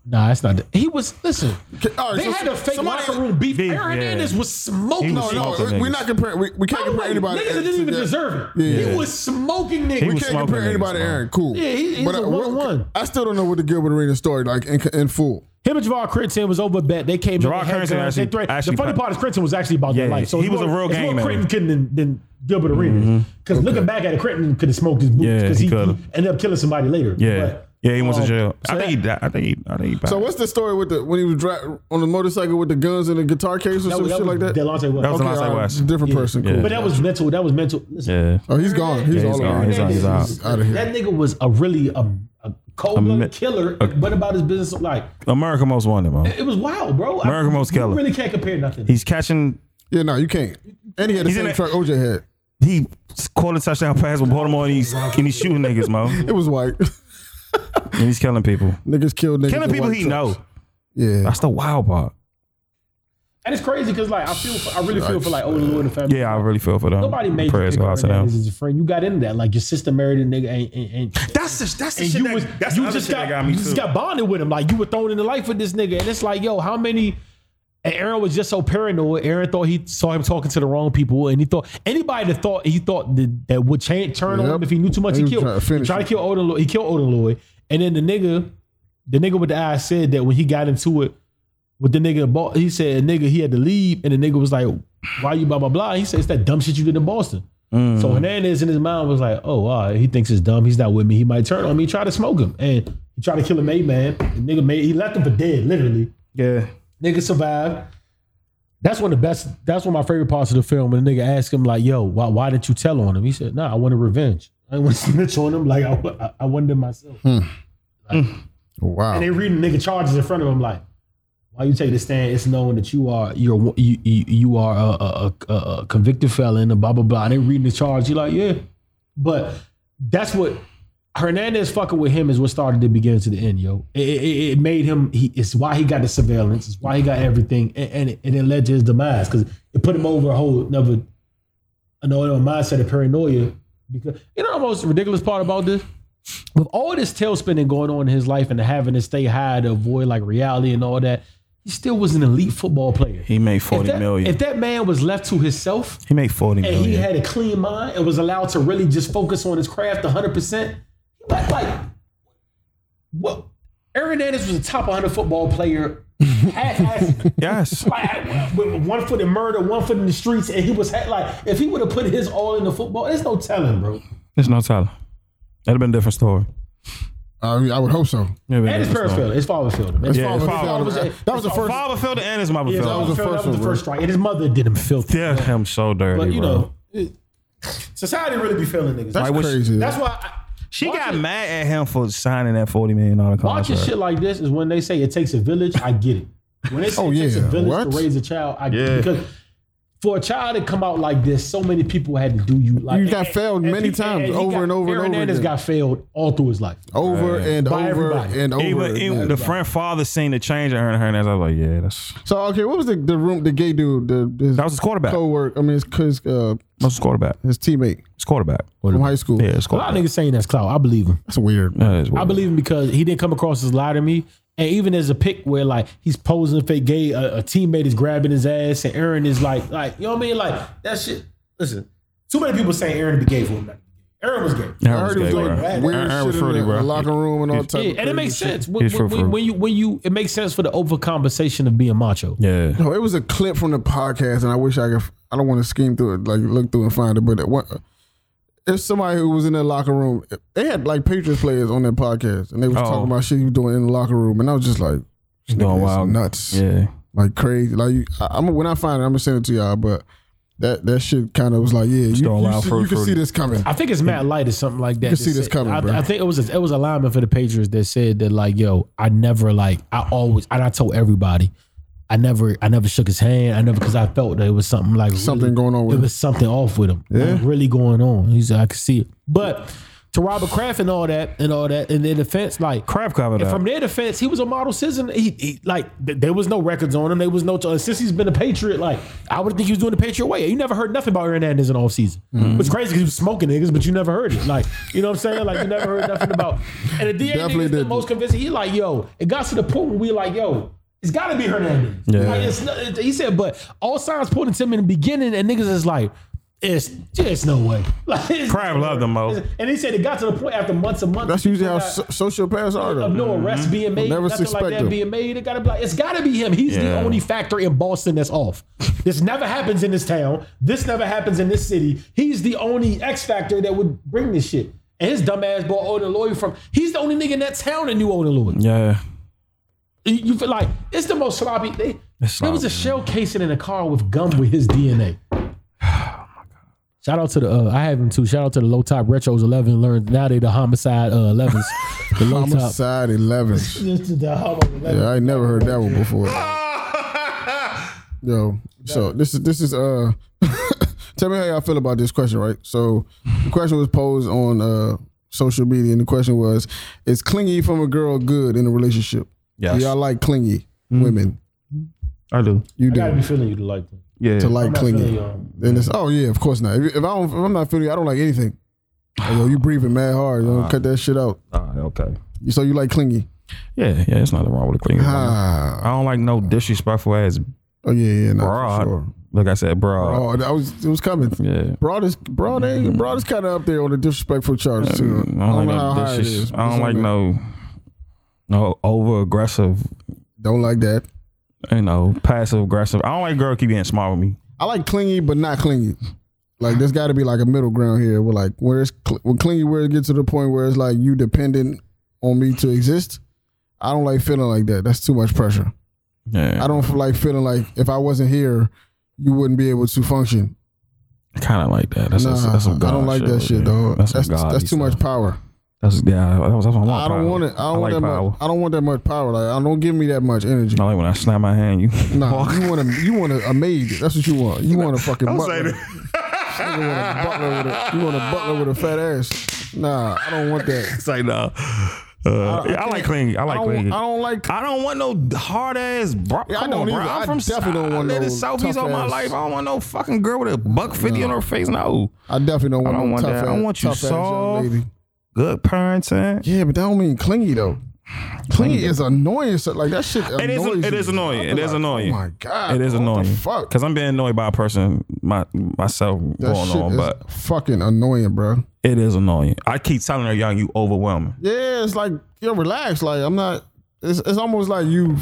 Speaker 4: nah, that's not. He was listen.
Speaker 2: Okay, all right,
Speaker 4: They
Speaker 2: so
Speaker 4: had a fake
Speaker 2: somebody-
Speaker 4: locker room beef.
Speaker 3: Beef,
Speaker 4: Aaron
Speaker 3: yeah.
Speaker 4: Hernandez was smoking.
Speaker 3: He
Speaker 2: No,
Speaker 3: was
Speaker 2: no,
Speaker 3: Smoking
Speaker 2: we're
Speaker 3: niggas.
Speaker 2: not comparing. We, we can't
Speaker 4: I'm
Speaker 2: compare
Speaker 4: like,
Speaker 2: anybody.
Speaker 4: Niggas that didn't
Speaker 2: to
Speaker 4: even
Speaker 2: that.
Speaker 4: deserve it.
Speaker 2: Yeah.
Speaker 4: He was smoking niggas.
Speaker 2: We
Speaker 3: was
Speaker 2: can't
Speaker 3: smoking
Speaker 2: compare
Speaker 3: niggas,
Speaker 2: anybody to
Speaker 3: bro.
Speaker 2: Aaron. Cool.
Speaker 4: Yeah, he- he's a
Speaker 2: I- what-
Speaker 4: one-on-one.
Speaker 2: I still don't know what the Gilbert Arenas story like in, in full.
Speaker 4: Him and Javar Critton was over bet. They came
Speaker 3: Javon
Speaker 4: in. they had
Speaker 3: Critton
Speaker 4: guns,
Speaker 3: actually-
Speaker 4: they threat-
Speaker 3: actually
Speaker 4: the funny
Speaker 3: pro-
Speaker 4: part is Critton was actually about
Speaker 3: Yeah,
Speaker 4: their life. So
Speaker 3: he
Speaker 4: it's
Speaker 3: was a
Speaker 4: more-
Speaker 3: real
Speaker 4: it's
Speaker 3: game
Speaker 4: more
Speaker 3: man.
Speaker 4: Critton couldn't than, than Gilbert Arenas. Because looking back at it, Critton could have smoked his boots
Speaker 3: Yeah,
Speaker 4: because
Speaker 3: he
Speaker 4: he,
Speaker 3: could've.
Speaker 4: he ended up killing somebody later.
Speaker 3: Yeah,
Speaker 4: But
Speaker 3: yeah. He went to
Speaker 4: um,
Speaker 3: jail.
Speaker 4: so
Speaker 3: I think he
Speaker 4: that-
Speaker 3: died. I think he. I think he. Died.
Speaker 2: So what's the story with the when he was dri- on the motorcycle with the guns and the guitar case or
Speaker 4: that
Speaker 2: some
Speaker 4: was-
Speaker 2: shit
Speaker 4: that
Speaker 2: like
Speaker 4: was
Speaker 2: that?
Speaker 4: Delonte West.
Speaker 3: That was
Speaker 2: Okay,
Speaker 3: Delonte
Speaker 2: all right,
Speaker 3: West.
Speaker 2: different
Speaker 4: Yeah.
Speaker 2: person.
Speaker 3: Yeah.
Speaker 2: Cool.
Speaker 4: But that was mental. That was mental. Listen,
Speaker 3: Yeah.
Speaker 2: Oh, he's gone. He's,
Speaker 3: Yeah, he's
Speaker 2: all
Speaker 3: gone.
Speaker 2: over.
Speaker 3: He's out. He's out.
Speaker 2: Outta here.
Speaker 4: That nigga was a really a, a cold
Speaker 3: mi-
Speaker 4: blooded killer. but about his business, like
Speaker 3: America Most Wanted, man.
Speaker 4: it was wild, bro. I-
Speaker 3: American Most
Speaker 4: you
Speaker 3: Killer.
Speaker 4: Really can't compare nothing.
Speaker 3: He's catching.
Speaker 2: Yeah, no, you can't. And he had the
Speaker 3: He's in
Speaker 2: same
Speaker 3: it.
Speaker 2: truck OJ had.
Speaker 3: He caught a touchdown pass with Baltimore, and he's and he's shooting niggas, mo.
Speaker 2: It was white.
Speaker 3: And he's killing people,
Speaker 2: Niggas killed niggas.
Speaker 3: killing
Speaker 2: in
Speaker 3: people
Speaker 2: white
Speaker 3: he
Speaker 2: trucks.
Speaker 3: know.
Speaker 2: Yeah.
Speaker 3: That's the wild part.
Speaker 4: And it's crazy because like I feel, for, I really feel for like older Lord and the family.
Speaker 3: Yeah, I really feel for them.
Speaker 4: Nobody made
Speaker 3: prayers
Speaker 4: you
Speaker 3: go
Speaker 4: pick
Speaker 3: out to
Speaker 4: Hernandez
Speaker 3: them.
Speaker 4: as a friend. You got into that. Like your sister married a nigga, and, and, and,
Speaker 3: That's the that's the
Speaker 4: and you was you just got, you just got bonded with him. Like you were thrown in the life with this nigga, and it's like, yo, how many? And Aaron was just so paranoid. Aaron thought he saw him talking to the wrong people, and he thought anybody that thought he thought that, that would change, turn on
Speaker 2: Yep.
Speaker 4: him if he knew too much, he,
Speaker 2: He was
Speaker 4: killed.
Speaker 2: trying to
Speaker 4: Trying to,
Speaker 2: finish
Speaker 4: to
Speaker 2: him.
Speaker 4: kill Odin. Lloyd. He killed Odin Lloyd, and then the nigga, the nigga with the eyes said that when he got into it with the nigga, in Bo- he said nigga he had to leave, and the nigga was like, "Why you blah blah blah?" He said it's that dumb shit you did in Boston. So Hernandez in his mind was like, "Oh, all right, he thinks it's dumb. He's not with me. He might turn on me. Try to smoke him, and he tried to kill a May man. The nigga made he left him for dead, literally.
Speaker 3: Yeah,
Speaker 4: Nigga survived. That's one of the best. That's one of my favorite parts of the film. When the nigga asked him like, "Yo, why, why didn't you tell on him?" He said, "Nah, I wanted revenge. I didn't want to snitch on him. Like I, wa- I, I wanted it myself."
Speaker 2: Wow.
Speaker 4: and they reading nigga charges in front of him like why you take the stand it's known that you are you're you you, you are a, a, a, a convicted felon and blah blah blah and they reading the charge you're like yeah but that's what Hernandez fucking with him is what started the beginning to the end, yo. It, it- it, it made him. He, it's why he got the surveillance. It's why he got everything, and and it, and it led to his demise because it put him over a whole another another mindset of paranoia. Because you know the most ridiculous part about this, with all this tailspinning going on in his life and having to stay high to avoid like reality and all that, he still was an elite football player.
Speaker 3: he made
Speaker 4: If
Speaker 3: forty
Speaker 4: that,
Speaker 3: million.
Speaker 4: if that man was left to himself
Speaker 3: he made forty
Speaker 4: and
Speaker 3: million.
Speaker 4: he had a clean mind and was allowed to really just focus on his craft 100%, he might like, what? Aaron Hernandez was a top 100 football player. Half-assed.
Speaker 3: yes,
Speaker 4: Like, with one foot in murder, one foot in the streets, and he was like, if he would have put his all in the football, there's no telling, bro.
Speaker 3: there's no telling. That'd have been a different story.
Speaker 2: I, mean, I would hope so.
Speaker 4: And his parents failed. His father failed him. His
Speaker 3: Yeah,
Speaker 4: father-
Speaker 3: his
Speaker 4: his
Speaker 3: father-
Speaker 4: father was-
Speaker 2: that was the first.
Speaker 3: Father failed it and his mama
Speaker 4: his
Speaker 3: failed.
Speaker 4: father
Speaker 2: was the
Speaker 4: failed. That
Speaker 2: first
Speaker 4: was the
Speaker 2: one,
Speaker 4: first strike. And his mother did him filthy.
Speaker 3: Yeah, I'm so dirty,
Speaker 4: But you
Speaker 3: bro.
Speaker 4: know, it- society really be feeling niggas.
Speaker 2: That's crazy.
Speaker 4: That's why. I,
Speaker 3: she
Speaker 4: watch
Speaker 3: got
Speaker 4: it.
Speaker 3: mad at him for signing that forty million dollar contract.
Speaker 4: Watching shit like this is when they say it takes a village. I get it. When they say
Speaker 2: Oh,
Speaker 4: it takes a
Speaker 2: yeah.
Speaker 4: village
Speaker 2: What?
Speaker 4: to raise a child, I get
Speaker 3: Yeah.
Speaker 4: it. Because for a child to come out like this, so many people had to do you like
Speaker 2: You got failed many
Speaker 4: people-
Speaker 2: times,
Speaker 4: he
Speaker 2: over and over and
Speaker 4: Aaron
Speaker 2: over
Speaker 4: Hernandez
Speaker 2: again.
Speaker 4: got failed all through his life.
Speaker 2: over and over
Speaker 4: By everybody.
Speaker 2: and over.
Speaker 3: Even,
Speaker 2: again.
Speaker 3: even the friend father seen the change in her and her, and I was like, yeah, that's
Speaker 2: so okay, what was the, the room? The gay dude, the his
Speaker 3: that was his quarterback. That
Speaker 2: co-work. I mean, his his, uh,
Speaker 3: was his quarterback.
Speaker 2: his teammate
Speaker 3: His quarterback.
Speaker 2: from high school.
Speaker 3: Yeah, his
Speaker 4: A lot of
Speaker 3: quarterback.
Speaker 4: niggas saying that's clout. I believe him.
Speaker 2: That's weird.
Speaker 3: That is
Speaker 4: I
Speaker 3: weird.
Speaker 4: believe him because he didn't come across as lie to me. And even there's a pic where like he's posing fake gay, a, a teammate is grabbing his ass, and Aaron is like, like you know what I mean? Like that shit. Listen, too many people saying Aaron to be gay for him. Like, Aaron was gay.
Speaker 3: Aaron
Speaker 2: I
Speaker 3: was
Speaker 2: heard he was
Speaker 3: gay,
Speaker 2: doing
Speaker 3: bro.
Speaker 2: weird
Speaker 3: Aaron- Aaron
Speaker 2: shit
Speaker 3: was
Speaker 2: in
Speaker 3: fruity,
Speaker 2: the,
Speaker 3: bro.
Speaker 2: the locker room and all type.
Speaker 4: Yeah,
Speaker 2: of
Speaker 4: and it
Speaker 2: crazy
Speaker 4: makes
Speaker 2: shit.
Speaker 4: sense when,
Speaker 3: It's
Speaker 4: when,
Speaker 3: for
Speaker 4: when,
Speaker 3: fruit.
Speaker 4: when you when you it makes sense for the overcompensation of being macho.
Speaker 3: Yeah.
Speaker 2: No, it was a clip from the podcast, and I wish I could. I don't want to scheme through it, like look through and find it. But it, wa- it's somebody who was in their locker room. They had like Patriots players on their podcast, and they was
Speaker 3: Oh.
Speaker 2: talking about shit he was doing in the locker room, and I was just like,
Speaker 3: He's
Speaker 2: "Nigga,
Speaker 3: doing
Speaker 2: this
Speaker 3: wild.
Speaker 2: nuts,
Speaker 3: Yeah.
Speaker 2: like crazy." Like you, I, I'm when I find it, I'm gonna send it to y'all. But that that shit kind of was like, yeah, you,
Speaker 3: doing
Speaker 2: you,
Speaker 3: wild
Speaker 2: see,
Speaker 3: fruit
Speaker 2: you can see
Speaker 3: fruity.
Speaker 2: this coming.
Speaker 4: I think it's Matt Light or something like that.
Speaker 2: You
Speaker 4: that
Speaker 2: see this
Speaker 4: said-
Speaker 2: coming,
Speaker 4: I,
Speaker 2: bro.
Speaker 4: I think it was a, it was a lineman for the Patriots that said that like, yo, I never like I always and I told everybody, I never I never shook his hand. I never because I felt that it was something like
Speaker 2: Something going on with
Speaker 4: It
Speaker 2: him.
Speaker 4: was something off with him.
Speaker 2: Yeah.
Speaker 4: Like, really going on. He said I could see it, but to Robert Kraft and all that and all that in their defense, like
Speaker 3: Crab covered
Speaker 4: And
Speaker 3: up.
Speaker 4: from their defense, he was a model citizen. He, he like th- there was no records on him. There was no uh, since he's been a Patriot. Like I would think he was doing the Patriot way. You never heard nothing about Hernandez in off season.
Speaker 3: Mm-hmm.
Speaker 4: It's crazy because he was smoking niggas, but you never heard it. Like you know what I'm saying? Like you never heard nothing about. And the DA
Speaker 2: Definitely
Speaker 4: niggas the
Speaker 2: didn't.
Speaker 4: most convincing. He like yo. It got to the point where we like yo. It's got to be Hernandez.
Speaker 3: Yeah.
Speaker 4: Like, it's not, it- he said, but all signs pointed to him in the beginning, and niggas is like. It's just no way. Like, it's-
Speaker 3: Crab loved him, Mo.
Speaker 4: And he said it got to the point after months and months.
Speaker 2: That's usually how
Speaker 4: Yeah
Speaker 2: so- sociopaths are.
Speaker 4: of
Speaker 2: Though.
Speaker 4: no arrests being made,
Speaker 2: never
Speaker 4: nothing like
Speaker 2: suspect
Speaker 4: that
Speaker 2: him.
Speaker 4: being made. It gotta be like, it's gotta be him. He's the
Speaker 3: Yeah.
Speaker 4: only factor in Boston that's off. this never happens in this town. This never happens in this city. He's the only X factor that would bring this shit. And his dumb ass bought Odin Lloyd from. He's the only nigga in that town that knew Odin Lloyd.
Speaker 3: Yeah.
Speaker 4: You- You feel like it's the most sloppy. They,
Speaker 3: It's
Speaker 4: there
Speaker 3: sloppy,
Speaker 4: was
Speaker 3: Oh
Speaker 4: a shell casing in a car with gum with his DNA. Shout out to the uh, I have him too. Shout out to the low top retros eleven. Learned now they the homicide uh, elevens. The low top
Speaker 2: Homicide 11. Yeah, I ain't never heard that one before. Yo, so this is this is uh tell me how y'all feel about this question, right? So the question was posed on uh social media and the question was is clingy from a girl good in a relationship? Yeah,
Speaker 3: Yes. Mm.
Speaker 2: y'all like clingy women.
Speaker 3: I do.
Speaker 2: You
Speaker 4: I gotta
Speaker 2: do
Speaker 4: be feeling you to like them.
Speaker 3: Yeah.
Speaker 2: to like
Speaker 4: Feeling
Speaker 2: clingy.
Speaker 4: you.
Speaker 2: And it's oh yeah, of course not. If, if I don't if I'm not feeling you, I don't like anything. Like, yo, you breathing mad hard. Yo, cut that shit out.
Speaker 3: Ah, okay.
Speaker 2: So you like clingy.
Speaker 3: Yeah, yeah, it's nothing wrong with a clean.
Speaker 2: Ah.
Speaker 3: I don't like no disrespectful ass
Speaker 2: Oh yeah, yeah, no.
Speaker 3: broad.
Speaker 2: For sure.
Speaker 3: Like I said, broad.
Speaker 2: Oh, that was it was coming.
Speaker 3: Yeah.
Speaker 2: Broad is broad ain't broad is kind of up there on the disrespectful charts too.
Speaker 3: Mm-hmm. I don't like no dishes. I don't like no no over aggressive,
Speaker 2: Don't like that.
Speaker 3: you know, passive aggressive. I don't like girl keep being smart with me.
Speaker 2: I like clingy, but not clingy. Like there's got to be like a middle ground here. Where like where it's cl- when clingy, where it gets to the point where it's like you dependent on me to exist. I don't like feeling like that. That's too much pressure.
Speaker 3: Yeah.
Speaker 2: I don't feel like feeling like if I wasn't here, you wouldn't be able to function.
Speaker 3: I kind of like that. That's,
Speaker 2: Nah,
Speaker 3: that's, that's some
Speaker 2: I don't
Speaker 3: God
Speaker 2: like that
Speaker 3: right
Speaker 2: shit,
Speaker 3: there.
Speaker 2: dog.
Speaker 3: That's
Speaker 2: That's
Speaker 3: some
Speaker 2: that's,
Speaker 3: God
Speaker 2: too much power.
Speaker 3: That's yeah. That was, that's what I want.
Speaker 2: I don't
Speaker 3: power.
Speaker 2: want it. I don't want
Speaker 3: like
Speaker 2: that
Speaker 3: power.
Speaker 2: much. I don't want that much power. Like I don't give me that much energy.
Speaker 3: I like when I slam my hand. You.
Speaker 2: Nah, you want a you want a, a maid. That's what you want. You want a fucking butler.
Speaker 3: saying
Speaker 2: Nigga want a butler with a- you want a butler with a fat ass. Nah, I don't want that.
Speaker 3: It's like no. Uh, yeah, I, like clingy. I
Speaker 2: I
Speaker 3: like
Speaker 2: don't,
Speaker 3: clingy.
Speaker 2: I don't like.
Speaker 3: I don't want no hard ass bro.
Speaker 2: Yeah, I
Speaker 3: Come
Speaker 2: don't
Speaker 3: on, bro.
Speaker 2: either.
Speaker 3: I'm
Speaker 2: I
Speaker 3: from
Speaker 2: definitely don't want
Speaker 3: I lived in
Speaker 2: no
Speaker 3: Southeast all my
Speaker 2: tough-ass-
Speaker 3: life. I don't want no fucking girl with a buck fifty on her face. No,
Speaker 2: I definitely don't
Speaker 3: I
Speaker 2: want.
Speaker 3: don't
Speaker 2: no
Speaker 3: want
Speaker 2: tough
Speaker 3: that.
Speaker 2: Ass,
Speaker 3: I want you
Speaker 2: tough ass young
Speaker 3: soft.
Speaker 2: lady.
Speaker 3: good parenting.
Speaker 2: Yeah, but that don't mean clingy though. Clingy is annoying. So, like that shit.
Speaker 3: It is.
Speaker 2: annoys
Speaker 3: It is
Speaker 2: me.
Speaker 3: annoying.
Speaker 2: I
Speaker 3: It
Speaker 2: be
Speaker 3: is
Speaker 2: like,
Speaker 3: annoying.
Speaker 2: Oh my god.
Speaker 3: It is
Speaker 2: what the
Speaker 3: annoying.
Speaker 2: fuck.
Speaker 3: Because I'm being annoyed by a person, my myself
Speaker 2: that
Speaker 3: going
Speaker 2: shit
Speaker 3: on,
Speaker 2: is
Speaker 3: but
Speaker 2: fucking annoying, bro.
Speaker 3: it is annoying. I keep telling her, y'all, you overwhelming.
Speaker 2: Yeah, it's like yo, relax. Like I'm not. It's, it's almost like you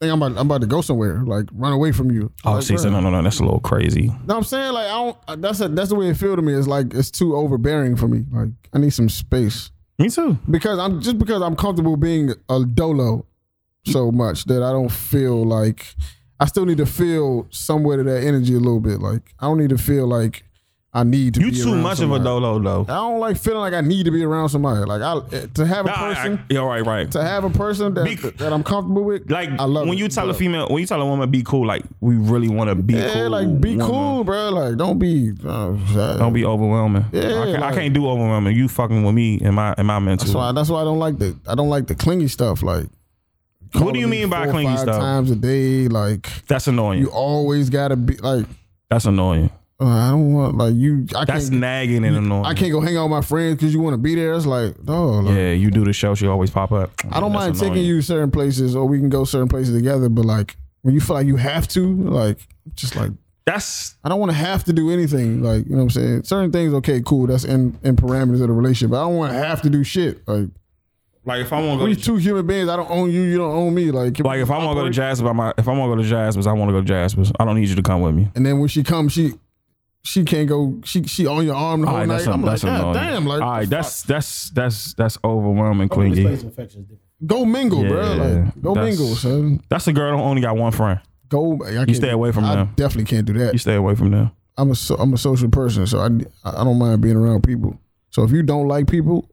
Speaker 2: think I'm about, I'm about to go somewhere. Like run away from you.
Speaker 3: Oh,
Speaker 2: like,
Speaker 3: she said,
Speaker 2: bruh.
Speaker 3: no, no, no, that's a little crazy.
Speaker 2: No, I'm saying uh, like I don't. That's a, that's the way it feel to me. It's like it's too overbearing for me. Like I need some space.
Speaker 3: Me too.
Speaker 2: because I'm just because I'm comfortable being a dolo so much that I don't feel like I still need to feel somewhere to that energy a little bit. Like I don't need to feel like I need to.
Speaker 3: You
Speaker 2: be
Speaker 3: too
Speaker 2: around
Speaker 3: much of a
Speaker 2: somebody.
Speaker 3: dolo though.
Speaker 2: I don't like feeling like I need to be around somebody. Like I eh, to have a
Speaker 3: Nah, I-
Speaker 2: person
Speaker 3: I- yeah, right, right.
Speaker 2: to have a person that
Speaker 3: Bec-
Speaker 2: that I'm comfortable with.
Speaker 3: Like
Speaker 2: I love
Speaker 3: when
Speaker 2: it,
Speaker 3: you tell a
Speaker 2: bro.
Speaker 3: female, when you tell a woman be cool, like we really want to be
Speaker 2: yeah,
Speaker 3: cool.
Speaker 2: like be
Speaker 3: woman.
Speaker 2: cool, bro. Like don't be uh,
Speaker 3: Don't be overwhelming. I,
Speaker 2: Yeah,
Speaker 3: can't,
Speaker 2: like-
Speaker 3: I can't do overwhelming. You fucking with me and my and my mental.
Speaker 2: That's why. That's why I don't like the. I don't like the clingy stuff. Like,
Speaker 3: What do you
Speaker 2: calling
Speaker 3: mean
Speaker 2: me
Speaker 3: by
Speaker 2: four or
Speaker 3: clingy
Speaker 2: five
Speaker 3: stuff?
Speaker 2: Times a day, like
Speaker 3: That's annoying.
Speaker 2: you always gotta be like.
Speaker 3: That's annoying.
Speaker 2: uh, I don't want like you. I
Speaker 3: That's
Speaker 2: can't.
Speaker 3: nagging and annoying.
Speaker 2: I can't go hang out with my friends because you want to be there. It's like, oh, like,
Speaker 3: Yeah, you do the show. She always pop up.
Speaker 2: I don't
Speaker 3: That's
Speaker 2: mind
Speaker 3: annoying.
Speaker 2: taking you certain places or we can go certain places together. But like when you feel like you have to, like just like
Speaker 3: That's
Speaker 2: I don't want to have to do anything. Like you know what I'm saying. Certain things, okay, cool. That's in in parameters of the relationship. But I don't want to have to do shit. Like
Speaker 3: like if I want to go.
Speaker 2: we
Speaker 3: to-
Speaker 2: two human beings. I don't own you. You don't own me. Like can
Speaker 3: Like
Speaker 2: we
Speaker 3: if I want to go to
Speaker 2: operate?
Speaker 3: Jasper's, by my if I want to go to Jasper's, I want to go to Jasper's. I don't need you to come with me.
Speaker 2: And then when she comes, she she can't go. She she on your arm the
Speaker 3: All
Speaker 2: whole
Speaker 3: right,
Speaker 2: night.
Speaker 3: that's,
Speaker 2: I'm
Speaker 3: that's
Speaker 2: like, God
Speaker 3: annoying.
Speaker 2: damn, like
Speaker 3: all right, that's that's that's that's overwhelming, clingy.
Speaker 2: go mingle, bro.
Speaker 3: Yeah,
Speaker 2: Like go
Speaker 3: that's-
Speaker 2: mingle, son.
Speaker 3: That's a girl who only got one friend.
Speaker 2: Go. I can't-
Speaker 3: stay away from
Speaker 2: I
Speaker 3: them.
Speaker 2: Definitely can't do
Speaker 3: You
Speaker 2: that.
Speaker 3: stay away from them.
Speaker 2: I'm a so, I'm a social person, so I I don't mind being around people. So if you don't like people,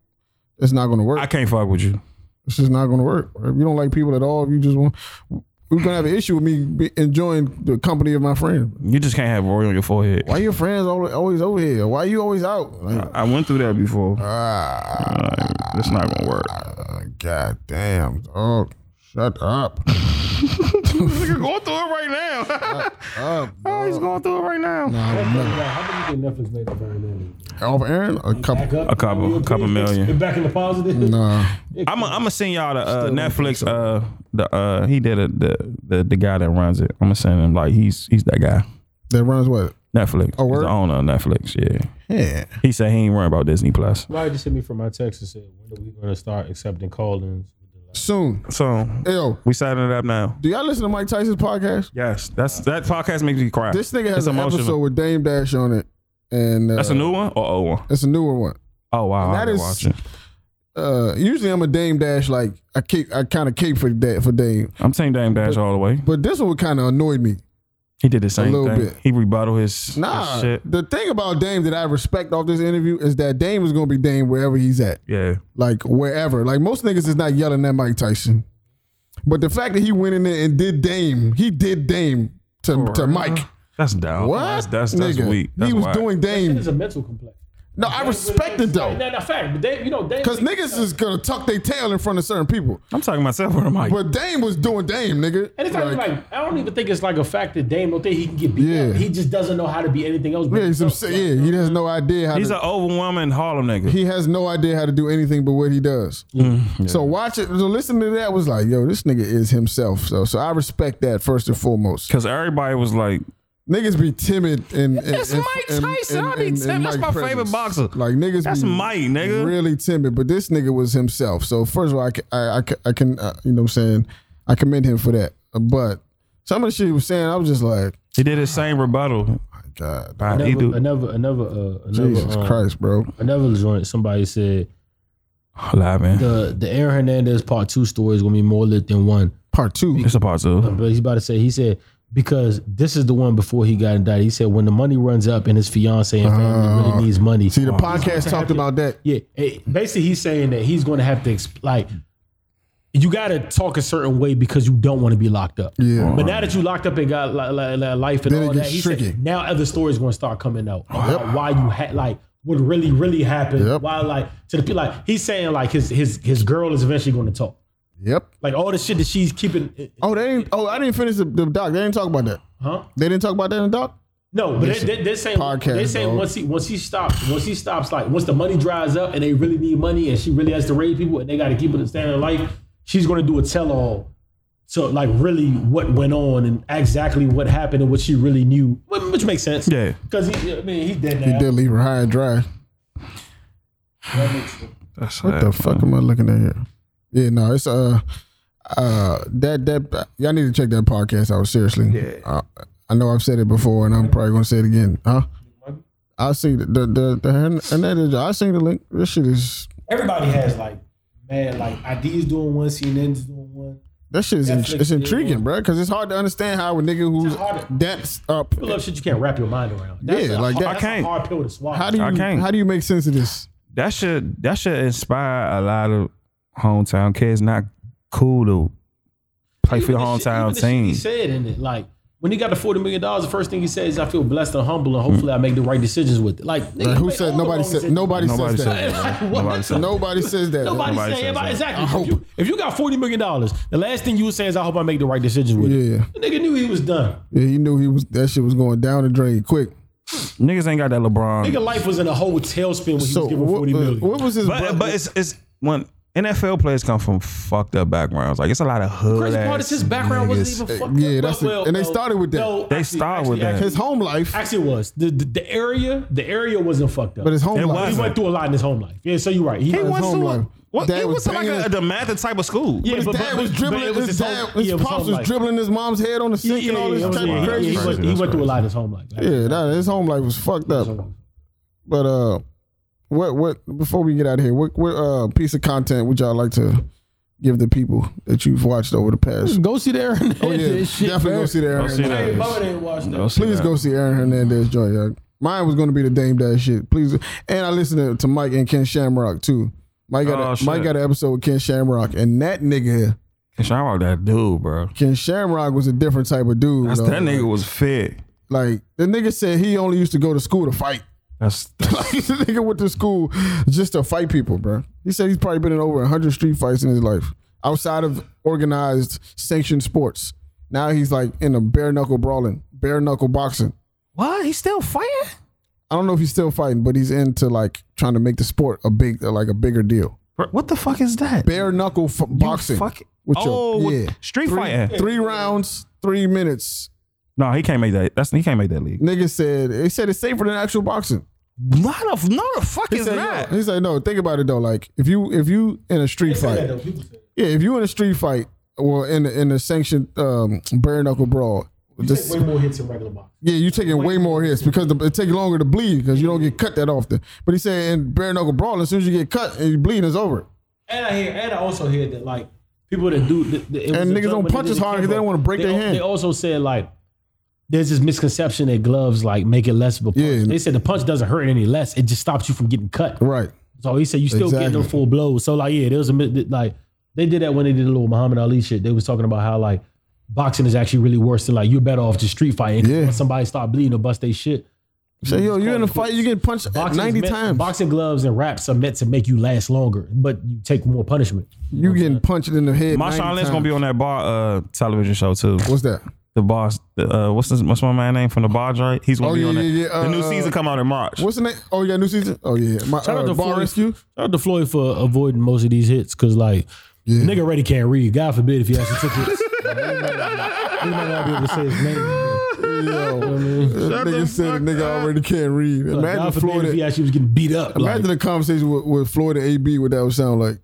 Speaker 2: it's not gonna work.
Speaker 3: I can't fuck with you.
Speaker 2: it's just not gonna work. If you don't like people at all, if you just want, we're gonna have an issue with me be enjoying the company of my friends.
Speaker 3: You just can't have Rory on your forehead.
Speaker 2: Why your friends always, always over here? Why you always out? Like,
Speaker 3: I went through that before.
Speaker 2: ah.
Speaker 3: Uh, it's not gonna work.
Speaker 2: Uh, God damn, dog. Shut up.
Speaker 3: Nigga going through it right
Speaker 2: uh,
Speaker 3: now.
Speaker 2: up.
Speaker 3: oh, he's going through it right now.
Speaker 4: How many you think Netflix made up every now
Speaker 2: Off Aaron? A couple. Mm.
Speaker 3: A couple- a couple million.
Speaker 4: Back in the positive.
Speaker 2: Nah.
Speaker 3: I'm gonna send y'all the uh, Netflix. Uh, the uh, he did a, the the the guy that runs it. I'm gonna send him like he's he's that guy.
Speaker 2: That runs what?
Speaker 3: Netflix.
Speaker 2: Oh,
Speaker 3: he's
Speaker 2: word?
Speaker 3: the owner of Netflix. Yeah,
Speaker 2: Yeah.
Speaker 3: he said he ain't worried about Disney Plus.
Speaker 4: Somebody just hit me from my text and said, "When are we going to start accepting call-ins?"
Speaker 2: Soon.
Speaker 3: So
Speaker 2: Yo,
Speaker 3: we signing it up now.
Speaker 2: do y'all listen to Mike Tyson's podcast?
Speaker 3: Yes, that's that podcast makes me cry.
Speaker 2: This nigga has
Speaker 3: It's
Speaker 2: an episode with Dame Dash on it. And uh,
Speaker 3: That's a new one or old one?
Speaker 2: It's a newer one.
Speaker 3: Oh wow,
Speaker 2: That
Speaker 3: that is
Speaker 2: is-
Speaker 3: watching.
Speaker 2: Uh, usually I'm a Dame Dash like I keep I kind of cape for that for Dame,
Speaker 3: I'm saying Dame Dash all the way.
Speaker 2: but this one kind of annoyed me.
Speaker 3: He did the same
Speaker 2: little
Speaker 3: thing.
Speaker 2: bit.
Speaker 3: He rebuttal his,
Speaker 2: Nah,
Speaker 3: his shit.
Speaker 2: the thing about Dame that I respect off this interview is that Dame is gonna be Dame wherever he's at.
Speaker 3: Yeah,
Speaker 2: like wherever. Like most niggas is not yelling at Mike Tyson, but the fact that he went in there and did Dame, he did Dame to, to Mike.
Speaker 3: that's down.
Speaker 2: What?
Speaker 3: That's that's, that's
Speaker 2: Nigga,
Speaker 3: weak. That's
Speaker 2: he was
Speaker 3: wild.
Speaker 2: doing Dame.
Speaker 4: It's a mental complex.
Speaker 2: No, I respect it though,
Speaker 4: Now, now, fact, but they, you know, they
Speaker 2: because niggas is gonna tuck their tail in front of certain people.
Speaker 3: I'm talking myself with a mic.
Speaker 2: But Dame was doing Dame, nigga.
Speaker 4: And it's not even
Speaker 2: Like,
Speaker 4: like I don't even think it's like a fact that Dame don't think he can get beat
Speaker 2: Yeah.
Speaker 4: up. He just doesn't know how to be anything else. but
Speaker 2: yeah, he's
Speaker 4: himself.
Speaker 2: upset. Yeah, he has no idea how.
Speaker 3: He's
Speaker 2: to,
Speaker 3: an overwhelming Harlem nigga.
Speaker 2: he has no idea how to do anything but what he does.
Speaker 3: Mm,
Speaker 2: So watch it. So listen to that was like, yo, this nigga is himself. So, so I respect that first and foremost.
Speaker 3: Cause everybody was like,
Speaker 2: Niggas be timid and, and
Speaker 3: It's
Speaker 2: and-
Speaker 3: Mike
Speaker 2: and-
Speaker 3: Tyson. I be
Speaker 2: and-
Speaker 3: timid.
Speaker 2: and
Speaker 3: That's
Speaker 2: Mike
Speaker 3: my favorite boxer.
Speaker 2: Like niggas,
Speaker 3: That's
Speaker 2: be
Speaker 3: Mike, nigga.
Speaker 2: Really timid, but this nigga was himself. So first of all, I can, I, I, ca- I can, uh, you know, what I'm saying, I commend him for that. But some of the shit he was saying, I was just like,
Speaker 3: he did his same rebuttal.
Speaker 2: God,
Speaker 3: Nah, he
Speaker 4: Another,
Speaker 3: do.
Speaker 4: another, another, uh, another,
Speaker 2: Jesus
Speaker 4: um,
Speaker 2: Christ, bro.
Speaker 4: another joint. Somebody said
Speaker 3: Lie, man.
Speaker 4: the the Aaron Hernandez part two story is gonna be more lit than one.
Speaker 2: Part two.
Speaker 3: It's a part two.
Speaker 4: But he's about to say he said because this is the one before he got indicted. He said when the money runs up and his fiance and family really needs money.
Speaker 2: Uh, See, the podcast talked about that.
Speaker 4: Yeah, it- basically he's saying that he's going to have to exp- like you got to talk a certain way because you don't want to be locked up.
Speaker 2: Yeah.
Speaker 4: But now that you locked up and got li- li- li- life and
Speaker 2: Then it
Speaker 4: all that,
Speaker 2: gets
Speaker 4: he said,
Speaker 2: tricky.
Speaker 4: now other stories going to start coming out about why you had like what really really happened.
Speaker 2: Yep.
Speaker 4: Why like to the people like he's saying like his his his girl is eventually going to talk
Speaker 2: Yep.
Speaker 4: like all the shit that she's keeping.
Speaker 2: Oh, they didn't. Oh, I didn't finish the, the doc. They didn't talk about that.
Speaker 4: Huh?
Speaker 2: They didn't talk about that in the doc.
Speaker 4: No, but they, they, they're saying
Speaker 2: podcast,
Speaker 4: they're saying
Speaker 2: dog.
Speaker 4: once he once he stops once he stops like once the money dries up and they really need money and she really has to raise people and they got to keep it a standard of life. She's going to do a tell all to like really what went on and exactly what happened and what she really knew, wh- which makes sense.
Speaker 3: Yeah.
Speaker 4: because he I mean he's dead now.
Speaker 2: He did leave her high and dry.
Speaker 3: That's
Speaker 2: What the fuck am I looking at here? Yeah, no, it's uh, uh, that that y'all need to check that podcast out seriously. Yeah, uh, I know I've said it before, and I'm probably gonna say it again. Huh? I see the the the, the Hernandez. I seen the link. This shit is
Speaker 4: Everybody has like man, like ID's doing one, CNN's doing one.
Speaker 2: That shit is in,
Speaker 4: Netflix
Speaker 2: it's
Speaker 4: did
Speaker 2: intriguing,
Speaker 4: one.
Speaker 2: bro, because it's hard to understand how a nigga who's
Speaker 4: It's harder.
Speaker 2: that's up.
Speaker 4: People love shit you can't wrap your mind around.
Speaker 2: Yeah, like that-
Speaker 4: That's
Speaker 3: I can't.
Speaker 4: a hard pill to swallow.
Speaker 2: How do you
Speaker 3: I can't.
Speaker 2: how do you make sense of this?
Speaker 3: That should that should inspire a lot of hometown kids. Not cool to play for your
Speaker 4: Even the shit- even
Speaker 3: hometown
Speaker 4: the shit He
Speaker 3: team.
Speaker 4: said in it, like when he got the forty million dollars, the first thing he said is, "I feel blessed and humble, and hopefully I make the right decisions with it." Like, nigga,
Speaker 2: Like, who
Speaker 4: you made all
Speaker 2: said
Speaker 4: the
Speaker 2: nobody
Speaker 4: wrong
Speaker 2: said
Speaker 4: decisions.
Speaker 2: nobody
Speaker 3: Nobody
Speaker 2: says that.
Speaker 3: said that.
Speaker 4: What?
Speaker 3: Nobody said that.
Speaker 2: Nobody says that.
Speaker 4: Nobody,
Speaker 3: Nobody
Speaker 4: say
Speaker 3: says
Speaker 4: about
Speaker 3: that.
Speaker 4: exactly.
Speaker 2: I
Speaker 4: If you,
Speaker 2: hope.
Speaker 4: if you got forty million dollars, the last thing you would say is, "I hope I make the right decisions with it."
Speaker 2: Yeah,
Speaker 4: The nigga knew he was done.
Speaker 2: yeah. He knew he was that shit was going down the drain quick.
Speaker 3: Niggas ain't got that LeBron.
Speaker 4: Nigga, life was in a whole tailspin when he
Speaker 2: So
Speaker 4: was given
Speaker 2: what,
Speaker 4: forty
Speaker 2: uh,
Speaker 4: million.
Speaker 2: what was his?
Speaker 3: But
Speaker 2: brother-
Speaker 3: but it's it's when NFL players come from fucked up backgrounds. Like it's a lot of hood.
Speaker 4: Crazy part
Speaker 3: ass
Speaker 4: is his background
Speaker 3: niggas.
Speaker 4: wasn't even fucked
Speaker 2: yeah,
Speaker 4: up.
Speaker 2: that's the- and they started with that.
Speaker 3: They started with that.
Speaker 2: his home life,
Speaker 4: Actually, it was the, the the area. The area wasn't fucked up.
Speaker 2: but his home
Speaker 3: It
Speaker 2: life.
Speaker 4: he went through a lot in his home life. Yeah, so you're right. He,
Speaker 3: He
Speaker 2: his
Speaker 3: went
Speaker 2: home
Speaker 3: to
Speaker 2: life.
Speaker 3: a, what,
Speaker 2: Dad
Speaker 3: he
Speaker 2: was
Speaker 3: was to like
Speaker 2: banging-
Speaker 3: a, a Dematha type of school.
Speaker 4: Yeah,
Speaker 2: His
Speaker 4: but-
Speaker 2: dad
Speaker 4: but-
Speaker 2: was
Speaker 4: but
Speaker 2: dribbling.
Speaker 4: it
Speaker 2: His
Speaker 4: was his
Speaker 2: dad,
Speaker 4: home-
Speaker 2: his
Speaker 4: yeah, it was
Speaker 2: pops
Speaker 4: home
Speaker 2: was
Speaker 4: life.
Speaker 2: dribbling his mom's head on the
Speaker 4: Yeah,
Speaker 2: sink and all
Speaker 4: yeah,
Speaker 2: this
Speaker 4: yeah,
Speaker 2: type
Speaker 4: yeah,
Speaker 2: of
Speaker 4: yeah,
Speaker 2: crazy.
Speaker 4: he
Speaker 2: shit.
Speaker 4: went, he went through a lot in his home life. Like,
Speaker 2: Yeah, that, his home life was fucked up. But uh, what what before we get out of here, what what uh piece of content would y'all like to give the people that you've watched over the past?
Speaker 4: Go see the Aaron.
Speaker 2: Oh yeah, definitely go see the Aaron.
Speaker 3: Don't see
Speaker 2: Hernandez.
Speaker 3: that.
Speaker 2: Please go see Aaron Hernandez joint. Y'all. Mine was going to be the Dame Dash shit. Please, and I listened to, to Mike and Ken Shamrock too. Mike got
Speaker 3: Oh,
Speaker 2: a,
Speaker 3: shit.
Speaker 2: Mike got an episode with Ken Shamrock, and that nigga
Speaker 3: Shout out that dude, bro.
Speaker 2: Ken Shamrock was a different type of dude.
Speaker 3: That's,
Speaker 2: though.
Speaker 3: that nigga was fit.
Speaker 2: Like the nigga said, he only used to go to school to fight.
Speaker 3: That's, that's
Speaker 2: Like the nigga went to school just to fight people, bro. He said he's probably been in over hundred street fights in his life outside of organized sanctioned sports. Now he's like in a bare knuckle brawling, bare knuckle boxing.
Speaker 3: what? He's still fighting.
Speaker 2: I don't know if he's still fighting, but he's into like trying to make the sport a big, like a bigger deal.
Speaker 3: Bro, What the fuck is that?
Speaker 2: Bare knuckle f- boxing.
Speaker 3: fuck-
Speaker 2: with
Speaker 3: oh,
Speaker 2: your,
Speaker 3: with-
Speaker 2: yeah.
Speaker 3: street
Speaker 2: three,
Speaker 3: fighting.
Speaker 2: Three rounds, three minutes.
Speaker 3: No, he can't make that. That's he can't make that league.
Speaker 2: Nigga said they said it's safer than actual boxing.
Speaker 3: Not a no the fuck
Speaker 2: He
Speaker 3: is
Speaker 2: said,
Speaker 3: that?
Speaker 2: yo- he said, no. Think about it though. Like if you if you in a street fight, yeah, if you in a street fight or in a- in a sanctioned um, bare knuckle brawl, just
Speaker 4: Way more hits in regular box.
Speaker 2: Yeah, you're taking way more hits because the, it take longer to bleed because you don't get cut that often. But he said in bare knuckle brawl, as soon as you get cut and you bleed, it's over.
Speaker 4: And I hear, and I also hear that like people that do, that, that it was
Speaker 2: And
Speaker 4: a
Speaker 2: niggas
Speaker 4: joke
Speaker 2: don't
Speaker 4: when
Speaker 2: punch
Speaker 4: did
Speaker 2: as
Speaker 4: the
Speaker 2: hard 'cause they don't
Speaker 4: kickball.
Speaker 2: wanna break
Speaker 4: They
Speaker 2: their
Speaker 4: al-
Speaker 2: hand.
Speaker 4: They also said like there's this misconception that gloves like make it less of a punch.
Speaker 2: Yeah.
Speaker 4: They said the punch doesn't hurt any less; it just stops you from getting cut.
Speaker 2: Right.
Speaker 4: So he said you still getting
Speaker 2: Exactly.
Speaker 4: them full blows. So like yeah, there was a mi- that, like they did that when they did a little Muhammad Ali shit. They was talking about how like boxing is actually really worse than like you're better off just street fighting. 'cause
Speaker 2: Yeah.
Speaker 4: Once somebody start bleeding or bust they shit.
Speaker 2: So yo, you're in a fight, you get punched
Speaker 4: Boxing is
Speaker 2: 90
Speaker 4: meant-
Speaker 2: times.
Speaker 4: Boxing gloves and wraps are meant to make you last longer, but you take more punishment.
Speaker 2: you getting punched in the head.
Speaker 3: Marshawn
Speaker 2: 90
Speaker 3: Lynch gonna
Speaker 2: times.
Speaker 3: be on that bar uh, television show too.
Speaker 2: What's that?
Speaker 3: The boss, the, uh, what's this, what's my man name from the bar joint? He's gonna
Speaker 2: Oh,
Speaker 3: be
Speaker 2: yeah,
Speaker 3: on that.
Speaker 2: yeah, yeah. Uh,
Speaker 3: the new
Speaker 2: uh,
Speaker 3: season come out in March.
Speaker 2: What's the name? Oh, yeah, new season. Oh yeah, my
Speaker 4: Shout out
Speaker 2: uh,
Speaker 4: to
Speaker 2: bar
Speaker 4: Floyd.
Speaker 2: rescue.
Speaker 4: Shout out to Floyd for avoiding most of these hits because, like, nigga already can't read. God forbid if he has some tickets. he might not be able to say his name.
Speaker 2: Yo, that nigga said the nigga already can't read.
Speaker 4: Like,
Speaker 2: Imagine
Speaker 4: God forbid if he
Speaker 2: Florida.
Speaker 4: actually was getting beat up. Like,
Speaker 2: Imagine the conversation with, with Florida AB. What that would sound like.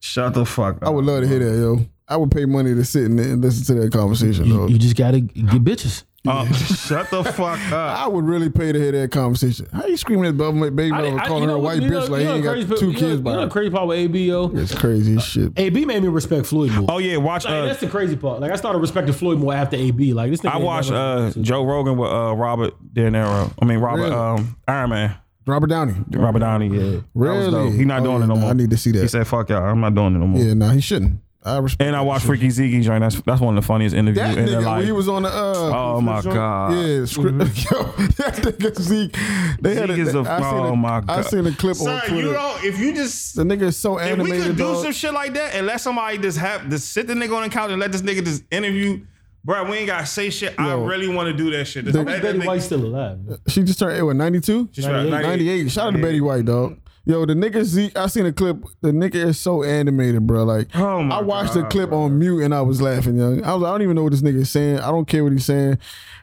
Speaker 3: Shut the fuck up.
Speaker 2: I would love to hear that, yo. I would pay money to sit and, and listen to that conversation,
Speaker 4: you,
Speaker 2: though.
Speaker 4: you just gotta get bitches.
Speaker 3: Uh, shut the fuck up.
Speaker 2: I would really pay to hear that conversation. How you screaming at Bubba Baby Mama calling her a white bitch like he ain't got two kids by
Speaker 4: You know,
Speaker 2: her?
Speaker 4: the crazy part with AB, yo.
Speaker 2: It's crazy as shit.
Speaker 4: AB made me respect Floyd more.
Speaker 3: Oh yeah, watch.
Speaker 4: Like,
Speaker 3: Uh,
Speaker 4: that's the crazy part. Like, I started respecting Floyd more after AB. Like, this nigga
Speaker 3: I
Speaker 4: ain't
Speaker 3: watched
Speaker 4: never-
Speaker 3: uh, Joe Rogan with uh, Robert De Niro. I mean Robert
Speaker 2: Really?
Speaker 3: um, Iron Man.
Speaker 2: Robert Downey.
Speaker 3: Robert Downey. Yeah, That was
Speaker 2: Really?
Speaker 3: dope. He not
Speaker 2: Oh,
Speaker 3: doing
Speaker 2: yeah,
Speaker 3: it no
Speaker 2: nah,
Speaker 3: more.
Speaker 2: I need to see that.
Speaker 3: He said, "Fuck y'all, I'm not doing it no more."
Speaker 2: Yeah, nah, he shouldn't. I respect
Speaker 3: And I watched Freaky Ziggy joint. That's that's one of the funniest interviews
Speaker 2: that
Speaker 3: in their
Speaker 2: nigga when
Speaker 3: life.
Speaker 2: he was on the. Uh,
Speaker 3: oh my god. Mm-hmm.
Speaker 2: yeah, script. Yo, that nigga Zeke. They had
Speaker 3: Zeke is a-
Speaker 2: I seen
Speaker 3: oh my
Speaker 2: I
Speaker 3: God.
Speaker 2: seen a clip on
Speaker 3: Sir,
Speaker 2: Twitter.
Speaker 3: you don't. If you just
Speaker 2: the nigga is so
Speaker 3: if we
Speaker 2: animated.
Speaker 3: could do
Speaker 2: dog.
Speaker 3: some shit like that and let somebody just have just sit the nigga on the couch and let this nigga just interview, bro. We ain't gotta say shit. I really want to do that shit. Just
Speaker 2: The-
Speaker 3: let that
Speaker 4: Betty
Speaker 3: nigga-
Speaker 4: White's still alive. man.
Speaker 2: She just turned eh, what ninety two.
Speaker 3: She's right, 98.
Speaker 2: 98. Shout out to Betty White, dog. Yo, the nigga Zeke, I seen a clip. The nigga is so animated, bro. Like,
Speaker 3: Oh my
Speaker 2: I watched the
Speaker 3: God,
Speaker 2: clip on mute and I was laughing, yo. I, was, I don't even know what this nigga is saying. I don't care what he's saying.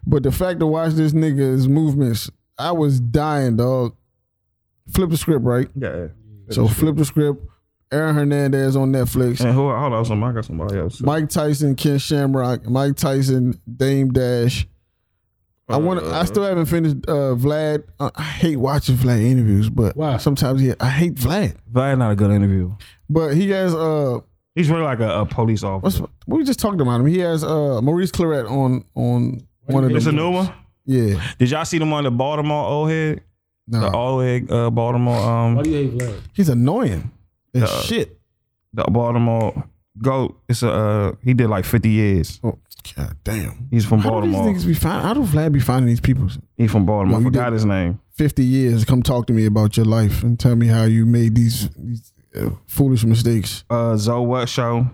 Speaker 2: But the fact to watch this nigga's movements, I was dying, dog. Flip the script, right?
Speaker 3: Yeah.
Speaker 2: So flip the script. Aaron Hernandez on Netflix.
Speaker 3: And who? Hold on, somebody I got somebody else.
Speaker 2: Mike Tyson, Ken Shamrock, Mike Tyson, Dame Dash, I want.
Speaker 3: Uh-huh.
Speaker 2: I still haven't finished uh, Vlad. Uh, I hate watching Vlad interviews, but
Speaker 4: Why?
Speaker 2: sometimes he, I hate Vlad.
Speaker 3: Vlad not a good interview.
Speaker 2: But he has. Uh,
Speaker 3: He's really like a, a police
Speaker 2: what's
Speaker 3: officer.
Speaker 2: we were just talking about him? He has uh, Maurice Claret on on one of
Speaker 3: It's a
Speaker 2: them.
Speaker 3: new one.
Speaker 2: Yeah,
Speaker 3: Did y'all see the one the Baltimore old head? The
Speaker 2: no,
Speaker 3: old head uh, Baltimore
Speaker 4: Why
Speaker 3: um
Speaker 4: do you hate Vlad?
Speaker 2: he's annoying. as
Speaker 3: Uh,
Speaker 2: shit.
Speaker 3: the Baltimore goat. It's a uh, he did like fifty years.
Speaker 2: Oh, God damn.
Speaker 3: He's from
Speaker 2: How do these
Speaker 3: Baltimore.
Speaker 2: niggas be find? How do Vlad be finding these people?
Speaker 3: He's from Baltimore. I
Speaker 2: Well, you
Speaker 3: forgot
Speaker 2: did-
Speaker 3: his name.
Speaker 2: Fifty years. Come talk to me about your life and tell me how you made these, these uh, foolish mistakes.
Speaker 3: uh Zoe What show.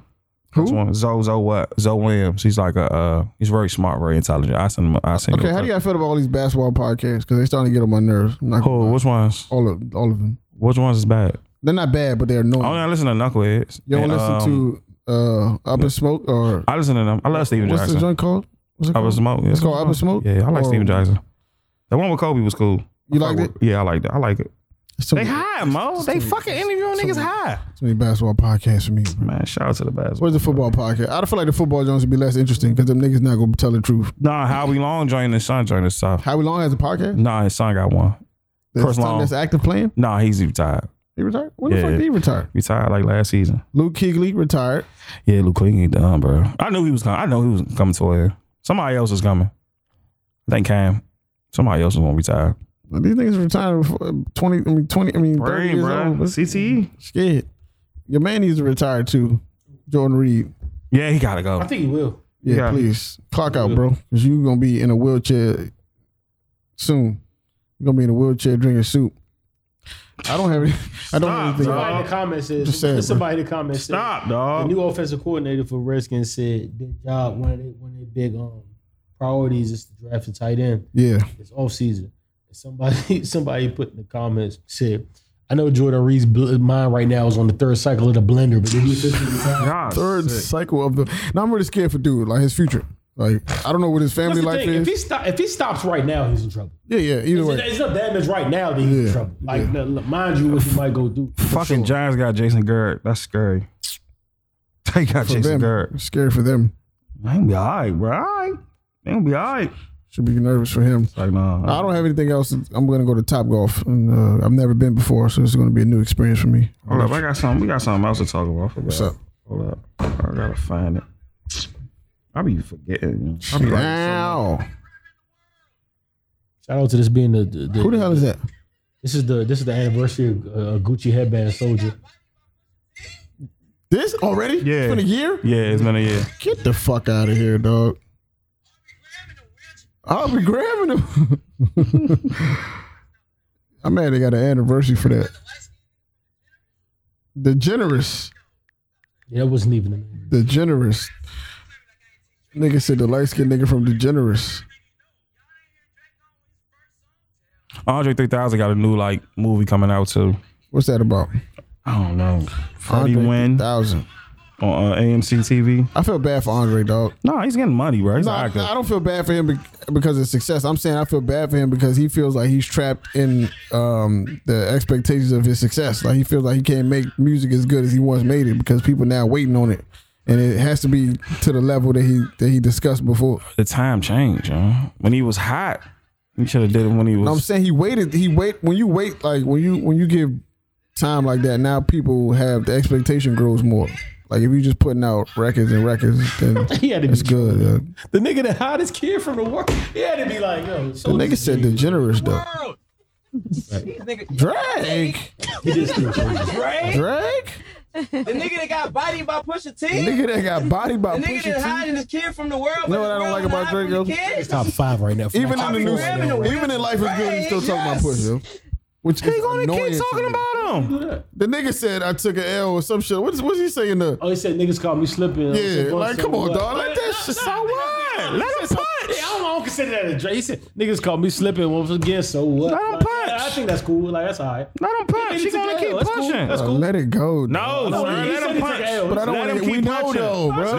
Speaker 3: Who? One. Zoe Zoe What Zoe Williams. He's like a uh, he's very smart, very intelligent. I seen him. I seen
Speaker 2: Okay,
Speaker 3: him.
Speaker 2: how do y'all feel about all these basketball podcasts? Because they starting to get on my nerves. I'm not gonna
Speaker 3: Oh,
Speaker 2: lie.
Speaker 3: which ones?
Speaker 2: all of all of them.
Speaker 3: Which ones is bad?
Speaker 2: They're not bad, but they're annoying.
Speaker 3: I don't listen to Knuckleheads.
Speaker 2: you don't
Speaker 3: And,
Speaker 2: listen
Speaker 3: um,
Speaker 2: to uh, Up in Smoke or
Speaker 3: I listen to them. I love Steven
Speaker 2: what's the
Speaker 3: um, Jackson.
Speaker 2: joint called? What's it
Speaker 3: I
Speaker 2: called?
Speaker 3: was smoke. Yeah.
Speaker 2: It's called Up in Smoke.
Speaker 3: Yeah, I like
Speaker 2: Or-
Speaker 3: Steven Jackson. The one with Kobe was cool.
Speaker 2: You
Speaker 3: I
Speaker 2: liked
Speaker 3: fuck
Speaker 2: it?
Speaker 3: with- Yeah, I liked it. I like it.
Speaker 2: It's too
Speaker 3: They
Speaker 2: many-
Speaker 3: high, Mo. They fucking interviewing niggas high.
Speaker 2: too many basketball podcasts for me. bro.
Speaker 3: Man, shout out to the basketball.
Speaker 2: Where's the football podcast? I don't feel like the football joints would be less interesting because them niggas not gonna tell the truth.
Speaker 3: Nah, Howie Long joined his son joined his top.
Speaker 2: Howie Long has a podcast.
Speaker 3: Nah, his son got one.
Speaker 2: That's
Speaker 3: Chris
Speaker 2: something
Speaker 3: Long.
Speaker 2: that's active playing.
Speaker 3: Nah, he's retired.
Speaker 2: He retired. When the
Speaker 3: Yeah.
Speaker 2: fuck did he retire?
Speaker 3: Retired like last season.
Speaker 2: Luke Keegley retired.
Speaker 3: Yeah, Luke Clinton ain't done, bro. I knew he was coming. I know he was coming to here. Somebody else was coming. I think Cam. Somebody else was gonna retire.
Speaker 2: These niggas retired before uh, twenty. I mean twenty. I mean thirty years old. That's
Speaker 3: CTE.
Speaker 2: Scared. Your man needs to retire too. Jordan Reed.
Speaker 3: Yeah, he gotta go.
Speaker 4: I think he will.
Speaker 2: Yeah,
Speaker 3: Yeah.
Speaker 2: please clock out, bro. Cause you gonna be in a wheelchair soon. You're gonna be in a wheelchair drinking soup. I don't have. Any, I don't have anything.
Speaker 4: Somebody in the comments
Speaker 2: Just
Speaker 4: says.
Speaker 2: saying,
Speaker 4: somebody in the comments said-
Speaker 3: Stop,
Speaker 4: The
Speaker 3: dog.
Speaker 4: new offensive coordinator for Redskins said their job, one of their one of their big um priorities is to draft a tight end.
Speaker 2: Yeah,
Speaker 4: It's off season. Somebody somebody put in the comments said, I know Jordan Reed's bl- mind right now is on the third cycle of the blender, but did he officially retire?
Speaker 3: God,
Speaker 2: third
Speaker 3: sick.
Speaker 2: cycle of the. Now I'm really scared for dude. Like his future. Like I don't know what his
Speaker 4: That's
Speaker 2: family
Speaker 4: the
Speaker 2: life
Speaker 4: thing.
Speaker 2: is.
Speaker 4: If he, stop, if he stops right now, he's in trouble.
Speaker 2: yeah, yeah. Either
Speaker 4: It's,
Speaker 2: way,
Speaker 4: it's not damage right now that he's
Speaker 2: Yeah.
Speaker 4: in trouble. Like, now, look, mind you, what he might go do.
Speaker 3: Fucking Giants got Jason Garrett. That's scary. They got
Speaker 2: for
Speaker 3: Jason
Speaker 2: them,
Speaker 3: Garrett.
Speaker 2: scared for them.
Speaker 3: They gonna be all right, bro. All right. They gonna be all right.
Speaker 2: Should be nervous for him.
Speaker 3: Like, nah.
Speaker 2: I don't have anything else. I'm gonna go to Top Golf, and uh, I've never been before, so it's gonna be a new experience for me.
Speaker 3: Hold up, I got something. We got something else to talk about. I forgot.
Speaker 2: What's up?
Speaker 3: Hold up. I gotta find it. I be forgetting. I be like,
Speaker 2: Wow.
Speaker 4: Shout out to this being the, the, the
Speaker 2: Who the hell is that?
Speaker 4: this is the this is the anniversary of uh, Gucci headband soldier.
Speaker 2: This already?
Speaker 3: Yeah.
Speaker 2: It's been a year?
Speaker 3: yeah, it's been a year.
Speaker 2: Get the fuck out of here, dog. I'll be grabbing him. I'm mad they got an anniversary for that. The generous.
Speaker 4: Yeah, that wasn't even the name.
Speaker 2: The generous. Nigga said the light skinned nigga from the generous.
Speaker 3: Andre 3000 got a new like movie coming out too.
Speaker 2: What's that about?
Speaker 3: I don't know. Freddie Wynn on
Speaker 2: Thousand.
Speaker 3: uh, AMC TV.
Speaker 2: I feel bad for Andre, dog.
Speaker 3: No, he's getting money, right? He's
Speaker 2: No,
Speaker 3: an
Speaker 2: I,
Speaker 3: actor.
Speaker 2: I don't feel bad for him bec- because of success. I'm saying I feel bad for him because he feels like he's trapped in um, the expectations of his success. Like he feels like he can't make music as good as he once made it because people now waiting on it, and it has to be to the level that he that he discussed before.
Speaker 3: the time changed, huh? When he was hot, he should have did it when he
Speaker 2: I'm
Speaker 3: was.
Speaker 2: saying he waited. He wait when you wait like when you when you give time like that. Now people have the expectation grows more. Like if you just putting out records and records, then
Speaker 4: He had to
Speaker 2: it's
Speaker 4: be
Speaker 2: good. yeah.
Speaker 4: The nigga that hide his kid from the world. He had to be like, yo,
Speaker 2: The nigga said the generous though. Drake. Drake?
Speaker 1: The nigga that got bodied by Pusha T.
Speaker 2: Nigga that got body by
Speaker 1: the nigga
Speaker 2: Pusha
Speaker 1: that's
Speaker 2: T.
Speaker 1: hiding his kid from the world.
Speaker 2: You
Speaker 1: but
Speaker 2: know what I
Speaker 1: the
Speaker 2: don't like
Speaker 1: world's
Speaker 2: about
Speaker 1: not hiding
Speaker 2: Draco?
Speaker 1: the kid.
Speaker 4: top five right now.
Speaker 2: Even in the
Speaker 1: Bobby
Speaker 2: news,
Speaker 1: Brown and the
Speaker 2: even in life is good, you still talking
Speaker 1: Yes.
Speaker 2: about Pusha. Which is
Speaker 3: Gonna
Speaker 2: annoying
Speaker 3: keep
Speaker 2: to
Speaker 3: talking
Speaker 2: me.
Speaker 3: about him.
Speaker 2: The nigga said I took an L or some shit. What's what's he saying? The
Speaker 4: Oh, he said niggas caught me slipping.
Speaker 2: yeah, like come on, dog, let that shit.
Speaker 3: So what? Let him
Speaker 4: Yeah, I
Speaker 3: punch.
Speaker 4: don't, I don't consider that a Drake. He said niggas caught me slipping once again. So what?
Speaker 3: Let him punch.
Speaker 4: I think that's cool. Like that's all right.
Speaker 3: Let him punch. She gonna keep
Speaker 4: That's cool.
Speaker 3: punching.
Speaker 4: That's cool.
Speaker 2: Let it go.
Speaker 3: No,
Speaker 4: No,
Speaker 3: sir,
Speaker 4: he
Speaker 3: let
Speaker 4: said
Speaker 3: him
Speaker 4: he took
Speaker 3: punch.
Speaker 4: a L.
Speaker 2: But I don't
Speaker 3: let
Speaker 2: wanna-
Speaker 3: him keep
Speaker 2: we know
Speaker 3: punching.
Speaker 2: though, bro.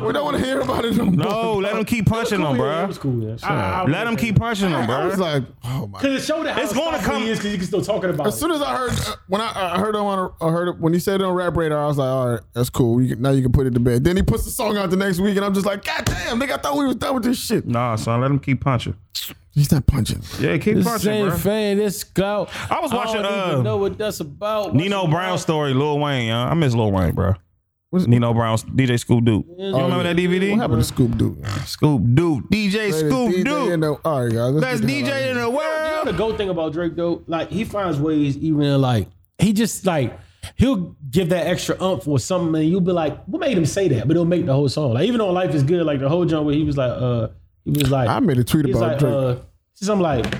Speaker 3: No,
Speaker 2: we don't want to hear about it no more.
Speaker 3: no, let him keep punching them,
Speaker 4: It
Speaker 3: bro.
Speaker 4: was cool. Yeah.
Speaker 3: Let him keep punching them,
Speaker 2: I was
Speaker 3: bro.
Speaker 2: like, oh my.
Speaker 4: Because it showed that how
Speaker 3: Ah, It's gonna
Speaker 4: responsible
Speaker 3: come-
Speaker 4: he is because you can still talking about
Speaker 2: As
Speaker 4: it.
Speaker 2: soon as I heard uh, when I, I heard on I heard it, when he said it on Rap Radar, I was like, all right, that's cool. You can, now you can put it to bed. Then he puts the song out the next week, and I'm just like, god damn, nigga, I thought we was done with this shit.
Speaker 3: Nah, son, let him keep punching.
Speaker 2: He's not punching.
Speaker 3: Yeah, keep punching, bro.
Speaker 4: fan, this clout.
Speaker 3: I was watching, uh,
Speaker 4: what that's about.
Speaker 3: Nino Brown story, Lil Wayne. Yo. I miss Lil Wayne, bro.
Speaker 2: What's-
Speaker 3: Nino Brown, DJ Scoop Dude. You
Speaker 2: Oh,
Speaker 3: remember
Speaker 2: yeah.
Speaker 3: that DVD?
Speaker 2: What happened to Scoop Dude?
Speaker 3: Scoop Dude, DJ Scoop
Speaker 2: In
Speaker 3: Dude,
Speaker 2: the, all right, guys. Let's get
Speaker 3: best
Speaker 2: the hell out of
Speaker 3: DJ in the
Speaker 4: You know
Speaker 3: world.
Speaker 4: the goat thing about Drake though, like he finds ways even in like he just like he'll give that extra umph or something, and you'll be like, "What made him say that?" But it'll make the whole song. Like even on Life Is Good, like the whole joint where he was like, "Uh, he was like,
Speaker 2: here. I made a tweet
Speaker 4: he's
Speaker 2: about
Speaker 4: like,
Speaker 2: Drake.
Speaker 4: uh, something like."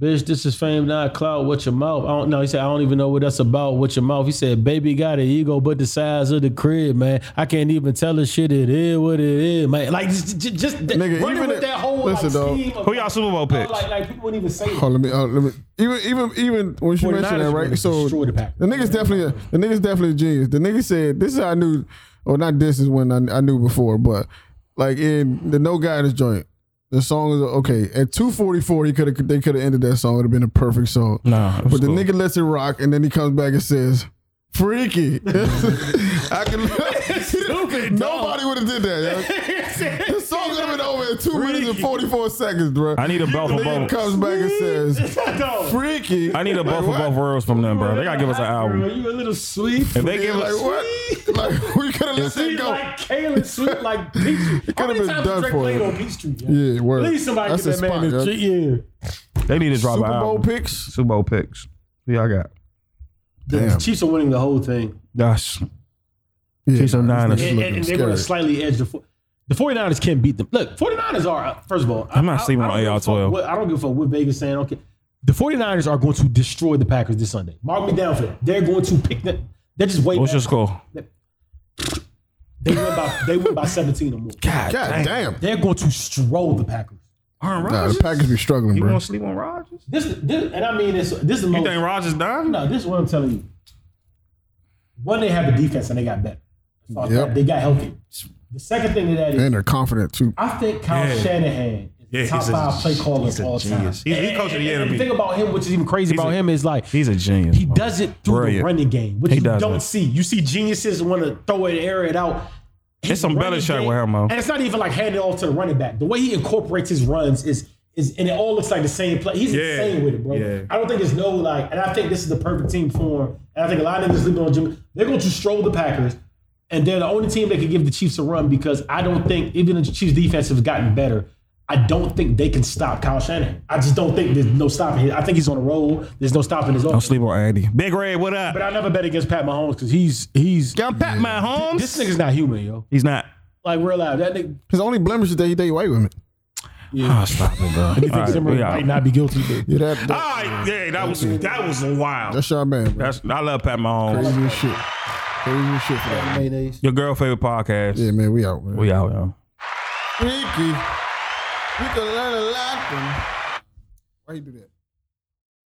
Speaker 4: Bitch, this is fame, not clout. What your mouth? I don't know. He said, I don't even know what that's about. What your mouth? He said, baby got an ego, but the size of the crib, man. I can't even tell her shit. It is what it is, man. Like just, just, just
Speaker 2: Nigga,
Speaker 4: running
Speaker 2: even
Speaker 4: with
Speaker 2: if-
Speaker 4: that whole
Speaker 2: listen,
Speaker 4: like,
Speaker 2: dog.
Speaker 4: scheme of-
Speaker 3: Who y'all Super Bowl picks?
Speaker 4: Like, like people wouldn't even say.
Speaker 2: Oh, let me, oh, let me. Even, even, even when you
Speaker 4: 49ers
Speaker 2: mentioned that,
Speaker 4: really
Speaker 2: right? So
Speaker 4: destroyed the Packers.
Speaker 2: the niggas definitely, a, the niggas definitely a genius. The nigga said, "This is how I knew," or not. This is when I, I knew before, but like in the No Guidance joint, the song is okay. At two forty four, he could have, they could have ended that song. It'd have been a perfect song.
Speaker 3: Nah, it was
Speaker 2: but the
Speaker 3: cool.
Speaker 2: nigga lets it rock, and then he comes back and says. Freaky, I can. Nobody would have did that. yo. The song would have been over in two minutes and forty four seconds, bro.
Speaker 3: I need a belt for
Speaker 2: Nigga
Speaker 3: both.
Speaker 2: comes back and says,
Speaker 4: No.
Speaker 2: freaky.
Speaker 3: I need a belt for
Speaker 2: what?
Speaker 3: both worlds from them, bro. They gotta give us an album.
Speaker 4: You a little sweet.
Speaker 3: If they
Speaker 2: Yeah,
Speaker 3: give
Speaker 2: like
Speaker 3: us,
Speaker 2: what? Like we could have let that
Speaker 4: Sweet
Speaker 2: go.
Speaker 4: like Kalen, sweet like Peachtree. How
Speaker 2: could've
Speaker 4: many
Speaker 2: been
Speaker 4: times has
Speaker 2: done
Speaker 4: Drake
Speaker 2: for
Speaker 4: played
Speaker 2: it.
Speaker 4: on Peachtree? yo?
Speaker 2: yeah, word.
Speaker 4: Please somebody
Speaker 2: That's
Speaker 4: get
Speaker 2: a
Speaker 4: that man
Speaker 2: spot,
Speaker 4: his
Speaker 2: yo.
Speaker 4: G. Yeah.
Speaker 3: they need to drop
Speaker 2: Super
Speaker 3: an
Speaker 2: Bowl
Speaker 3: album.
Speaker 2: picks.
Speaker 3: Super Bowl picks. Who y'all got?
Speaker 4: The Chiefs are winning the whole thing.
Speaker 3: Gosh,
Speaker 2: Yeah,
Speaker 3: Chiefs and
Speaker 2: man, this nigga's
Speaker 3: Niners.
Speaker 4: And, and-
Speaker 2: looking
Speaker 4: and they're going to
Speaker 2: scary.
Speaker 4: slightly edge the. Four- the 49ers can beat them. Look, 49ers are, uh, first of all,
Speaker 3: I'm not sleeping on
Speaker 4: don't give a fuck
Speaker 3: AR-12.
Speaker 4: what- I don't give a fuck what Vegas saying. Okay. The 49ers are going to destroy the Packers this Sunday. Mark me down for that. They're going to pick them. They're just waiting.
Speaker 3: what's your score?
Speaker 4: They win by, they win by 17 or more.
Speaker 3: God,
Speaker 2: God damn.
Speaker 4: They're going to stroll the Packers.
Speaker 3: Aaron
Speaker 2: Nah,
Speaker 3: Rodgers.
Speaker 2: the Packers be struggling,
Speaker 3: you
Speaker 2: bro.
Speaker 3: gonna sleep on Rodgers?
Speaker 4: This, this and I mean this. This is the
Speaker 3: You
Speaker 4: most.
Speaker 3: think Rodgers done?
Speaker 4: no, this is what I'm telling you. One, they have a defense and they got better. So I-
Speaker 2: Yep.
Speaker 4: They got healthy. The second thing to that is,
Speaker 2: And they're confident too.
Speaker 4: I think Kyle
Speaker 3: Yeah.
Speaker 4: Shanahan is
Speaker 3: Yeah,
Speaker 4: the top
Speaker 3: he's a-
Speaker 4: five play caller
Speaker 3: he's
Speaker 4: of
Speaker 3: a
Speaker 4: all
Speaker 3: genius.
Speaker 4: time.
Speaker 3: He's- he
Speaker 4: And-
Speaker 3: coached
Speaker 4: and-
Speaker 3: the
Speaker 4: and
Speaker 3: enemy.
Speaker 4: The thing about him, which is even crazy
Speaker 3: He's
Speaker 4: about
Speaker 3: a-
Speaker 4: him, is like
Speaker 3: He's a genius.
Speaker 4: he does it through the
Speaker 3: Brilliant.
Speaker 4: running game, which
Speaker 3: He
Speaker 4: you
Speaker 3: does
Speaker 4: don't
Speaker 3: it.
Speaker 4: see. You see geniuses want to throw it, air it out. His
Speaker 3: some
Speaker 4: running
Speaker 3: Belichick
Speaker 4: game-
Speaker 3: with him, though.
Speaker 4: And it's not even like handing it off to the running back. The way he incorporates his runs is is and it all looks like the same play. He's
Speaker 3: Yeah.
Speaker 4: insane with it, bro.
Speaker 3: Yeah.
Speaker 4: I don't think there's no like, and I think this is the perfect team for him. And I think a lot of niggas sleeping on Jimmy. They're going to stroll the Packers, and they're the only team that can give the Chiefs a run because I don't think even the Chiefs defense has gotten better. I don't think they can stop Kyle Shanahan. I just don't think there's no stopping him. I think he's on a roll. There's no stopping his
Speaker 3: Don't
Speaker 4: offense.
Speaker 3: sleep on Andy. Big Red, what up?
Speaker 4: But I never bet against Pat Mahomes because he's he's
Speaker 3: Y'all Pat my homes.
Speaker 4: this nigga's not human, yo.
Speaker 3: He's not.
Speaker 4: Like real life, that nigga
Speaker 2: His only blemish is that he date white women.
Speaker 3: Oh, stop it, bro. All right,
Speaker 4: Zimmer
Speaker 3: we out.
Speaker 4: might not be guilty. But
Speaker 2: Yeah, that, that,
Speaker 3: All right, yeah, that was that was wild.
Speaker 2: that's your man, bro.
Speaker 3: That's I love Pat Mahomes.
Speaker 2: Crazy as shit. Crazy as shit for that. man.
Speaker 3: Your girl favorite podcast.
Speaker 2: Yeah, man, we out, man.
Speaker 3: We out, yo.
Speaker 2: Freaky. We can learn a lot from. Why you do that?